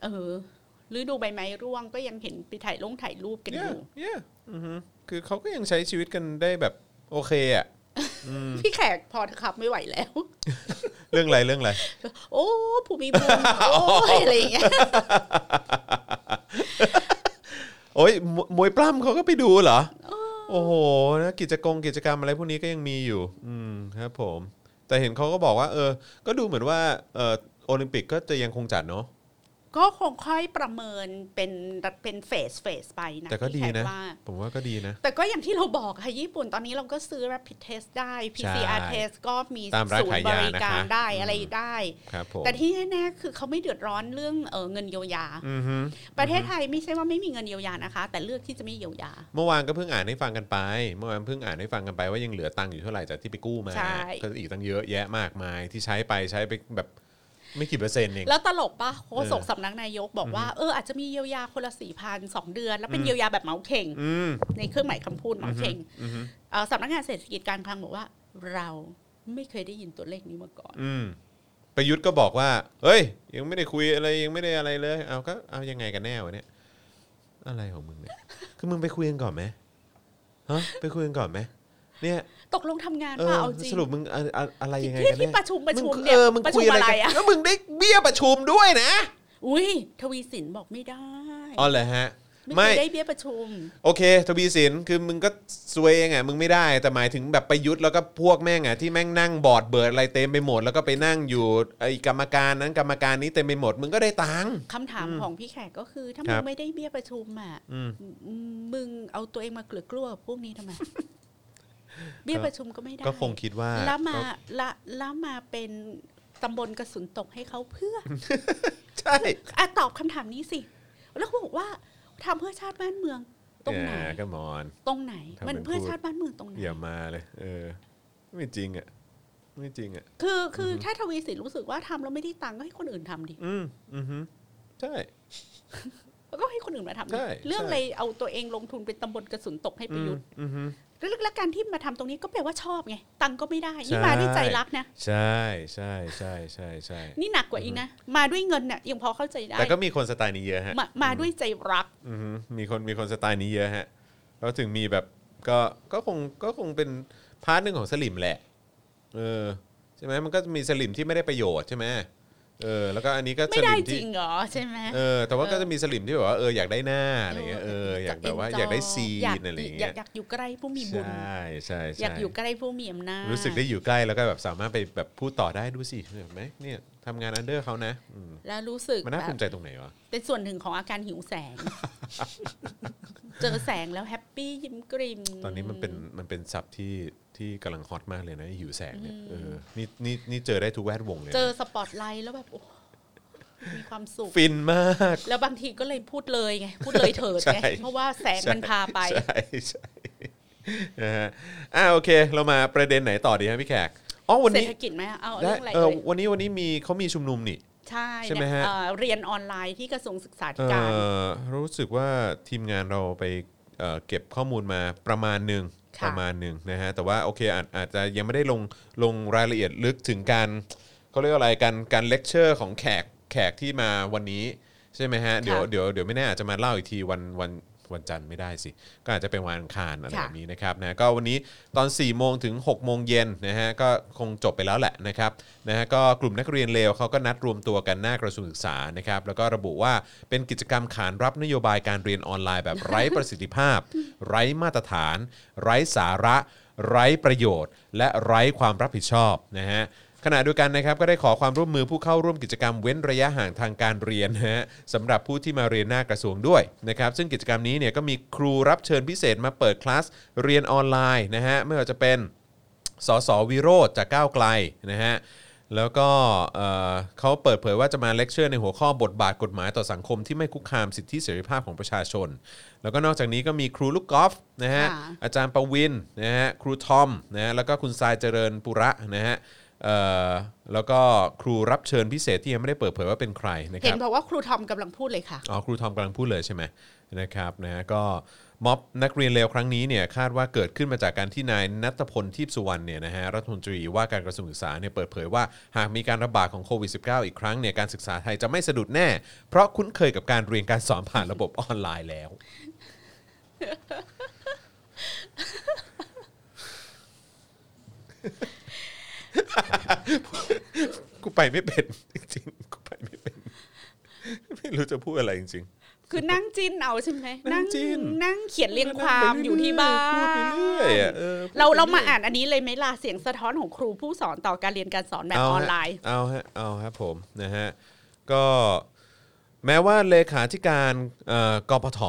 D: เออฤดูใบไม้ร่วงก็ยังเห็นไปถ่ายลงถ่ายรูปกันอยู่
B: เย่อือฮึคือเขาก็ยังใช้ชีวิตกันได้แบบโอเคอ่ะ
D: พี่แขกพอเถอะครับไม่ไหวแล้ว
B: เรื่องอะไรเรื่องอะไร
D: โอ้ภูมิภูมิโอ้ยอะไรอย่างเงี้ย
B: โอ้ยมวยมวยปล้ำเขาก็ไปดูเหรอ โอ้โหนะกิจกรรมกิจกรรมอะไรพวกนี้ก็ยังมีอยู่ อืมครับผม แต่เห็นเขาก็บอกว่า เออ ก็ดูเหมือนว่าเออโอลิมปิกก็จะยังคงจัดเนาะ
D: ก็คงค่อยประเมินเป็นเป็นเฟสเฟสไปนะ
B: แต่ก็ดี
D: พี่ข
B: นะ
D: ว่า
B: ผมว่าก็ดีนะ
D: แต่ก็อย่างที่เราบอกค่ะ ญี่ปุ่นตอนนี้เราก็ซื้อ rapid test ได้ PCR
B: ใช่
D: test ก็มี
B: ตามร้าน
D: ศูน
B: ขาย
D: ย์บ
B: ยา
D: ริ
B: นะคะ
D: การได้
B: อืม
D: อะไรได้
B: ครับผม
D: แต่ที่แน่ๆคือเขาไม่เดือดร้อนเรื่องเออเงินเยียวยา
B: อือฮึ
D: ประเทศไทยไม่ใช่ว่าไม่มีเงินเยียวยานะคะ แต่เลือกที่จะไม่เยียวยา
B: เมื่อวานก็เพิ่งอ่านให้ฟังกันไป เมื่อวานเพิ่งอ่านให้ฟังกันไปว่ายังเหลือตังค์อยู่เท่าไหร่จากที่ไปกู้มา
D: ใช่
B: ก็อีกตั้งเยอะแยะมากมายที่ใช้ไปใช้ไปแบบไม่กี่เปอร์เซ็นต์เอง
D: แล้วตลกปะโฆษก
B: เออ
D: สำนักนายกบอกว่าเอออาจจะมีเยียวยาคนละสี่พันสองเดือน แล้วเป็น
B: อืม
D: เยียวยาแบบเหมาเข่ง
B: อืม
D: ในเครื่องหมายคำพูดเหมาเข่ง
B: อือฮึ
D: เอ่อสำนักงานเศรษฐกิจการคลังบอกว่า เราไม่เคยได้ยินตัวเลขนี้มาก่อน
B: อืมประยุทธ์ก็บอกว่า เฮ้ย ยังไม่ได้คุยอะไรยังไม่ได้อะไรเลย เอาก็เอายังไงกันแน่วะเนี่ย อะไรของมึงเนี่ย คือมึงไปคุยกันก่อนไหมฮะไปคุยกันก่อนไหมเนี่ย
D: ตกลงทำงาน
B: เอ
D: เป
B: อ
D: ล่าเอาจริง
B: สรุปมึงอะอะอะไรยังไง
D: ที่
B: กัน
D: ที่
B: แน่
D: ประชุมประ
B: มึง
D: ชุม
B: เอ
D: เนี่ย
B: อมึง
D: ประ
B: คุ
D: ชุ
B: ย
D: ม
B: อะ
D: อะไร ไร
B: กั
D: อะ
B: นแล้วมึงได้เบี้ยประชุมด้วยนะ
D: อุ้ยทวีสินบอกไม่ได้
B: อ๋อเหรอฮะไม่
D: ไม่เคยได้เบี้ยประชุม
B: โอเคทวีสินคือมึงก็ซวยเองอ่ะมึงไม่ได้แต่หมายถึงแบบประยุทธ์แล้วก็พวกแม่งอ่ะที่แม่งนั่งบอร์ดเบิร์ดอะไรเต็มไปหมดแล้วก็ไปนั่งอยู่ไอ้กรรมการนั้นกรรมการนี้เต็มไปหมด มึงก็ได้ตังค์
D: คำถามของพี่แขกก็คือ ถ้า
B: ครั
D: มึ
B: บ
D: งไม่ได้เบี้ยประชุมอ่ะ
B: อืม
D: อืมมึงเอาตัวเองมาเกลือกกลัวกับพวกนี้ทำไม เบี้ยประชุมก็ไม่ได้
B: ก็คงคิดว่า
D: แล้วมา
B: ก็
D: ละแล้วมาเป็นตำบลกระสุนตกให้เขาเพื่อ
B: ใช่
D: อ่ะตอบคำถามนี้สิ แล้วเขาบอกว่าทำเพื่อชาติบ้านเมือง ตรงไหน
B: แหมก็มอน
D: ตรงไหน
B: ทำเป็น
D: มันเพื่อ
B: พูด
D: ชาติบ้านเมืองตรงไหน
B: อย่ามาเลย เออ ไม่จริงอ่ะ ไม่จริงอ่ะ
D: คือคือถ้าทวีสินรู้สึกว่าทำแล้วไม่ได้ตังค์ก็ให้คนอื่นทำดิ
B: อืมอือฮึใช่
D: แล้วก็ให้คนอื่นมาทำดิ
B: ใช่
D: เรื่อง
B: ใช่
D: อะไรเอาตัวเองลงทุนเป็นตำบลกระสุนตกให้ประยุทธ์
B: อือฮึ
D: แล้วแล้วการที่มาทำตรงนี้ก็แปลว่าชอบไง ตังค์ก็ไม่ได้
B: ใช่
D: นี่มาด้วยใจรักนะ
B: ใช่ใช่ใช่ใช่ใช่
D: นี่หนักกว่าอีกนะ มาด้วยเงินเนี่ยยังพอเข้าใจได้
B: แต่ก็มีคนสไตล์นี้เยอะฮะ
D: มามาด้วยใจรัก
B: อือฮึมีคนมีคนสไตล์นี้เยอะฮะแล้วถึงมีแบบก็ก็คงก็คงเป็นพาร์ทหนึ่งของสลิมแหละ เออ ใช่ไหมมันก็มีสลิมที่ไม่ได้ประโยชน์ใช่ไหมเออ แล้วก็อันนี้ก็ส
D: ไม่
B: ลิ
D: ได้
B: ม
D: จ
B: ที่
D: ริงเหรอใช่ไหม
B: เออแต่ว่า
D: เออ
B: ก็จะมีสลิมที่แบบว่าเอออยากได้หน้าอะไรเงี้ยเอออยากแบบว่าอยากได้ซี
D: อยาก
B: นอะไรอย่าง
D: อยา
B: เงี้
D: ก
B: ย
D: อยากอยู่ใกล้ผู้มี
B: ใช
D: บุญ
B: ่ใช่
D: อยาก
B: ใช่
D: อยู่ใกล้ผู้มีอำนาจ
B: รู้สึกได้อยู่ใกล้แล้วก็แบบสามารถไปแบบพูดต่อได้ดูสิเห็นไหมเนี่ยทำงานอันเดอร์เขานะอืม
D: แล้วรู้สึก
B: มันน่า
D: แบ
B: ภู
D: บ
B: มิใจตรงไหนวะ
D: เป็นส่วนหนึ่งของอาการหิวแส ง เจอแสงแล้วแฮปปี้ยิ้มกริม
B: ตอนนี้มันเป็นมันเป็นศัพท์ที่ที่กำลังฮอตมากเลยนะหิวแสงเนี่ยเออนี่นี่นี่เจอได้ทุกแวดวงเลยนะ
D: เจอสปอตไลท์แล้วแบบโอ้มีความสุข
B: ฟินมาก
D: แล้วบางทีก็เลยพูดเลยไง พูดเลยเถิดไง
B: ใช่
D: เพราะว่าแสงมันพาไป
B: ใช่ ใช่นะฮะอ่าโอเค เรามาประเด็นไหนต่อดีฮะพี่แขกอ๋อวัน
D: เศร
B: นี้
D: ษฐกิจไหมเอา
B: ได้
D: เรื่องอะไร
B: เออ
D: เลย
B: วันนี้วันนี้มีเขามีชุมนุมนี่
D: ใช่
B: ใช่ไหมฮะ
D: เอ่อเรียนออนไลน์ที่กระทรวงศึกษาธิ
B: เอ่
D: การ
B: อรู้สึกว่าทีมงานเราไปเอ่อเก็บข้อมูลมาประมาณหนึ่ง
D: ค่ะ
B: ประมาณหนึ่งนะฮะแต่ว่าโอเคอาจอาจจะยังไม่ได้ลงลงรายละเอียดลึกถึงการเขาเรียกว่าอะไรการการเลคเชอร์ของแขกแขกที่มาวันนี้ใช่ไหมฮะเดี๋ยว
D: ค่ะ
B: เดี๋ยวเดี๋ยวไม่แน่อาจจะมาเล่าอีกทีวันวันวันจันทร์ไม่ได้สิ ก็อาจจะเป็นวันอังคารอะไร
D: ค่ะ
B: แบบนี้นะครับนะก็วันนี้ตอน4ี่โมงถึง6กโมงเย็นนะฮะก็คงจบไปแล้วแหละนะครับนะฮะก็กลุ่มนักเรียนเลวเขาก็นัดรวมตัวกันหน้ากระทรวงศึกษานะครับแล้วก็ระบุว่าเป็นกิจกรรมขานรับนโยบายการเรียนออนไลน์แบบไร้ประสิทธิภาพ ไร้มาตรฐาน ไร้สาระ ไร้ประโยชน์ และไร้ความรับผิดชอบนะฮะ ขณะเดียวกันนะครับก็ได้ขอความร่วมมือผู้เข้าร่วมกิจกรรมเว้นระยะห่างทางการเรียนนะฮะสำหรับผู้ที่มาเรียนหน้ากระทรวงด้วยนะครับซึ่งกิจกรรมนี้เนี่ยก็มีครูรับเชิญพิเศษมาเปิดคลาสเรียนออนไลน์นะฮะไม่ว่าจะเป็น สสวิโรธจากก้าวไกลนะฮะแล้วก็เอ่อเขาเปิดเผยว่าจะมาเลคเชอร์ในหัวข้อบทบาทกฎหมายต่อสังคมที่ไม่คุกคามสิทธิเสรีภาพของประชาชน แล้วก็นอกจากนี้ก็มีครูลูกกอล์ฟนะฮะ
D: ค่ะ
B: อาจารย์ประวินนะฮะครูทอมนะฮะแล้วก็คุณทรายเจริญปุระนะฮะเอ่อแล้วก็ครูรับเชิญพิเศษที่ยังไม่ได้เปิดเผยว่าเป็นใครนะค
D: เห็
B: รั
D: น
B: บ
D: บอกว่าครูทอมกำลังพูดเลยค่ะ
B: อ๋อครูทอมกำลังพูดเลยใช่ไหมนะครับนะฮะก็ม็อบนักเรียนเลวครั้งนี้เนี่ยคาดว่าเกิดขึ้นมาจากการที่นายนัทพลทิพสุวรรณเนี่ยนะฮะรัฐมนตรีว่าการกระทรวงศึกษาเนี่ยเปิดเผยว่าหากมีการระบาดของโควิด -19 อีกครั้งเนี่ยการศึกษาไทยจะไม่สะดุดแน่ เพราะคุ้นเคยกับการเรียนการสอนผ่านระบบออนไลน์แล้ว กูไปไม่เป็นจริงๆกูไปไม่เป็น ไม่รู้จะพูดอะไรจริง
D: คือนั่งจิ้นเอาใช่ไหม
B: นั่งจิ้น
D: นั่งเขียน
B: ๆ
D: เรียงความอยู่ที่บ้า
B: พูดไป
D: น
B: เรื่อยอะออพูดไป
D: เราเรา
B: อย
D: มาอ่านอันนี้เลยไหมล่ะเสียงสะท้อนของครูผู้สอนต่อการเรียนการสอนแบบ
B: เา
D: อ
B: ฮะ
D: อนไลน์
B: เอาฮะ เอาครับผมนะฮะ ก็แม้ว่าเลขาธิการเอ่อกปท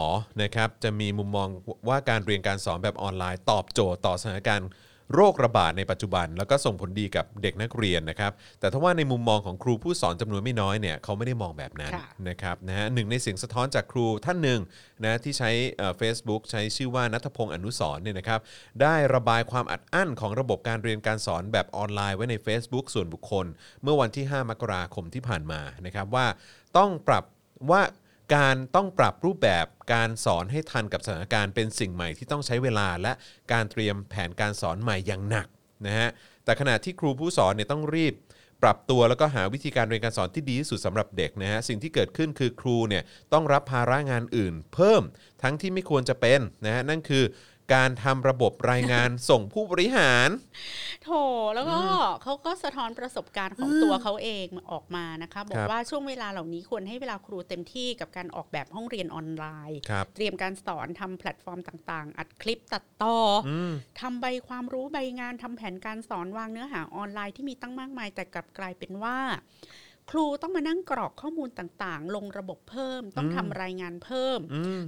B: นะครับจะมีมุมมองว่าการเรียนการสอนแบบออนไลน์ ตอบโจทย์ต่อสถานการณ์โรคระบาดในปัจจุบัน แล้วก็ส่งผลดีกับเด็กนักเรียนนะครับ แต่ถ้าว่าในมุมมองของครูผู้สอนจำนวนไม่น้อยเนี่ยเขาไม่ได้มองแบบนั้น
D: ค่ะ
B: นะครับนะฮะหนึ่งในเสียงสะท้อนจากครูท่านหนึ่งนะที่ใช้เฟซบุ๊กใช้ชื่อว่านัทพงศ์อนุสรณ์เนี่ยนะครับได้ระบายความอัดอั้นของระบบการเรียนการสอนแบบออนไลน์ไว้ใน Facebook ส่วนบุคคล เมื่อวันที่ 5 มกราคมที่ผ่านมานะครับว่าต้องปรับว่าการต้องปรับรูปแบบการสอนให้ทันกับสถานการณ์เป็นสิ่งใหม่ที่ต้องใช้เวลาและการเตรียมแผนการสอนใหม่อย่างหนักนะฮะแต่ขณะที่ครูผู้สอนเนี่ยต้องรีบ ปรับตัวแล้วก็หาวิธีการเรียนการสอนที่ดีที่สุดสำหรับเด็กนะฮะสิ่งที่เกิดขึ้นคือครูเนี่ยต้องรับภาระงานอื่น เพิ่มทั้งที่ไม่ควรจะเป็นนะฮะนั่นคือการทำระบบรายงาน ส่งผู้บริหาร
D: โถแล้วก็เขาก็สะท้อนประสบการณ์ของตัวเขาเองออกมานะคะ บอ
B: ค
D: ก
B: รับ
D: ว่าช่วงเวลาเหล่านี้ควรให้เวลาครูเต็มที่กับการออกแบบห้องเรียนออนไลน์
B: ครับ
D: เตรียมการสอนทำแพลตฟอร์มต่างๆ อัดคลิปตัดต่ออทำใบความรู้ใบงานทำแผนการสอนวางเนื้อหาออนไลน์ที่มีตั้งมากมาย แต่กลับกลายเป็นว่า ครูต้องมานั่งกรอกข้อมูลต่างๆ ลงระบบเพิ่ม ต้องทำรายงานเพิ่ม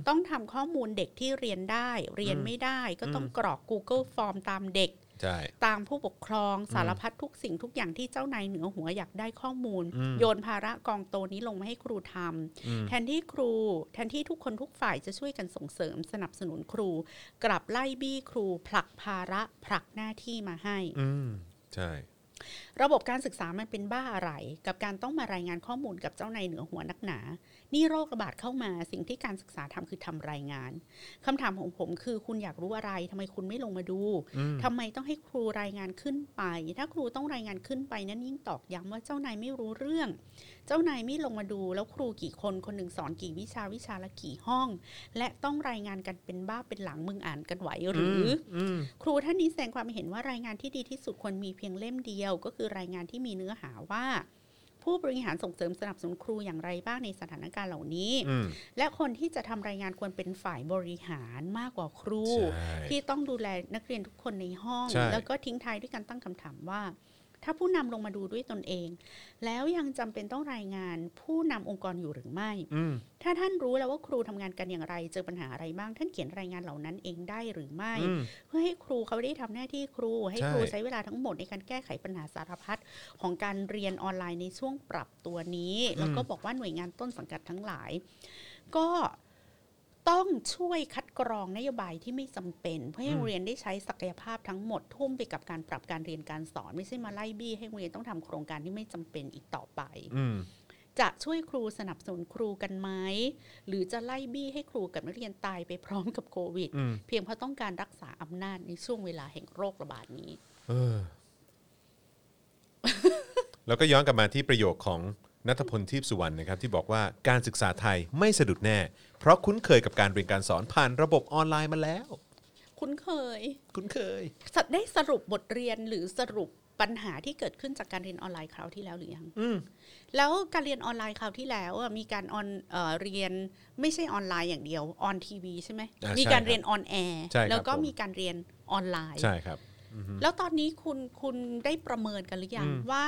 D: ต้องทำข้อมูลเด็กที่เรียนได้ เรียนไม่ได้ ก็ต้องกรอก Google Form ตามเด็ก
B: ใช่
D: ตามผู้ปกครองสารพัดทุกสิ่งทุกอย่างที่เจ้านายเหนือหัวอยากได้ข้อมูล
B: อืม
D: โยนภาระกองโตนี้ลงมาให้ครูทำ
B: อืม
D: แทนที่ครู แทนที่ทุกคนทุกฝ่ายจะช่วยกันส่งเสริมสนับสนุนครู กลับไล่บี้ครู ผลักภาระผลักหน้าที่มาให้
B: อืมใช่
D: ระบบการศึกษามันเป็นบ้าอะไร กับการต้องมารายงานข้อมูลกับเจ้านายเหนือหัวนักหนา นี่โรคระบาดเข้ามาสิ่งที่การศึกษาทำคือทำรายงานคำถามของผมคือคุณอยากรู้อะไรทำไมคุณไม่ลงมาดูทำไมต้องให้ครูรายงานขึ้นไป ถ้าครูต้องรายงานขึ้นไปนั่นยิ่งตอกย้ำว่าเจ้านายไม่รู้เรื่อง เจ้านายไม่ลงมาดู แล้วครูกี่คนคนหนึ่งสอนกี่วิชาวิชาละกี่ห้อง และต้องรายงานกันเป็นบ้าเป็นหลังมึงอ่านกันไหวหรืออ ครูท่านนี้แสดงความเห็นว่ารายงานที่ดีที่สุดควรมีเพียงเล่มเดียว ก็คือรายงานที่มีเนื้อหาว่า ผู้บริหารส่งเสริมสนับสนุนครูอย่างไรบ้างในสถานการณ์เหล่านี้
B: อืม
D: และคนที่จะทำรายงานควรเป็นฝ่ายบริหารมากกว่าครู
B: ใช่
D: ที่ต้องดูแลนักเรียนทุกคนในห้อง
B: ใช่
D: แล้วก็ทิ้งท้ายด้วยการตั้งคำถามว่า ถ้าผู้นำลงมาดูด้วยตนเอง แล้วยังจำเป็นต้องรายงานผู้นำองค์กรอยู่หรือไม่
B: อืม
D: ถ้าท่านรู้แล้วว่าครูทำงานกันอย่างไร เจอปัญหาอะไรบ้าง ท่านเขียนรายงานเหล่านั้นเองได้หรือไม่
B: อืม
D: เพื่อให้ครูเขาได้ทำหน้าที่ครูให้
B: ใช่
D: ครูใช้เวลาทั้งหมดในการแก้ไขปัญหาสารพัดของการเรียนออนไลน์ในช่วงปรับตัวนี้ แล้วก็บอกว่าหน่วยงานต้นสังกัดทั้งหลาย ก็ต้องช่วยคัดกรองนโยบายที่ไม่จำเป็น เพื่อให้โรงเรียนได้ใช้ศักยภาพทั้งหมดทุ่มไปกับการปรับการเรียนการสอน ไม่ใช่มาไล่บี้ให้โรงเรียนต้องทำโครงการที่ไม่จำเป็นอีกต่อไป
B: อืม
D: จะช่วยครูสนับสนุนครูกันไหมหรือจะไล่บี้ให้ครูกับนักเรียนตายไปพร้อมกับโควิด
B: อืม
D: เพียงเพราะต้องการรักษาอำนาจในช่วงเวลาแห่งโรคระบาดนี้
B: เออ แล้วก็ย้อนกลับมาที่ประโยคของนัทพลทิพสุวรรณนะครับ ที่บอกว่าการศึกษาไทยไม่สะดุดแน่ เพราะคุ้นเคยกับการเรียนการสอนผ่านระบบออนไลน์มาแล้ว
D: คุ้นเคย
B: คุ้นเคย
D: สได้สรุปบทเรียนหรือสรุปปัญหาที่เกิดขึ้นจากการเรียนออนไลน์คราวที่แล้วหรือยังแล้วการเรียนออนไลน์คราวที่แล้วอะมีการออนเออเรียนไม่ใช่ออนไลน์อย่างเดียวออนทีวีใช่ไหม
B: อ่ามี
D: มีการ
B: ใช่ครับ
D: เรียนออนแอร์
B: ใช่ครับ
D: แล้วก็
B: ผม
D: มีการเรียนออนไลน์
B: ใช่ครับ
D: แล้วตอนนี้คุณคุณได้ประเมินกันหรือยัง
B: อืม
D: ว่า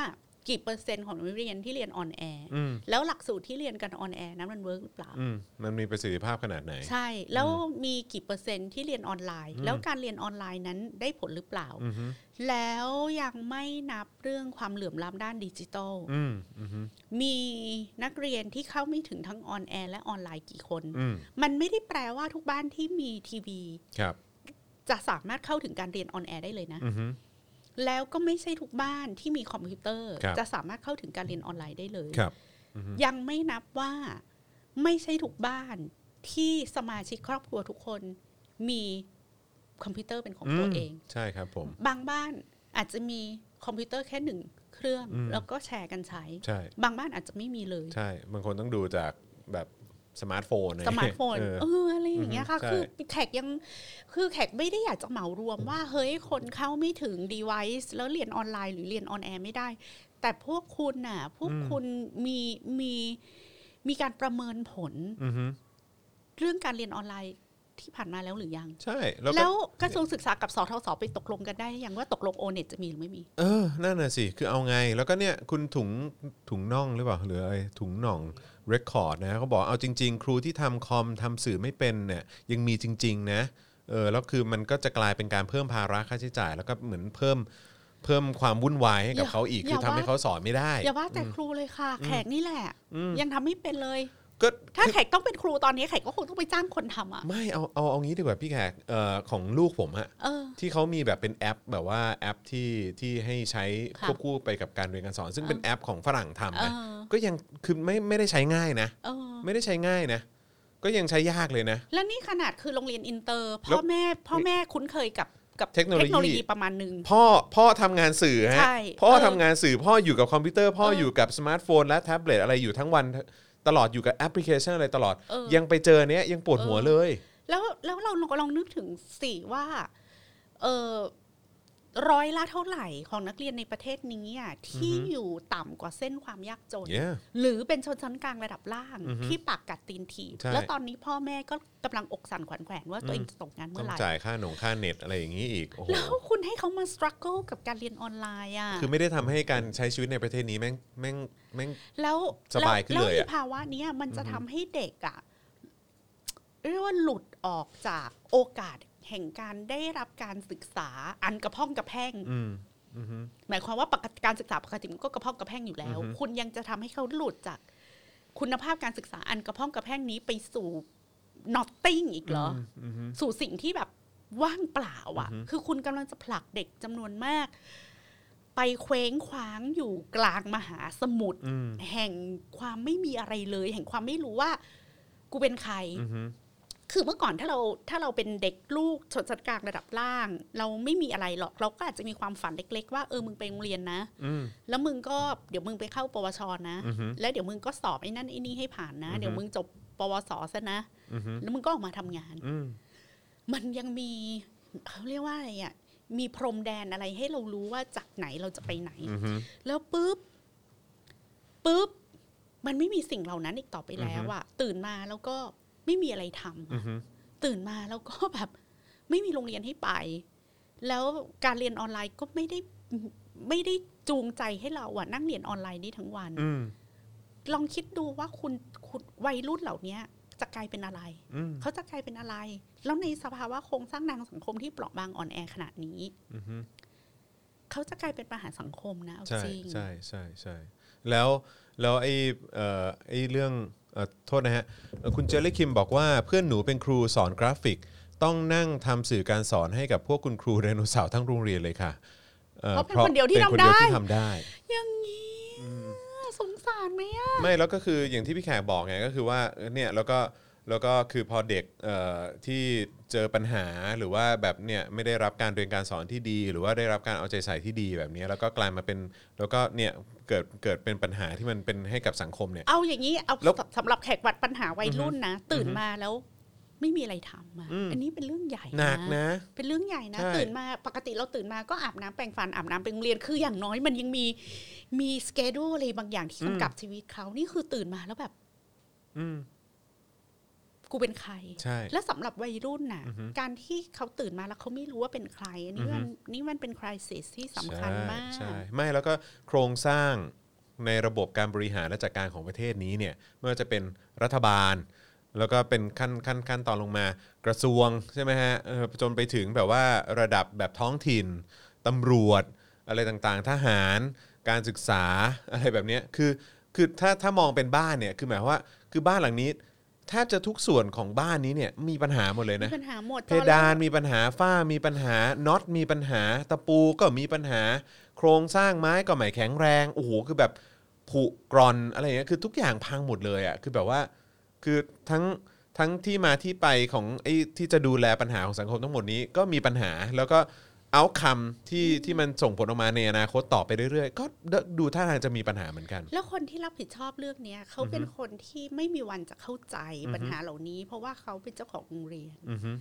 D: กี่เปอร์เซ็นต์ของนักเรียนที่เรียนออนแอร์
B: อืม
D: แล้วหลักสูตรที่เรียนกันออนแอร์นั้นมันเวิร์กหรือเปล่า
B: อืมมันมีประสิทธิภาพขนาดไหน
D: ใช่ แล้วมีกี่เปอร์เซ็นต์ที่เรียนออนไลน์
B: อืม
D: แล้วการเรียนออนไลน์นั้นได้ผลหรือเปล่า
B: อืมฮึ
D: แล้วยังไม่นับเรื่องความเหลื่อมล้ำด้านดิจิทัล
B: อืมอืมฮึ
D: มีนักเรียนที่เข้าไม่ถึงทั้งออนแอร์และออนไลน์กี่คน
B: อืม
D: มันไม่ได้แปลว่าทุกบ้านที่มีทีวี
B: ครับ
D: จะสามารถเข้าถึงการเรียนออนแอร์ได้เลยนะ
B: อืมฮึ
D: แล้วก็ไม่ใช่ทุกบ้านที่มีคอมพิวเตอร์
B: ครับ
D: จะสามารถเข้าถึงการเรียนออนไลน์ได้เลย
B: ครับ
D: ยังไม่นับว่าไม่ใช่ทุกบ้านที่สมาชิกครอบครัวทุกคนมีคอมพิวเตอร์เป็นของตัวเอง
B: มใช่ครับผม
D: บางบ้านอาจจะมีคอมพิวเตอร์แค่หนึ่งเครื่อง
B: อืม
D: แล้วก็แชร์กันใช้
B: ใช่
D: บางบ้านอาจจะไม่มีเลย
B: ใช่บางคนต้องดูจากแบบสมาร์ทโฟน
D: สมาร์ทโฟน
B: เออ
D: เอออะไรอย่างเงี้ยค่ะ
B: อือฮึ
D: คือ
B: ใช่
D: แขกยังคือแขกไม่ได้อยากจะเหมารวมว่า เฮ้ยคนเข้าไม่ถึง device แล้วเรียนออนไลน์หรือเรียนออนแอร์ไม่ได้ แต่พวกคุณน่ะ พวกคุณมีมีมีการประเมินผล
B: อือฮึ
D: เรื่องการเรียนออนไลน์ที่ผ่านมาแล้วหรือยัง
B: ใช่แล้วก็
D: แล้วกระทรวงศึกษากับสทศไปตกลงกันได้ยังว่าตกลงโอเน็ตจะมีหรือไม่มี
B: เออ นั่นน่ะสิ คือเอาไง แล้วก็เนี่ย คุณถุง ถุงน่องหรือเปล่า หรืออะไรถุงน่อง เรคคอร์ดนะ เขาบอก เอาจริง ๆ ครูที่ทำคอมทำสื่อไม่เป็นเนี่ย ยังมีจริง ๆ นะ เออ แล้วคือมันก็จะกลายเป็นการเพิ่มภาระค่าใช้จ่าย แล้วก็เหมือนเพิ่ม เพิ่มความวุ่นวายให้กับ
D: อย่า
B: เขาอีก
D: อ
B: คื
D: ย่า
B: อทำให้
D: ว่า
B: เขาสอนไม่ได้
D: อย่าว่าแต่ครูเลยค่ะ แขกนี่แหละ ยังทำไม่เป็นเลย
B: ก็
D: ถ้าแขกต้องเป็นครูตอนนี้แขกก็คงต้องไปจ้างคนทำอ่ะ
B: ไม่ เอา เอา เอางี้ดีกว่าพี่แขก เอ่อ ของลูกผมอะ
D: เออ
B: ที่เขามีแบบเป็นแอปแบบว่าแอปที่ที่ให้ใช้
D: ค่ะ
B: ควบคู่ไปกับการเรียนการสอน ซึ่งเป็นแอปของฝรั่งทำนะ
D: เออ
B: ก็ยังคือไม่ไม่ได้ใช้ง่ายนะ
D: เออ
B: ไม่ได้ใช้ง่ายนะ ก็ยังใช้ยากเลยนะ
D: แล้วนี่ขนาดคือโรงเรียนอินเตอร์
B: แล้
D: พ่อ
B: ว
D: แม่พ่อแม่คุ้นเคยกับกับ
B: เทคโนโลยี
D: ประมาณหนึ่ง
B: พ่อพ่อทำงานสื่อฮะ
D: ใช่
B: พ่อ
D: เออ
B: ทำงานสื่อพ่ออยู่กับคอมพิวเตอร์ พ่อ
D: เออ
B: อ
D: อยู่
B: กับสมาร์ทโฟน และแท็บเล็ตอะไรอยู่ทั้งวันตลอดอยู่กับแอปพลิเคชันอะไรตลอด
D: เออ
B: ยังไปเจอเนี้ยยังปวด
D: เออ
B: หัวเลย
D: แล้วแล้วเราลองนึกถึงสิว่า เออร้อยละเท่าไหร่ของนักเรียนในประเทศนี้อ่ะที่
B: อือฮึ
D: อยู่ต่ำกว่าเส้นความยากจน
B: yeah
D: หรือเป็นชนชั้นกลางระดับล่าง
B: อือฮึ
D: ที่ปากกัดตีนถีบ
B: ใช่
D: แล้วตอนนี้พ่อแม่ก็กำลังอกสั่นขวัญแขวนว่าตัวเองจะตกงาน
B: ต้
D: เมื่
B: อ
D: องไหร่
B: จ่ายค่าหนงค่าเน็ตอะไรอย่างนี้อีกโอ้โห
D: แล้วคุณให้เขามาสครัลเกิลกับการเรียนออนไลน์อ่ะ
B: คือไม่ได้ทำให้การใช้ชีวิตในประเทศนี้แม่งแม่งแม่ง
D: แล้ว
B: สบายขึ้นเลยอะ
D: แวแวอีภาวะเนี้ยมันจะทำให้เด็กอะเรียกว่าหลุดออกจากโอกาสแห่งการได้รับการศึกษาอันกระพ้องกระแพง
B: ืมอือฮึ
D: หมายความว่าปกติการศึกษาปกติมันก็กระพ้องกระแพงอยู่แล้ว
B: อือฮึ
D: คุณยังจะทำให้เขาหลุดจาก คุณภาพการศึกษาอันกระพ้องกระแพงนี้ไปสู่นอตติ้งอีกเหรออ
B: อือฮึ
D: สู่สิ่งที่แบบว่างเปล่าอะ่ะ
B: อือฮึ
D: คือคุณกำลังจะผลักเด็กจำนวนมาก ไปเคว้งคว้างอยู่กลางมหาสมุทร
B: อืม
D: แห่งความไม่มีอะไรเลย แห่งความไม่รู้ว่า กูเป็นใคร
B: อือฮึ
D: คือเมื่อก่อนถ้าเราถ้าเราเป็นเด็กลูกชนชั้นกลางระดับล่าง เราไม่มีอะไรหรอก เราก็อาจจะมีความฝันเล็ก ๆ ว่าเออมึงไปโรงเรียนนะ
B: อืม
D: แล้วมึงก็เดี๋ยวมึงไปเข้าปวชนะ
B: อือฮึ
D: แล้วเดี๋ยวมึงก็สอบไอ้นั่นไอ้นี่ให้ผ่านนะ
B: อือฮึ
D: เดี๋ยวมึงจบปวสซะนะ
B: อือฮึ
D: แล้วมึงก็ออกมาทำงาน
B: อืม
D: มันยังมีเขาเรียกว่าอะไรอ่ะมีพรมแดนอะไรให้เรารู้ว่าจากไหนเราจะไปไหน
B: อือฮึ
D: แล้วปุ๊บปุ๊บ มันไม่มีสิ่งเหล่านั้นอีกต่อไปแล้วอะตื่นมาแล้วก็ไม่มีอะไรทำ
B: อื
D: อะ
B: อฮึ
D: ตื่นมาแล้วก็แบบ ไม่มีโรงเรียนให้ไป แล้วการเรียนออนไลน์ก็ไม่ได้ไม่ได้จูงใจให้เราอะนั่งเรียนออนไลน์ได้ทั้งวัน
B: อืม
D: ลองคิดดูว่าคุณคุณวัยรุ่นเหล่านี้จะกลายเป็นอะไร
B: อืม
D: เขาจะกลายเป็นอะไร แล้วในสภาวะโครงสร้างทางสังคมที่เปราะบางอ่อนแอขนาดนี้
B: อือฮึ
D: เขาจะกลายเป็นปัญหาสังคมนะเอา
B: ใช่
D: จริง
B: ใช่ใช่ใช่แล้วแล้วไอ้เอ่อไอ้เรื่องเอ่อโทษนะฮะเอ่อคุณเจลลี่คิมบอกว่าเพื่อนหนูเป็นครูสอนกราฟิก ต้องนั่งทำสื่อการสอนให้กับพวกคุณครูไดโนเสาร์ทั้งโรงเรียนเลยค่ะอ่อ
D: เพราะเป็นคนเดียวที่
B: ป็
D: ทำได้
B: คนเยวที่ทำได้
D: อย่างนี้อะสงสารไหมอะ
B: ไม่แล้วก็คืออย่างที่พี่แขกบอกไงก็คือว่าเออเนี่ยแล้วก็แล้วก็คือพอเด็กเอ่อที่เจอปัญหาหรือว่าแบบเนี่ยไม่ได้รับการเรียนการสอนที่ดี หรือว่าได้รับการเอาใจใส่ที่ดีแบบนี้แล้วก็กลายมาเป็นแล้วก็เนี่ยเกิดเกิดเป็นปัญหาที่มันเป็นให้กับสังคมเนี่ย
D: เอาอย่างนี้เอา
B: แล้ว
D: สำหรับแขกวัดปัญหาวัยรุ่นนะ ตื่นมาแล้วไม่มีอะไรทำอะ
B: อืม
D: อันนี้เป็นเรื่องใหญ่
B: หนักนะ
D: เป็นเรื่องใหญ่นะ
B: ใช่
D: ตื่นมาปกติเราตื่นมาก็อาบน้ำแปรงฟันอาบน้ำไปโรงเรียนคืออย่างน้อยมันยังมีมีสเกดูอะไรบางอย่างที่กำกับชีวิตเขานี่คือตื่นมาแล้วแบบ กูเป็นใคร
B: ใช่
D: และสำหรับวัยรุ่นน่ะ
B: อือฮึ
D: การที่เขาตื่นมาแล้วเขาไม่รู้ว่าเป็นใคร อันนี้มัน
B: อือฮึ
D: นี่มันเป็นคริสที่สำคัญมาก
B: ใช่ใช่ไม่แล้วก็โครงสร้างในระบบการบริหารและจัดการของประเทศนี้เนี่ยไม่ว่าจะเป็นรัฐบาล แล้วก็เป็นขั้นขั้นขั้นตอนลงมากระทรวงใช่ไหมฮะเออจนไปถึงแบบว่าระดับแบบท้องถิ่นตำรวจ อะไรต่างๆ ทหาร การศึกษาอะไรแบบเนี้ยคือคือถ้าถ้ามองเป็นบ้านเนี่ยคือหมายความว่าคือบ้านหลังนี้แทบจะทุกส่วนของบ้านนี้เนี่ยมีปัญหาหมดเลย
D: มี
B: นะ
D: ปัญหาหมด
B: เพดานมีปัญหาฝ้ามีปัญหาน็อตมีปัญหาตะปูก็มีปัญหา โครงสร้างไม้ก็ไม่แข็งแรงโอ้โหคือแบบผุกร่อนอะไรอย่างเงี้ยคือทุกอย่างพังหมดเลยอ่ะคือแบบว่าคือทั้งทั้งที่มาที่ไปของไอ้ที่จะดูแลปัญหาของสังคมทั้งหมดนี้ก็มีปัญหาแล้วก็เอาคำที่ที่มันส่งผลออกมาในอนาคตต่อไปเรื่อยๆ ก็ดูท่าทางจะมีปัญหาเหมือนกัน
D: แล้วคนที่รับผิดชอบเรื่องเนี้ยเขาเป็นคนที่ไม่มีวันจะเข้าใจปัญหาเหล่านี้ เพราะว่าเขาเป็นเจ้าของโรงเรียน
B: อือฮึ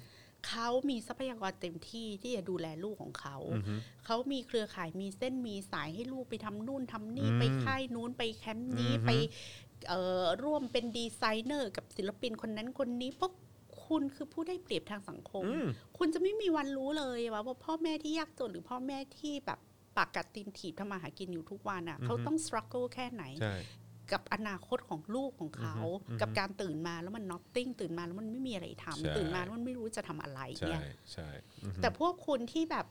D: เขามีทรัพยากรเต็มที่ที่จะดูแลลูกของเขา
B: อือฮึ
D: เขามีเครือข่ายมีเส้นมีสายให้ลูกไปทำนู่นทำนี่
B: อืม
D: ไปค่ายนู้นไปแคมป์นี้
B: อือฮึ
D: ไปเอ่อร่วมเป็นดีไซเนอร์กับศิลปินคนนั้นคนนี้เพราะคุณคือผู้ได้เปรียบทางสังคม
B: อืม
D: คุณจะไม่มีวันรู้เลยว่าว่าพ่อแม่ที่ยากจนหรือพ่อแม่ที่แบบปากกัดตีนถีบทำมาหากินอยู่ทุกวันอ่ะ
B: อือฮึ
D: เขาต้องสครัลเกิลแค่ไหน
B: ใช่
D: กับอนาคตของลูกของเขา
B: อือฮึอือฮึ
D: กับการตื่นมาแล้วมันน็อตติ้งตื่นมาแล้วมันไม่มีอะไรทำ
B: ใช่
D: ตื่นมาแล้วมันไม่รู้จะทำอะไร
B: ใช่
D: เนี่ย
B: ใช่อือฮึ
D: แต่พวกคุณที่แบบ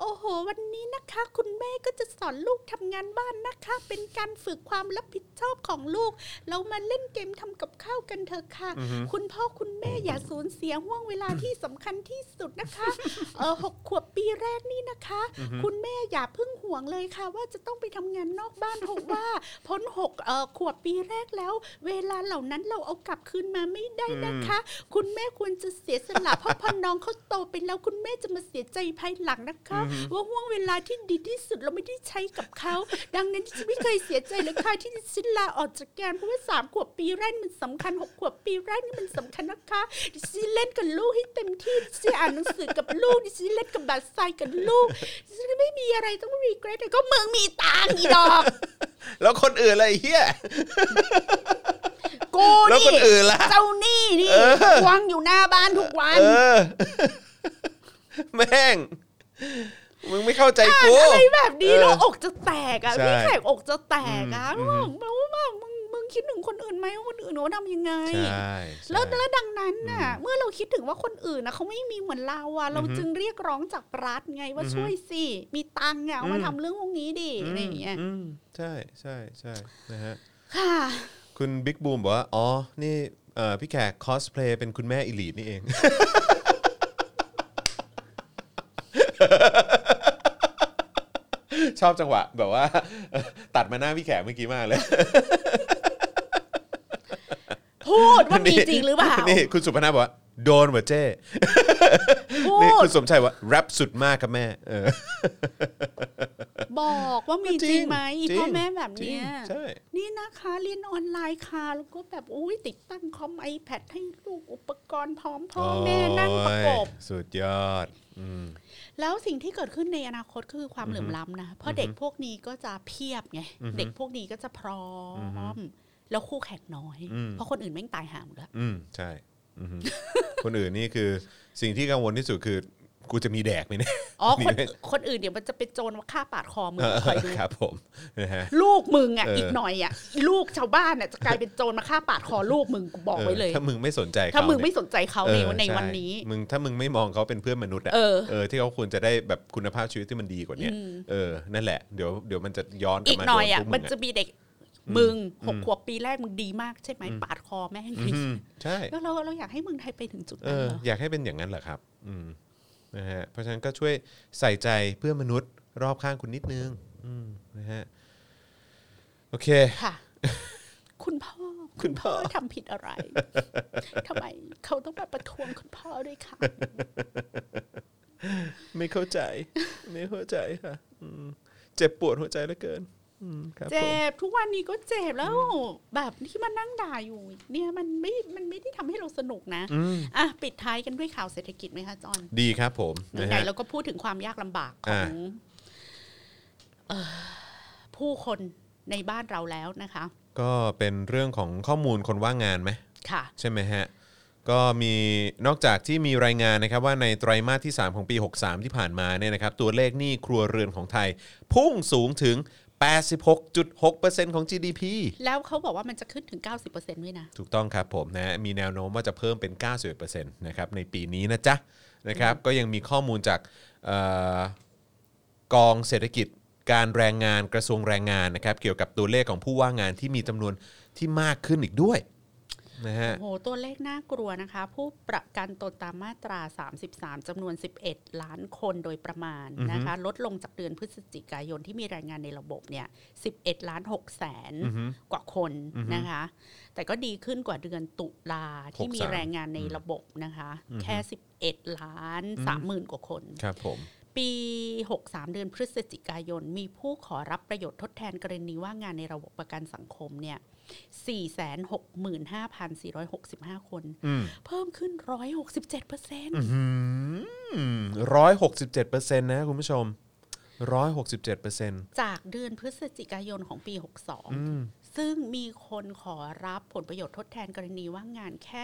D: โอ้โห วันนี้นะคะ คุณแม่ก็จะสอนลูกทำงานบ้านนะคะ เป็นการฝึกความรับผิดชอบของลูก เรามาเล่นเกมทำกับข้าวกันเถอะค่ะ
B: อือฮึ
D: คุณพ่อคุณแม่อย่าสูญเสียห่วงเวลาที่สำคัญที่สุดนะคะ เออหกขวบปีแรกนี่นะคะ คุณแม่อย่าเพิ่งห่วงเลยค่ะ ว่าจะต้องไปทำงานนอกบ้านเพราะว่า พ้นหกเออขวบปีแรกแล้ว เวลาเหล่านั้นเราเอากลับคืนมาไม่ได้นะคะ คุณแม่ควรจะเสียสละ เพราะพอน้องเขาโตไปแล้วคุณแม่จะมาเสียใจภายหลังนะคะ ว่าห่วงเวลาที่ดีที่สุดเราไม่ได้ใช้กับเขา ดังนั้นฉันไม่เคยเสียใจเลยค่ะที่ฉันลาออกจากงานเพราะว่าสามขวบปีแรกมันสำคัญหกขวบปีแรกนี่มันสำคัญนะคะดิฉันเล่นกับลูกให้เต็มที่ดิฉันอ่านหนังสือกับลูกดิฉันเล่นกับบาสไซกับลูกดิฉันไม่มีอะไรต้องรีเกรสแต่ก็มึงมีตังค์อีดอก
B: แล้วคนอื่นอะไรเฮีย
D: กู
B: แล้วคนอื่นล่ะ
D: เจ้าหนี่นี่วางอยู่หน้าบ้านทุกวัน
B: เออ แม่ง มึงไม่เข้าใจกู
D: อะไรแบบนี้
B: เออ
D: เราอกจะแตกอ่ะ
B: ใช่
D: พี่แขกอกจะแตกอ่ะ
B: อืม
D: ว่าว่าว่ามึงมึงคิดถึงคนอื่นไหมว่าคนอื่นเขาทำยังไง
B: ใช่ใช่
D: แล้วแล้วดังนั้นน่ะ
B: อืม
D: เมื่อเราคิดถึงว่าคนอื่นนะเขาไม่มีเหมือนเราอ่ะเรา
B: อือฮึ
D: จึงเรียกร้องจากรัฐไงว่า
B: อือฮึ
D: ช่วยสิมีตังค์อ่ะเอามา
B: อืม
D: ทำเรื่องพวกนี้ดิอะไรอย่างเงี้ย
B: มใช่ใช่ใช่นะฮะ
D: ค่ะ
B: คุณบิ๊กบูมบอกว่า อ๋อ นี่เอ่อพี่แขกคอสเพลย์เป็นคุณแม่อิลีทนี่เอง ชอบจังหวะ แบบว่า ตัดมาหน้าพี่แขกเมื่อกี้มากเลย
D: พูดว่า มีจริงหรือเปล่า
B: นี่คุณสุพนาบอกว่า โดนว่ะเจ้
D: พู
B: นี่
D: ด
B: คุณสมชัยว่าแรปสุดมากครับแม่เออ
D: บอกว่ามีจริงไหมอี
B: จริง
D: พ่อแม่แบบเนี้ย
B: จริงใช่
D: นี่นะคะเรียนออนไลน์ค่ะ แล้วก็แบบอุ้ยติดตั้งคอม iPad ให้ลูกอุปกรณ์พร้อมพ่อแม่นั่งประกบ
B: โอ้ยสุดยอดอืม
D: แล้วสิ่งที่เกิดขึ้นในอนาคตคือความเหลื่อมล้ำนะ เพราะเด็กพวกนี้ก็จะเพียบไง
B: อือฮึ
D: เด็กพวกนี้ก็จะพร้อ
B: อือฮึ
D: ม แล้วคู่แข่งน้อย
B: อืม
D: เพราะคนอื่นแม่งตายห่าหมดแล้ว
B: อืมใช่อือหือ คนอื่นนี่คือสิ่งที่กังวลที่สุดคือกูจะมีแดกไหมเนี่ย
D: อ๋อคน
B: นี่แม่ง
D: คนอื่นเดี๋ยวมันจะเป็นโจรว่าฆ่าปาด คอมึง
B: เออ
D: คอยดู
B: ครับผมนะฮะ
D: ลูกมึงอ่ะ
B: เอออี
D: อีกหน่อยอ่ะลูกชาวบ้านอ่ะจะกลายเป็นโจรมาฆ่าปาดคอลูกมึงกูบอกไว้เลย
B: ถ้ามึงไม่สนใจเข
D: ถ้ามึงไม่
B: เนี่ย
D: สนใจเขา
B: เอ
D: ใน
B: อ
D: วันใน
B: ช่
D: วันนี้
B: มึงถ้ามึงไม่มองเขาเป็นเพื่อนมนุษย์อะ
D: เออ
B: เออที่เขาควรจะได้แบบคุณภาพชีวิตที่มันดีกว่าเนี้ย
D: อืม
B: เออนั่นแหละเดี๋ยวเดี๋ยวมันจะย้อนกลั
D: อี
B: บ
D: ก
B: มา
D: หน่อยอ่ะ
B: โดพว
D: มัน
B: ง
D: จะมีเด็กมึงหกขวบปีแรกมึงดีมากใช่ไหมปาดคอแม่ง
B: อือหือใช่
D: แล้วเราเราอยากให้เมืองไทยไปถึงจุด
B: เอ
D: นั้น
B: อ
D: เหรอ
B: อยากให้เป็นอย่างนั้นเหรอครับอืมนะฮะเพราะฉะนั้นก็ช่วยใส่ใจเพื่อนมนุษย์รอบข้างคุณนิดนึงอืมนะฮะโอเค
D: ค่ะ คุณพ่อ
B: คุณพ่อ
D: ทำผิด อะไรทำไมเขาต้องมาประท้วงคุณพ่อด้วยคะ
B: ไม่เข้าใจ ไม่เข้าใจค่ะอืมเจ็บปวดหัวใจเหลือเกิน อืมครับผ
D: เจ็
B: ม
D: บทุกวันนี้ก็เจ็บแล้ว แบบที่มานั่งด่าอยู่ เนี่ยมันไม่มันไม่ได้ทำให้เราสนุกนะ
B: อืม
D: อ่ะปิดท้ายกันด้วยข่าวเศรษฐกิจไหมคะจอน
B: ดีครับผมนะ
D: ไหน
B: ฮะ
D: ๆเราก็พูดถึงความยากลำบากของ
B: อ่า
D: เอ่อผู้คนในบ้านเราแล้วนะคะ
B: ก็เป็นเรื่องของข้อมูลคนว่างงานไหม
D: ค่ะ
B: ใช่ไหมฮะ ก็มีนอกจากที่มีรายงานนะครับว่าในไตรมาสที่ 3 ของปี 63 ที่ผ่านมาเนี่ยนะครับตัวเลขหนี้ครัวเรือนของไทย พุ่งสูงถึง 86.6%ของ GDP
D: แล้วเขาบอกว่ามันจะขึ้นถึง 90%ด้วยนะ
B: ถูกต้องครับผมนะมีแนวโน้มว่าจะเพิ่มเป็น 91%นะครับในปีนี้นะจ๊ะนะครับก็ยังมีข้อมูลจากเอ่อกองเศรษฐกิจการแรงงานกระทรวงแรงงานนะครับเกี่ยวกับตัวเลขของผู้ว่างงานที่มีจำนวนที่มากขึ้นอีกด้วยนะฮะ
D: โอ้โห ตัวเลขน่ากลัวนะคะ ผู้ประกันตนตามมาตรา 33จำนวน 11 ล้านคนโดยประมาณ
B: อือฮึ
D: นะคะ ลดลงจากเดือนพฤศจิกายนที่มีแรายงานในระบบเนี่ย 11 ล้าน6แสน
B: อือฮึ
D: กว่าคน
B: อือฮึ
D: นะคะ แต่ก็ดีขึ้นกว่าเดือนตุลาที่มี
B: 63
D: แรงงานในระบบนะคะ
B: อือฮึ
D: แค่ 11 ล้าน
B: อืม
D: 3 0,000 กว่าคน
B: ครับผม
D: ปี 63 เดือนพฤศจิกายน มีผู้ขอรับประโยชน์ทดแทนกรณีว่างงานในระบบประกันสังคมเนี่ย 465,465 คน
B: อืม
D: เพิ่มขึ้น 167เปอร์เซ็นต์
B: ร้อยหกสิบเจ็ดเปอร์เซ็นต์นะคุณผู้ชมร้อยหกสิบเจ็ดเปอร์เซ็นต์
D: จากเดือนพฤศจิกายนของปี 62 ซึ่งมีคนขอรับผลประโยชน์ทดแทนกรณีว่างงานแค่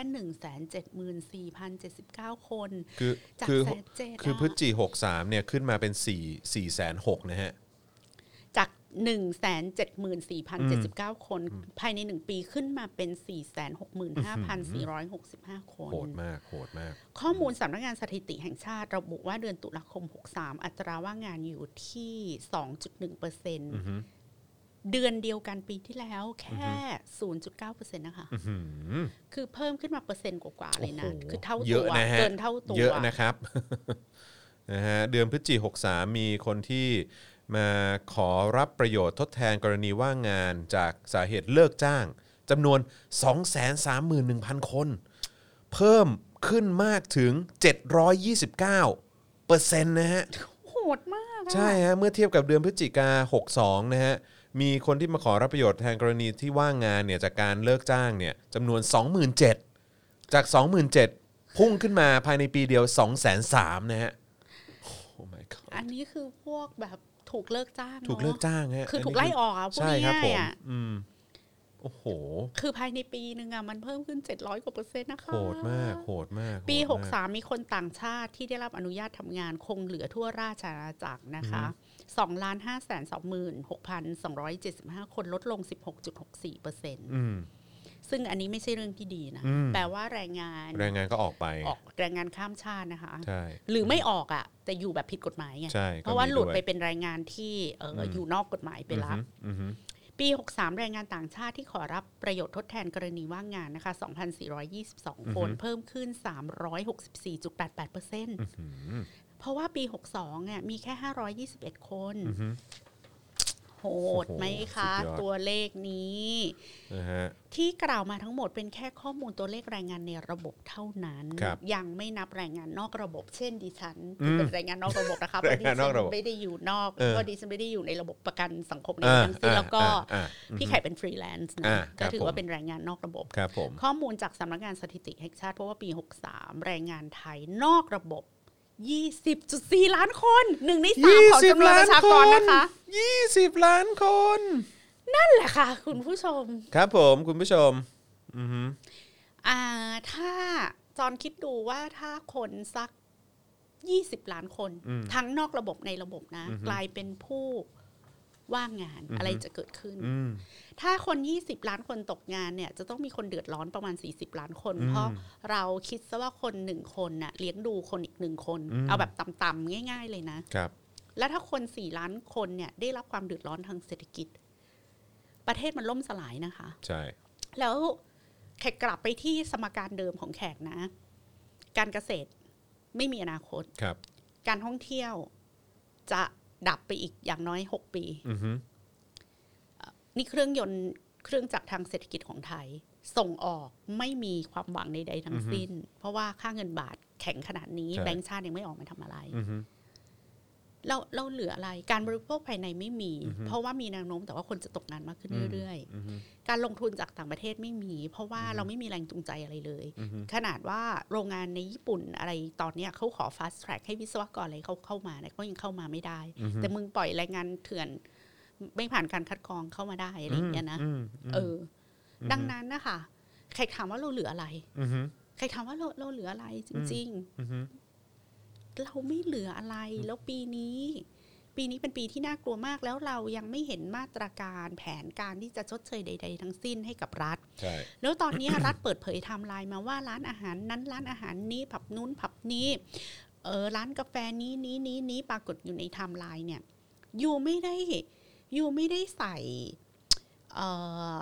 D: 174,079 คน
B: คือ
D: จาก
B: คือ
D: แสนเจ็ด
B: คือพฤศจิหกสามเนี่ยขึ้นมาเป็นสี่สี่แสนหกนะฮะ
D: จาก 174,079 คน ภายใน 1 ปีขึ้นมาเป็น 465,465 คน
B: โหดมากโหดมาก
D: ข้อมูลสำนักงานสถิติแห่งชาติระบุว่าเดือนตุลาคม 63 อัตราว่างงานอยู่ที่ 2.1เปอร์เซ็นต์เดือนเดียวกันปีที่แล้วแค่ 0.9เปอร์เซ็นต์นะคะ คือเพิ่มขึ้นมาเปอร์เซ็นต์กว่าๆเลยนะ
B: โอ้โห
D: คือเท่า
B: เย
D: ตั
B: อะ
D: ว
B: นะฮะ
D: เกินเท่าตัว
B: เยอะนะครับ นะฮะเดือนพฤศจิกายน63 มีคนที่มาขอรับประโยชน์ทดแทนกรณีว่างงานจากสาเหตุเลิกจ้างจำนวน 231,000 คน เพิ่มขึ้นมากถึง 729เปอร์เซ็นต์นะฮะ
D: โหดมากอะ
B: ใช่ฮะเมื่อเทียบกับเดือนพฤศจิกา 62 นะฮะ มีคนที่มาขอรับประโยชน์แทนกรณีที่ว่างงานเนี่ยจากการเลิกจ้างเนี่ยจำนวน 27,000จาก 27,000 พุ่งขึ้นมาภายในปีเดียว 203,000นะฮะ โอ้ my god
D: อันนี้คือพวกแบบถูกเลิกจ้าง
B: ถูกเลิก
D: นอะ
B: จ้างฮะ
D: คือถูกไล่ออกอะพูด
B: ใช่ครับผม
D: ง่ายๆอะ
B: อืมโอ้โห
D: คือภายในปีหนึ่งอะมันเพิ่มขึ้น 700 กว่าเปอร์เซ็นต์นะคะ
B: โหดมาก โหดมาก
D: ปี
B: โหดมาก
D: 63 มีคนต่างชาติที่ได้รับอนุญาตทำงานคงเหลือทั่วราชอาณาจักรนะคะ2ล้าน5แสน26,275 คนลดลง 16.64เปอร์เซ็นต์
B: อืม
D: ซึ่งอันนี้ไม่ใช่เรื่องที่ดีนะ
B: อืม
D: แปลว่าแรงงาน
B: แรงงานก็ออกไป
D: ออกแรงงานข้ามชาตินะคะ
B: ใช่
D: หรือไม่ออกอะ่ะ แต่อยู่แบบผิดกฎหมายไง
B: ใช่
D: เพราะว่า
B: ก็มี
D: หลุด
B: ด้วย
D: ไปเป็นแรงงานที่เอออ
B: ม
D: อยู่นอกกฎหมายไปแล้ว
B: อือฮึอือฮึ
D: ปี 63 แรงงานต่างชาติที่ขอรับประโยชน์ทดแทนกรณีว่างงานนะคะ 2,422 คน เพิ่มขึ้น 364.88%
B: อืม
D: เพราะว่าปี 62เนี่ยมีแค่ 521 คน
B: อือฮึ
D: โหดไหมคะ
B: โอ้โหสุดยอด
D: ตัวเลขนี้
B: นะฮะ
D: ที่กล่าวมาทั้งหมดเป็นแค่ข้อมูลตัวเลขแรงงานในระบบเท่านั้น
B: ครับ
D: ยังไม่นับแรงงานนอกระบบ เช่นดิฉัน
B: อืม
D: เป็นแรงงานนอกระบบนะคะเพ
B: แร
D: ราะ
B: ง
D: ดิ
B: งานน
D: ฉั
B: อน กระบบ
D: ไม่ได้อยู่นอก
B: เออ
D: ก็ดิฉันไม่ได้อยู่ในระบบประกันสังคมใน
B: อ่า
D: ทั้งสิ้นแล้วก็
B: อ่าอ่าอ่า
D: พี่ไข่เป็นฟรีแลนซ์นะ
B: อ่าครั
D: ก็
B: บ
D: ถือว่า
B: ผม
D: เป็นแรงงานนอกระบบ
B: ครับผม
D: ข้อมูลจากสำนักงานสถิติแห่งชาติเพราะว่าปี 63 แรงงานไทยนอกระบบ 20.4 ล้านคนหนึ่งในสามของจำนวนประชากรนะคะ
B: ยี่สิบล้านคน
D: นั่นแหละค่ะ คุณผู้ชม
B: ครับผมคุณผู้ชม อือฮึ
D: อ่าถ้าจอนคิดดูว่าถ้าคนสัก 20 ล้านคน
B: อืม
D: ทั้งนอกระบบในระบบนะ
B: อือฮึ
D: กลายเป็นผู้ว่างงาน
B: อือฮึ
D: อะไรจะเกิดขึ้น
B: อืม
D: ถ้าคน 20 ล้านคนตกงานเนี่ย จะต้องมีคนเดือดร้อนประมาณ 40 ล้านคน
B: อืม
D: เพราะเราคิดซะว่าคนหนึ่งคนน่ะเลี้ยงดูคนอีกหนึ่งคน
B: อืม
D: เอาแบบต่ำๆง่าย ๆ เลยนะ
B: ครับ
D: แล้วถ้าคน 4 ล้านคนเนี่ยได้รับความเดือดร้อนทางเศรษฐกิจ ประเทศมันล่มสลายนะคะ
B: ใช่
D: แล้วแขกกลับไปที่สมการเดิมของแขกนะ การเกษตรไม่มีอนาคต
B: ครับ
D: การท่องเที่ยวจะดับไปอีกอย่างน้อย 6 ปี
B: อือฮึ
D: นี่เครื่องยนต์เครื่องจักรทางเศรษฐกิจของไทย ส่งออกไม่มีความหวังใดๆทั้งสิ้น เพราะว่าค่าเงินบาทแข็งขนาดนี้แบงก์ชาติยังไม่ออกมาทำอะไร
B: อือฮึ
D: เราเราเหลืออะไร การบริโภคภายในไม่มี
B: อือฮึ
D: เพราะว่ามีแนวโน้มแต่ว่าคนจะตกงานมากขึ้นเรื่อยๆ
B: อือฮึ
D: การลงทุนจากต่างประเทศไม่มี เพราะว่าเราไม่มีแรงจูงใจอะไรเลย
B: อือฮึ
D: ขนาดว่าโรงงานในญี่ปุ่นอะไรตอนเนี้ยเขาขอ fast track ให้วิศวกรอะไรเขาเข้ามาเนี่ยก็ยังเข้ามาไม่ได้ แต่มึงปล่อยแรงงานเถื่อน ไม่ผ่านการคัดกรองเข้ามาได้อะไรอย่างเงี้ยนะ
B: อืมม
D: เอออดังนั้นนะคะใครถามว่าเราเหลืออะไร
B: อฮึ
D: ใครถามว่าเราเราเหลืออะไรจริง ๆ
B: อือฮึ
D: เราไม่เหลืออะไรแล้วปีนี้ ปีนี้เป็นปีที่น่ากลัวมากแล้วเรายังไม่เห็นมาตรการแผนการที่จะชดเชยใด ๆ ทั้งสิ้นให้กับรัฐ
B: ใช่
D: แล้วตอนนี้ รัฐเปิดเผยไทม์ไลน์มาว่าร้านอาหารนั้นร้านอาหารนี้ผับนู้นผับนี้เออร้านกาแฟนี้นี้นี้นี้ปรากฏอยู่ในไทม์ไลน์เนี่ยยูไม่ได้ยูไม่ได้ใส่เอ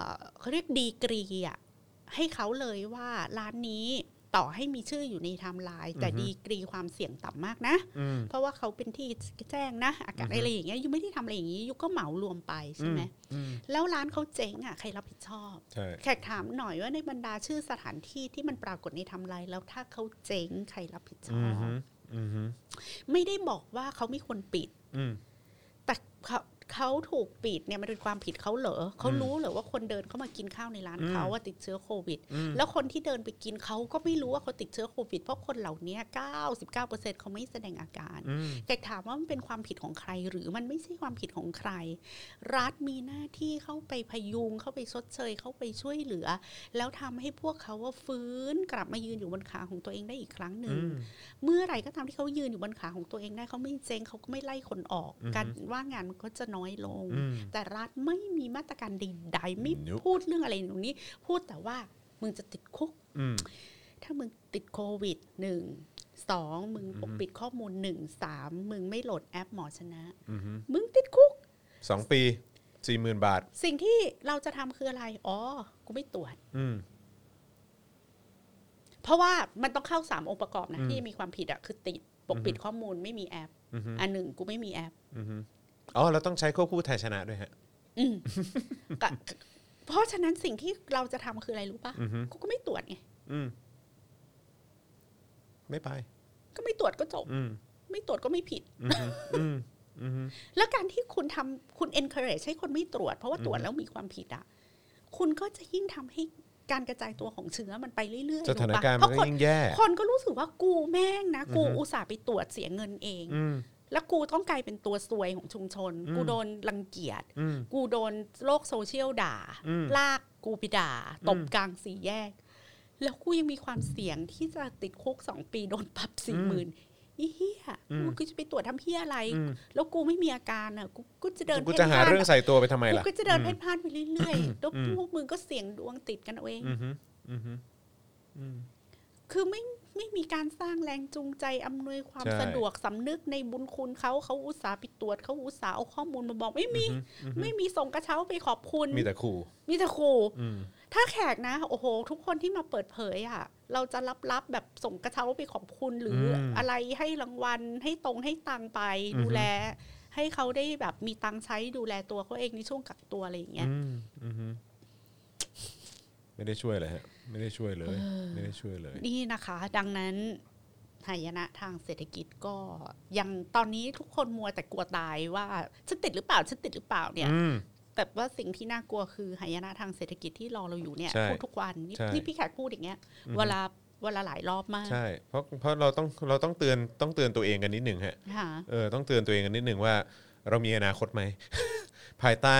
D: อเขาเรียกดีกรีอะให้เขาเลยว่าร้านนี้ต่อให้มีชื่ออยู่ในไทม์ไลน์แต่ดีกรีความเสี่ยงต่ำมากนะ
B: อืม
D: เพราะว่าเขาเป็นที่แจ้งนะ อากาศ
B: อือฮึ
D: อะไรอย่างเงี้ยยูไม่ได้ทำอะไรอย่างงี้ยูก็เหมารวมไปใช่ไหม
B: อืม
D: แล้วร้านเขาเจ๊งอ่ะใครรับผิดชอบ
B: ใช่
D: แขกถามหน่อยว่าในบรรดาชื่อสถานที่ที่มันปรากฏในไทำลายแล้วถ้าเขาเจ๊งใครรับผิดช
B: อื
D: อ
B: อบ ฮึอือฮึ
D: ไม่ได้บอกว่าเขาไม่ควรปิด
B: อืม
D: แต่เขาเขาถูกปิดเนี่ยมันเป็นความผิดเขาเหรอเขา
B: อืม
D: รู้เหรอว่าคนเดินเข้ามากินข้าวในร้าน
B: อืม
D: เขาว่าติดเชื้อโควิด
B: อืม
D: แล้วคนที่เดินไปกินเขาก็ไม่รู้ว่าเขาติดเชื้อโควิด เพราะคนเหล่านี้99%เขาไม่แสดงอาการ
B: อืม
D: แต่ถามว่ามันเป็นความผิดของใคร หรือมันไม่ใช่ความผิดของใคร รัฐมีหน้าที่เข้าไปพยุงเข้าไปชดเชยเข้าไปช่วยเหลือ แล้วทำให้พวกเขาว่าฟื้นกลับมายืนอยู่บนขาของตัวเองได้อีกครั้งหนึ่ง
B: อืม
D: เมื่อไหร่ก็ตามที่เขายืนอยู่บนขาของตัวเองได้เขาไม่เจ๊งเขาก็ไม่ไล่คนออก
B: อือฮึ
D: การว่างงานมันก็จะน้อยลง
B: อืม
D: แต่รัฐไม่มีมาตรการใดๆไม่
B: นุ๊ก
D: พูดเรื่องอะไรตรงนี้ พูดแต่ว่ามึงจะติดคุก
B: อืม
D: ถ้ามึงติดโควิดหนึ่งสองมึง
B: อือฮึ
D: ปกปิดข้อมูลหนึ่งสามมึงไม่โหลดแอปหมอชนะ
B: อือฮึ
D: มึงติดคุก
B: สองปีสี่หมื่นบาท
D: สิ่งที่เราจะทำคืออะไร อ๋อ กูไม่ตรวจ
B: อืม
D: เพราะว่ามันต้องเข้าสามองค์ประกอบนะ
B: อืม
D: ที่มีความผิดอะคือติดปกปิดข้อมูลไม่มีแอป
B: อือฮึ
D: อันหนึ่งกูไม่มีแอป
B: อือฮึอ๋อเราต้องใช้ควบคู่ไทยชนะด้วยฮะ
D: อืมกะเพราะฉะนั้นสิ่งที่เราจะทำคืออะไรรู้ปะ
B: อือฮึ
D: กูก็ไม่ตรวจไง
B: อืม ไม่ไป
D: ก็ไม่ตรวจก็จบ
B: อืม
D: ไม่ตรวจก็ไม่ผิด
B: อืมอืมอืม
D: แล้วการที่คุณทำคุณ encourage ให้คนไม่ตรวจ เพราะว่าตรวจ
B: อือฮึ
D: แล้วมีความผิดอ่ะ คุณก็จะยิ่งทำให้การกระจายตัวของเชื้อมันไปเรื่อยๆ
B: สถานการณ์
D: รู้ปะเพ
B: มัน
D: ราะ
B: ก็
D: คน
B: ยิ่งแย่
D: คนก็รู้สึกว่ากูแม่งนะ กู
B: อือฮึ
D: อุตส่าห์ไปตรวจเสียเงินเอง
B: อืม
D: แล้วกูต้องกลายเป็นตัวซวยของชุมชน
B: อืม
D: กูโดนรังเกียจ
B: อืม
D: กูโดนโลกโซเชียลด่า
B: อืม
D: ลากกูไปด่า ตบ
B: อืม
D: กลางสี่แยก แล้วกูยังมีความเสี่ยงที่จะติดคุกสองปีโดนปรับสี่หมื่นอีเหี้ย
B: อืม
D: กูจะไปตรวจทำเหี้ยอะไร
B: อืม
D: แล้วกูไม่มีอาการอ่ะกูกูจะเดิน
B: กูจะหา
D: พ่นพ่น
B: เรื่องใส่ตัวไปทำไม
D: กู
B: ล่ะ
D: ก็จะเดินเพ่นพ่านไปเรื่อยๆแล้ว
B: อืม
D: พวกมึงก็เสี่ยงดวงติดกันเอาเอง
B: อืมอืมอืมอืม
D: คือไม่ไม่มีการสร้างแรงจูงใจอำนวยความ
B: ใช่
D: สะดวกสำนึกในบุญคุณเขาเขาอุตส่าห์ไปตรวจเขาอุตส่าห์เอาข้อมูลมาบอกไม่มี
B: อืม
D: ไม่มีส่งกระเช้าไปขอบคุณ
B: มีแต่ขู่
D: มีแต่ขู่
B: อืม
D: ถ้าแขกนะ โอ้โห ทุกคนที่มาเปิดเผยอ่ะ เราจะรับรับแบบส่งกระเช้าไปขอบคุณหรืออ
B: ม
D: อะไรให้รางวัลให้ตรงให้ตังไป
B: อือฮึ
D: ดูแล ให้เขาได้แบบมีตังใช้ดูแลตัวเขาเองในช่วงกักตัวอะไรอย่างเงี้ย
B: อืมอืมไม่ได้ช่วยเลยฮะ ไม่ได้ช่วยเลย ไม่ได้ช่วยเลย
D: นี่นะคะ ดังนั้นหายนะทางเศรษฐกิจก็ยังตอนนี้ทุกคนมัวแต่กลัวตายว่าฉันติดหรือเปล่าฉันติดหรือเปล่าเนี่ย
B: อืม
D: แต่ว่าสิ่งที่น่ากลัวคือหายนะทางเศรษฐกิจที่รอเราอยู่เนี่ย
B: ใช่
D: พูดทุกวันนี่
B: ใช่
D: นี่พี่แขกพูดอย่างเงี้ยเวลาเวลาหลายรอบมาก
B: ใช่ เพราะเพราะเราต้องเราต้องเตือนต้องเตือนตัวเองกันนิดหนึ่งฮะ
D: ค่ะ
B: เออต้องเตือนตัวเองกันนิดหนึ่งว่า เรามีอนาคตไหม ภายใต้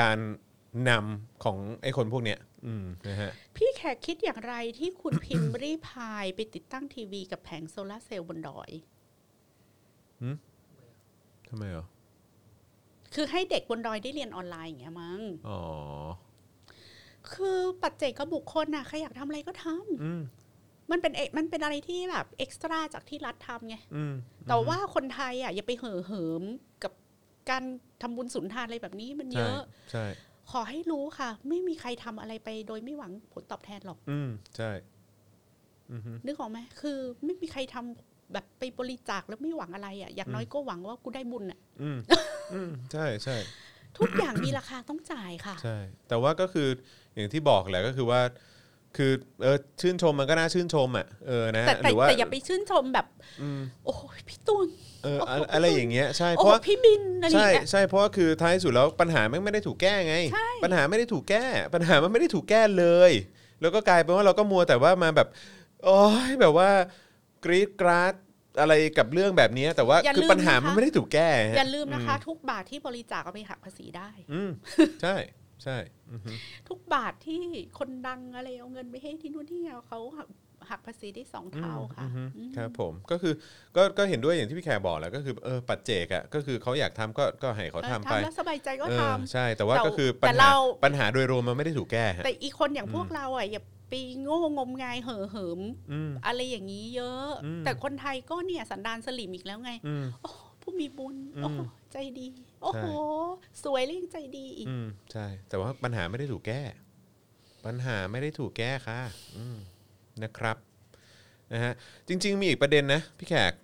B: การนำของไอ้คนพวกเนี้ย อืมนะฮะ
D: พี่แขกคิดอย่างไรที่คุณ พิมพ์รีพายไปติดตั้งทีวีกับแผงโซลาร์เซลล์บนดอย
B: ทำไมอ่ะ
D: คือให้เด็กบนดอยได้เรียนออนไลน์อย่างเงี้ยมั้ง
B: อ๋อ
D: คือปัจเจกบุคคลน่ะใครอยากทำอะไรก็ทำ
B: อืม
D: มันเป็นเอมันเป็นอะไรที่แบบเอ็กซ์ตร้าจากที่รัฐทำไง
B: อืม
D: แต่ว่าคนไทยอ่ะอย่าไปเห่อเหิมกับการทำบุญสุนทานอะไรแบบนี้มันเย
B: ใช่
D: อะ
B: ใช่
D: ขอให้รู้ค่ะ ไม่มีใครทำอะไรไปโดยไม่หวังผลตอบแทนหรอก
B: อืม ใช่ อือฮึ
D: นึกออกไหมคือ ไม่มีใครทำแบบไปบริจาคแล้วไม่หวังอะไรอ่ะ อย่างน้อยก็หวังว่ากูได้บุญอ่ะ
B: อืม อืม ใช่ใช่
D: ทุกอย่างมีราคาต้องจ่ายค่ะ
B: ใช่ แต่ว่าก็คืออย่างที่บอกแหละก็คือว่า คือเออชื่นชมมันก็น่าชื่นชมอ่ะ เออ นะ
D: แต่
B: ฮะห
D: แต่
B: รือว่า
D: แต่อย่าไปชื่นชมแบบ
B: อืม
D: โอ้ยพี่ตูน
B: เอออะ
D: โอ้โห
B: อะไรอย่างเงี้ย ใช่ เพ
D: โอ้
B: ราะ
D: โห
B: ว่า
D: พี่บินอะไรอ
B: ใช่
D: ย่างเงี้ย
B: ใช่เพราะว่าคือท้ายสุดแล้วปัญหามันไม่ได้ถูกแก้ไง
D: ใช่
B: ปัญหาไม่ได้ถูกแก้ ปัญหามันไม่ได้ถูกแก้เลย แล้วก็กลายเป็นว่าเราก็มัวแต่ว่ามาแบบโอ้ยแบบว่ากรีดกราดอะไรกับเรื่องแบบเนี้ยแต่ว่า
D: อย่า
B: คือ
D: ลืม
B: ปัญหามัน
D: นะคะ
B: ไม่ได้ถูกแก้ฮะ
D: อย่าลืมนะคะ ทุกบาทที่บริจาคเอาไปหักภาษีได้
B: อืมใช่ใช่อือฮึ
D: ทุกบาทที่คนดังอะไรเอาเงินไปให้ที่นู่นที่นี่เขา หักภาษีได้สองเท่าค่ะ
B: อืม
D: อืม
B: ครับผมก็คือก็ก็เห็นด้วยอย่างที่พี่แขกบอกแหล้วก็คือเออปัจเจกอ่ะก็คือเขาอยากทำก็ก็ให้เขา
D: เออ
B: ทำไป
D: แล้วสบายใจก็
B: เอ
D: ท
B: อใช่แต่ว่า
D: แต่
B: ก็คือปัญหา
D: แต่เรา
B: ปัญหาโดยรวมมันไม่ได้ถูกแก้
D: ำ
B: ฮะ
D: แต่อีกคนอย่าง
B: อืม
D: พวกเราอ่ะอย่าไปโง่งมงายเห่อเหิม
B: อืม
D: อะไรอย่างนี้เยอะ
B: อืม
D: แต่คนไทยก็เนี่ยสันดานสลิมอีกแล้วไง
B: อืม
D: โอ้ผู้มีบุญ
B: อืม
D: โอ้โหใจดี โอ้โห
B: ใช่
D: สวยเรื่งใจดีอีก
B: อืมใช่แต่ว่าปัญหาไม่ได้ถูกแก้ ปัญหาไม่ได้ถูกแก้ค่ะอืมนะครับนะฮะจริง ๆ มีอีกประเด็นนะพี่แขก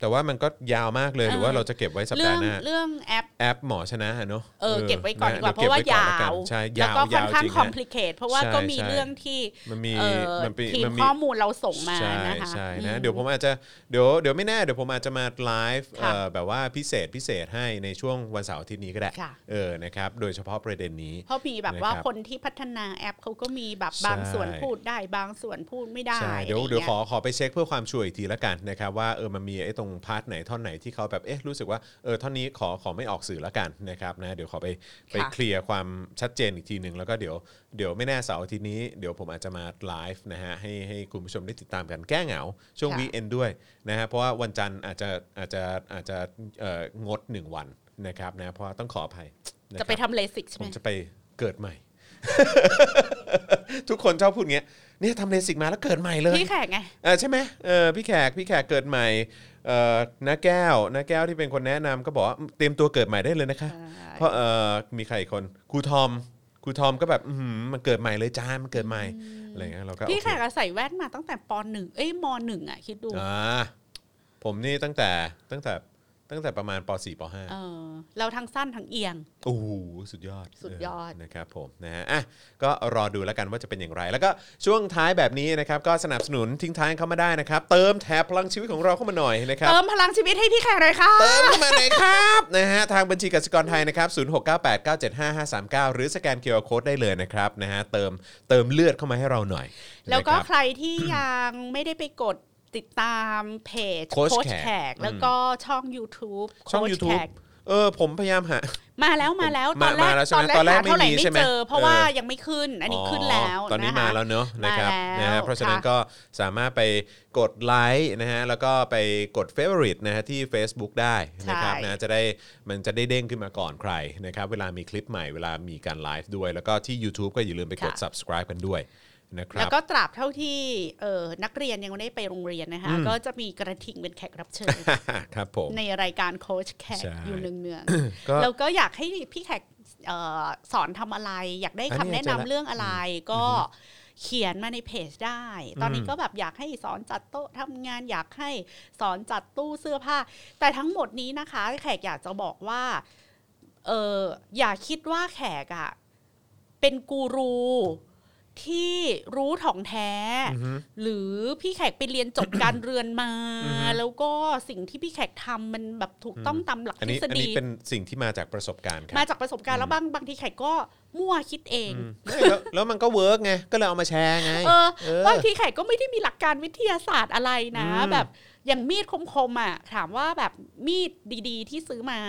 B: แต่ว่ามันก็ยาวมากเลยหรือว่า
D: เออ
B: เราจะเก็บไว้สัป
D: เรื่
B: ดา
D: อง
B: ห์หน้า
D: เรื่องแอป
B: แอปหมอชนะอะเนาะ
D: เออเก็บไว้ก่อนดีกว่า
B: น
D: เพราะว่า
B: ก็บไก่อน
D: ยา
B: แล้กัน
D: ว
B: ใช่
D: แล้ว
B: ยาว
D: ก็ค่อนข้าง
B: ยาวจริง
D: คอม
B: ฮะ
D: พลีเคทเพราะว่า
B: ใช่
D: ก็มี
B: ใช่
D: เรื่องที่
B: มันมี
D: เอ่อ
B: มันเป็น
D: ทีม
B: มันมี
D: ข้อมูลเราส่งมา
B: ใช่
D: นะคะ
B: ใช่
D: อืม
B: นะเดี๋ยวผมอาจจะเดี๋ยวเดี๋ยวไม่แน่เดี๋ยวผมอาจจะมาไลฟ์
D: ค่ะ
B: เอ่อแบบว่าพิเศษพิเศษให้ในช่วงวันเสาร์อาทิตย์นี้ก็ได้
D: ค่ะ
B: เออนะครับโดยเฉพาะประเด็นนี้
D: เพราะมีแบบว่า
B: นะครับ
D: คนที่พัฒนาแอปเขาก็มีแบบบาง
B: ใช่
D: ส่วนพูดได้บางส่วนพูดไม่ได้
B: ใช่เดี๋ยว
D: อะไร
B: เดี๋ยว
D: งี้
B: ขอขอไปเช็คเพื่อความชัวร์อีกทีละกันนะครับว่าเออมันมีไอ้ตรงพาร์ทไหนท่อนไหนที่เขาแบบเอ๊ะรู้สึกว่าเออท่อนนี้ขอขอไม่ออกสื่อละกันนะครับนะเดี๋ยวขอไปไป
D: ค่ะ
B: เคลียร์ความชัดเจนอีกทีหนึ่งแล้วก็เดี๋ยวเดี๋ยวไม่แน่เสาร์อาทิตย์นี้เดี๋ยวผมอาจจะมาไลฟ์นะฮะให้ให้คุณผู้ชมได้ติดตามกันแก้เหงา ช่วง
D: ค่ะ
B: วีเอนด้วยนะฮะเพราะว่าวันจันทร์อาจจะอาจจะอาจจะเอ่องดหนึ่งวันนะครับนะเพราะว่าต้องขออภัยนครับ
D: จะไปทำเลสิก
B: ผ
D: ใช่ไหม
B: มจะไปเกิดใหม่ ทุกคนชอบพูดเงี้ยเนี่ยทำเลสิกมาแล้วเกิดใหม่เลย
D: พี่แขกไง
B: เออใช่ไหมเออพี่แขกพี่แขกเกิดใหม่เออนาแก้วนาแก้วที่เป็นคนแนะนำก็บอกว่าเตรียมตัวเกิดใหม่ได้เลยนะคะ เพราะเออมีใครอีกคนครูทอมครูทอมก็แบบอื้อหือมันเกิดใหม่เลยจานมันเกิดใหม่อะไรเงี้ยเราก็
D: พี่แขก
B: โอ
D: อะใส่แว่นมาตั้งแต่ปหนึ่งเอ้ยมหนึ่งอ่ะ คิดดู
B: เคอ่าผมนี่ตั้งแต่ตั้งแต่ตั้งแต่ประมาณป .4 ป .5
D: เออ เราทั้งสั้นทั้งเอียง
B: โอ้โหสุดยอด
D: สุดยอด
B: เนะครับผมนะฮะอ่ะก็รอดูแล้วกันว่าจะเป็นอย่างไร แล้วก็ช่วงท้ายแบบนี้นะครับก็สนับสนุนทิ้งท้ายเข้ามาได้นะครับ เติมแถบพลังชีวิตของเราเข้ามาหน่อยนะครับ
D: เติมพลังชีวิตให้พี่แขกเลยค่ะ
B: เติมเข้ามาหน่อยครับ นะฮะทางบัญชีกสิกรไทยนะครับ0698975539 หรือสแกน QR Code ได้เลยนะครับนะฮะเติมเติมเลือดเข้ามาให้เราหน่อย
D: แล้วก็
B: นะครับ
D: ใครที่ยังไม่ได้ไปกดติดตามเพจ
B: โค้ช
D: ช
B: แขก
D: แขก แล้วก็ช่อง YouTube
B: ช่อง
D: โค้ช
B: YouTube
D: แขก
B: เออผมพยายามหา
D: มาแล้วมาแล้วต
B: มา
D: อนแรก
B: มาแล้วใช่
D: ต
B: ไหม
D: อนแร
B: ตอนแร
D: ก
B: ก
D: หาเท่าไหร่
B: ไม่มี
D: ไม่
B: ใช่ไหม
D: เจอ เพราะว่า
B: เออ
D: ยังไม่ขึ้น อันนี้ขึ้นแล้ว
B: อ๋อตอนนี้
D: ะคะ
B: มาแล้วเนอะนะครับ
D: มาแล้ว
B: นะฮะเพราะฉะนั้น
D: ค่ะ
B: ก็สามารถไปกดไลค์นะฮะแล้วก็ไปกด favorite นะฮะที่ Facebook ได้นะครับ
D: ใช่
B: นะจะได้มันจะได้เด้งขึ้นมาก่อนใครนะครับเวลามีคลิปใหม่เวลามีการไลฟ์ด้วย แล้วก็ที่ YouTube ก็อย่าลืมไปกด subscribe กันด้วยนะครั
D: แล้ว
B: บ
D: ก็ตราบเท่าที่เออนักเรียนยังไม่ได้ไปโรงเรียนนะคะ ก็จะมีกระทิงเป็นแขกรับเชิญ
B: ครับผม
D: ในรายการโค้ชแขก
B: ใช่
D: อยู่เนือง
B: ก็
D: ๆแล้วก็อยากให้พี่แขกเอ่อสอนทำอะไร อยากได้
B: อันนี้
D: คำแนะ
B: เจอละ
D: นำเรื่องอะไร ก็เขียนมาในเพจได้ ตอนนี้
B: อืม
D: ก็แบบอยากให้สอนจัดโต๊ะทำงาน อยากให้สอนจัดตู้เสื้อผ้า แต่ทั้งหมดนี้นะคะแขกอยากจะบอกว่าเอออย่าคิดว่าแขกอะเป็นกูรูที่รู้ถ่องแท้
B: อือฮึ
D: หรือพี่แขกไปเรียนจบ การเรือนมา แล้วก็สิ่งที่พี่แขกทำมันแบบถูกต้องตามหลัก
B: อัน
D: ทฤ
B: นี้
D: ษ
B: อัน
D: ฎี
B: นี้เป็นสิ่งที่มาจากประสบการณ์ครั
D: มา
B: บ
D: จากประสบการณ์แล้วบางบางทีแขกก็มั่วคิดเอง
B: อืมไม่แล้วแล้วมันก็เวิร์กไงก็เลยเอามาแชร์ไง
D: เออ
B: เออบ
D: างทีแขกก็ไม่ได้มีหลักการวิทยาศาสตร์อะไรนะ
B: อืม
D: แบบอย่างมีดคมๆอ่ะถามว่าแบบมีดดีๆ ที่ซื้อมา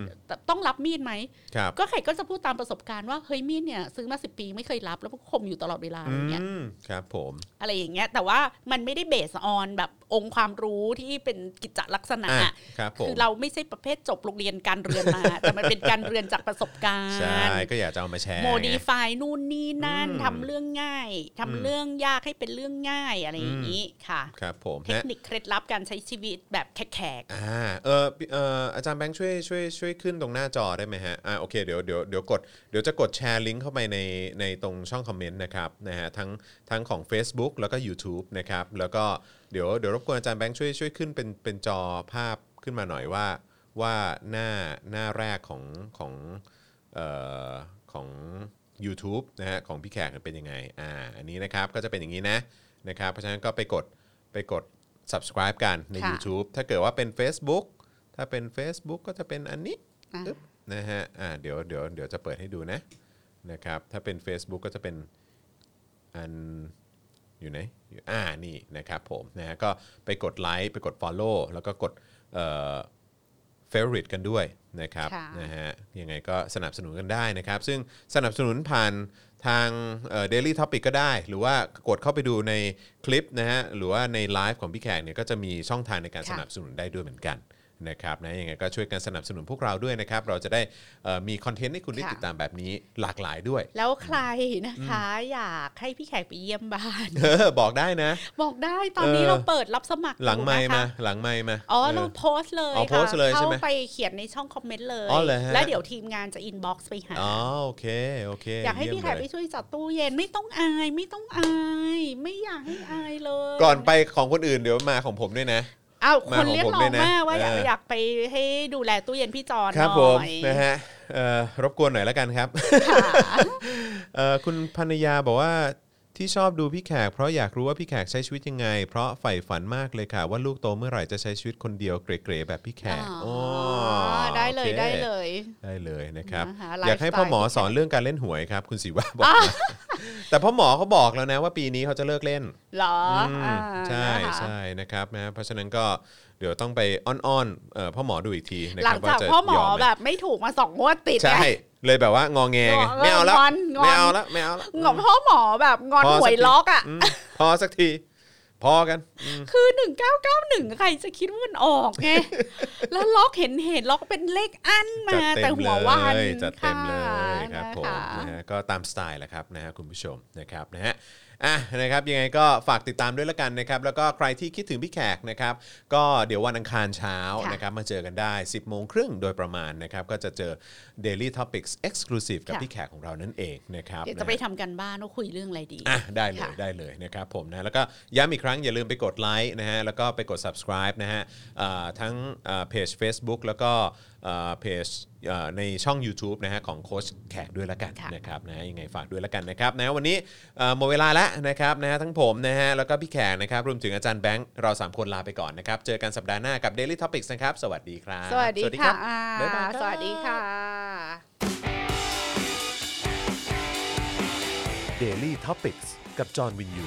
B: ม
D: แต่ต้องรับมีดไหม
B: ครับ
D: ก็แขกก็จะพูดตามประสบการณ์ว่าเฮ้ยมีดเนี่ยซื้อมาสิปีไม่เคยรับแล้วก็คมอยู่ตลอดเวลาอะไรเงี้ย
B: อืมครับผม
D: อะไรอย่างเงี้ยแต่ว่ามันไม่ได้เบสออนแบบองค์ความรู้ที่เป็นกิจจลักษณะ
B: อ่ะครับผม
D: คือเราไม่ใช่ประเภทจบโรงเรียนการเรียนมา แต่มันเป็นการเรียนจากประสบการ
B: ใช่
D: ณ์
B: ก็อยากจะเอามาแชร์
D: โม
B: ไง
D: ดีฟายนู่นนี่นั่น
B: อืม
D: ทำเรื่องง่ายทำเรื่องยากให้เป็นเรื่องง่ายอะไรอย่างนี้ค่ะ
B: ครับผม
D: เทค
B: นะ
D: นิคเคล็ดลับการใช้ชีวิตแบบแขก
B: อ่าเออพี่เอออาจารย์แบงค์ช่วยช่วยช่วยขึ้นตรงหน้าจอได้ไหมฮะอ่าโอเคเดี๋ยวเดี๋ยวเดี๋ยวกดเดี๋ยวจะกดแชร์ลิงก์เข้าไปในในตรงช่องคอมเมนต์นะครับนะฮะทั้งทั้งของ Facebook แล้วก็ YouTube นะครับแล้วก็เดี๋ยวเดี๋ยวรบกวนอาจารย์แบงค์ช่วยช่วยขึ้นเป็นเป็นจอภาพขึ้นมาหน่อยว่าว่าหน้าหน้าแรกของของเอ่อของ u t u b e นะฮะของพี่แขกเป็นยังไงอ่าอันนี้นะครับก็จะเป็นอย่างนี้นะนะครับเพราะฉะนั้นก็ไปกดไปกด subscribe กันใน
D: ค่ะ
B: YouTube YouTube ถ้าเกิดว่าเป็น Facebook ถ้าเป็น Facebook ก็จะเป็นอันนี้
D: อ่า
B: ตึ๊บนะฮะอ่าเดี๋ยวเดี๋ยวเดี๋ยวจะเปิดให้ดูนะนะครับถ้าเป็น Facebook ก็จะเป็นอันอยู่ไหนอยู่อ่านี่นะครับผมนะฮะก็ไปกดไลค์ไปกด Follow แล้วก็กดเอ่อ favorite กันด้วย นะครับ
D: ค่ะ
B: นะฮะยังไงก็สนับสนุนกันได้นะครับ ซึ่งสนับสนุนผ่านทางเดลี่ท็อปิกก็ได้ หรือว่ากดเข้าไปดูในคลิปนะฮะหรือว่าในไลฟ์ของพี่แขกเนี่ยก็จะมีช่องทางในการส
D: ค่ะ
B: นับสนุนได้ด้วยเหมือนกันนะครับนะยังไงก็ช่วยกันสนับสนุนพวกเราด้วยนะครับ เราจะได้เอ่อมีคอนเทนต์ให้คุณได้ติดตามแบบนี้หลากหลายด้วย
D: แล้วใครนะคะ อยากให้พี่แขกไปเยี่ยมบ้าน
B: เออบอกได้นะ
D: บอกได้ตอนนี้
B: เออ
D: เราเปิดรับสมัคร
B: หลัง
D: อยู่
B: ไม
D: นะคะ
B: ค์มาหลังไมค์มา
D: อ๋อเราโพสต์เลย
B: อ๋อโพ
D: ค่ะ
B: สต์เลยใช่ไหม
D: ไปเขียนในช่องคอมเมนต์เลย
B: อ๋อเหรอฮะ
D: แล้วเดี๋ยวทีมงานจะอินบ็อกซ์ไปหา
B: อ๋อโอเคโอเค
D: อยากให้พี่
B: เม
D: แขก
B: เล
D: ไปช่วยจัดตู้เย็นไม่ต้องอายไม่ต้องอาย ไม่อยากให้อายเลย
B: ก่อนไปของคนอื่นเดี๋ยวมาของผมด้วยนะ
D: อ้าว
B: มา
D: คนเรียกร้อ
B: ของ
D: ง
B: ผมด้วยนะ
D: มากว่าอยาก
B: เอออ
D: อยากไปให้ดูแลตู้เย็นพี่จอน
B: ครับ
D: ห
B: ผ
D: น่
B: ม
D: อย
B: นะฮะเอ่อรบกวนหน่อยแล้วกันครับ
D: ค่ะ
B: เอ่อคุณภรรยาบอกว่าที่ชอบดูพี่แขก เพราะอยากรู้ว่าพี่แขกใช้ชีวิตยังไง เพราะใฝ่ฝันมากเลยค่ะ ว่าลูกโตเมื่อไหร่จะใช้ชีวิตคนเดียวเก๋ๆแบบพี่แขก
D: อ๋อ
B: โอ้
D: ได้เลย
B: โอค
D: ได้เลย
B: ได้เลยนะครับ
D: นะคะ
B: อยากให้พ่อหมอสอนเรื่องการเล่นหวยครับ คุณศิวะบอกมาแต่พ่อหมอเขาบอกแล้วนะว่าปีนี้เขาจะเลิกเล่น
D: เหรอ
B: อืม
D: อ่า
B: ใช่
D: นะคะ
B: ใช่นะครับนะเพราะฉะนั้นก็เดี๋ยวต้องไปอ้อนๆเอ่อพ่อหมอดูอีกทีนะ
D: ห
B: ค
D: ลั
B: รั
D: ง
B: บว่า
D: จาก
B: จะ
D: พ่อหมอย
B: อมไหม
D: แบบไม่ถูกมาสองงวดติด
B: ใช่
D: ไง
B: เลยแบบว่างองแงไง
D: งอ
B: ไม่เอาแล้ว
D: งอนงอน
B: ไม่เอาแล้วไม่เอาแล้ว
D: งอพ่อหมอแบบงอนหวยล็อกอ่ะ
B: อืมพอสักที พอกันอืม
D: คือ 1991 ใครจะคิดว่ามันออกไง แล้วล็อกเห็นเห็นล็อกเป็นเลขอันมา
B: จัด
D: แต่
B: เต็ม
D: หั
B: เล
D: ววัน
B: ยจัดเต็มเลย
D: ะ
B: ครับผมนะ
D: นะ
B: คะ ฮะก็ตามสไตล์แหละครับนะฮะคุณผู้ชมนะครับนะฮะอ่ะนะครับยังไงก็ฝากติดตามด้วยละกันนะครับ แล้วก็ใครที่คิดถึงพี่แขกนะครับ ก็เดี๋ยววันอังคารเช้า
D: ค่ะ
B: นะครับมาเจอกันได้ 10บโมงครึ่งโดยประมาณนะครับ ก็จะเจอ Daily Topics Exclusive กับ
D: ค่ะ
B: พี่แขกของเรานั่นเองนะครับ
D: เดี๋ยวจะไป
B: นฮ
D: ทำกันบ้านว่าคุยเรื่องอะไรดี
B: อ่ะได้เลย
D: ค่ะ
B: ได้เลยนะครับผมนะแล้วก็ย้ำอีกครั้งอย่าลืมไปกดไลค์นะฮะแล้วก็ไปกด subscribe นะฮะอ่าทั้งอ่าเพจ Facebook แล้วก็อ่าเพจอ่าในช่อง YouTube นะฮะของโค้ชแขกด้วยละกัน
D: ค่ะ
B: นะครับนะยังไงฝากด้วยละกันนะครับนะวันนี้อ่าหมดเวลาแล้วนะครับนะฮะทั้งผมนะฮะแล้วก็พี่แขกนะครับรวมถึงอาจารย์แบงค์เราสามคนลาไปก่อนนะครับเจอกันสัปดาห์หน้ากับ Daily Topics นะครับสวัสดีครับ
D: สวัสดีค่ะอ่า
B: บ๊ายบายครับ
D: สวัสดีค่ะ
A: Daily t o p i c กกับจอห์นวินยู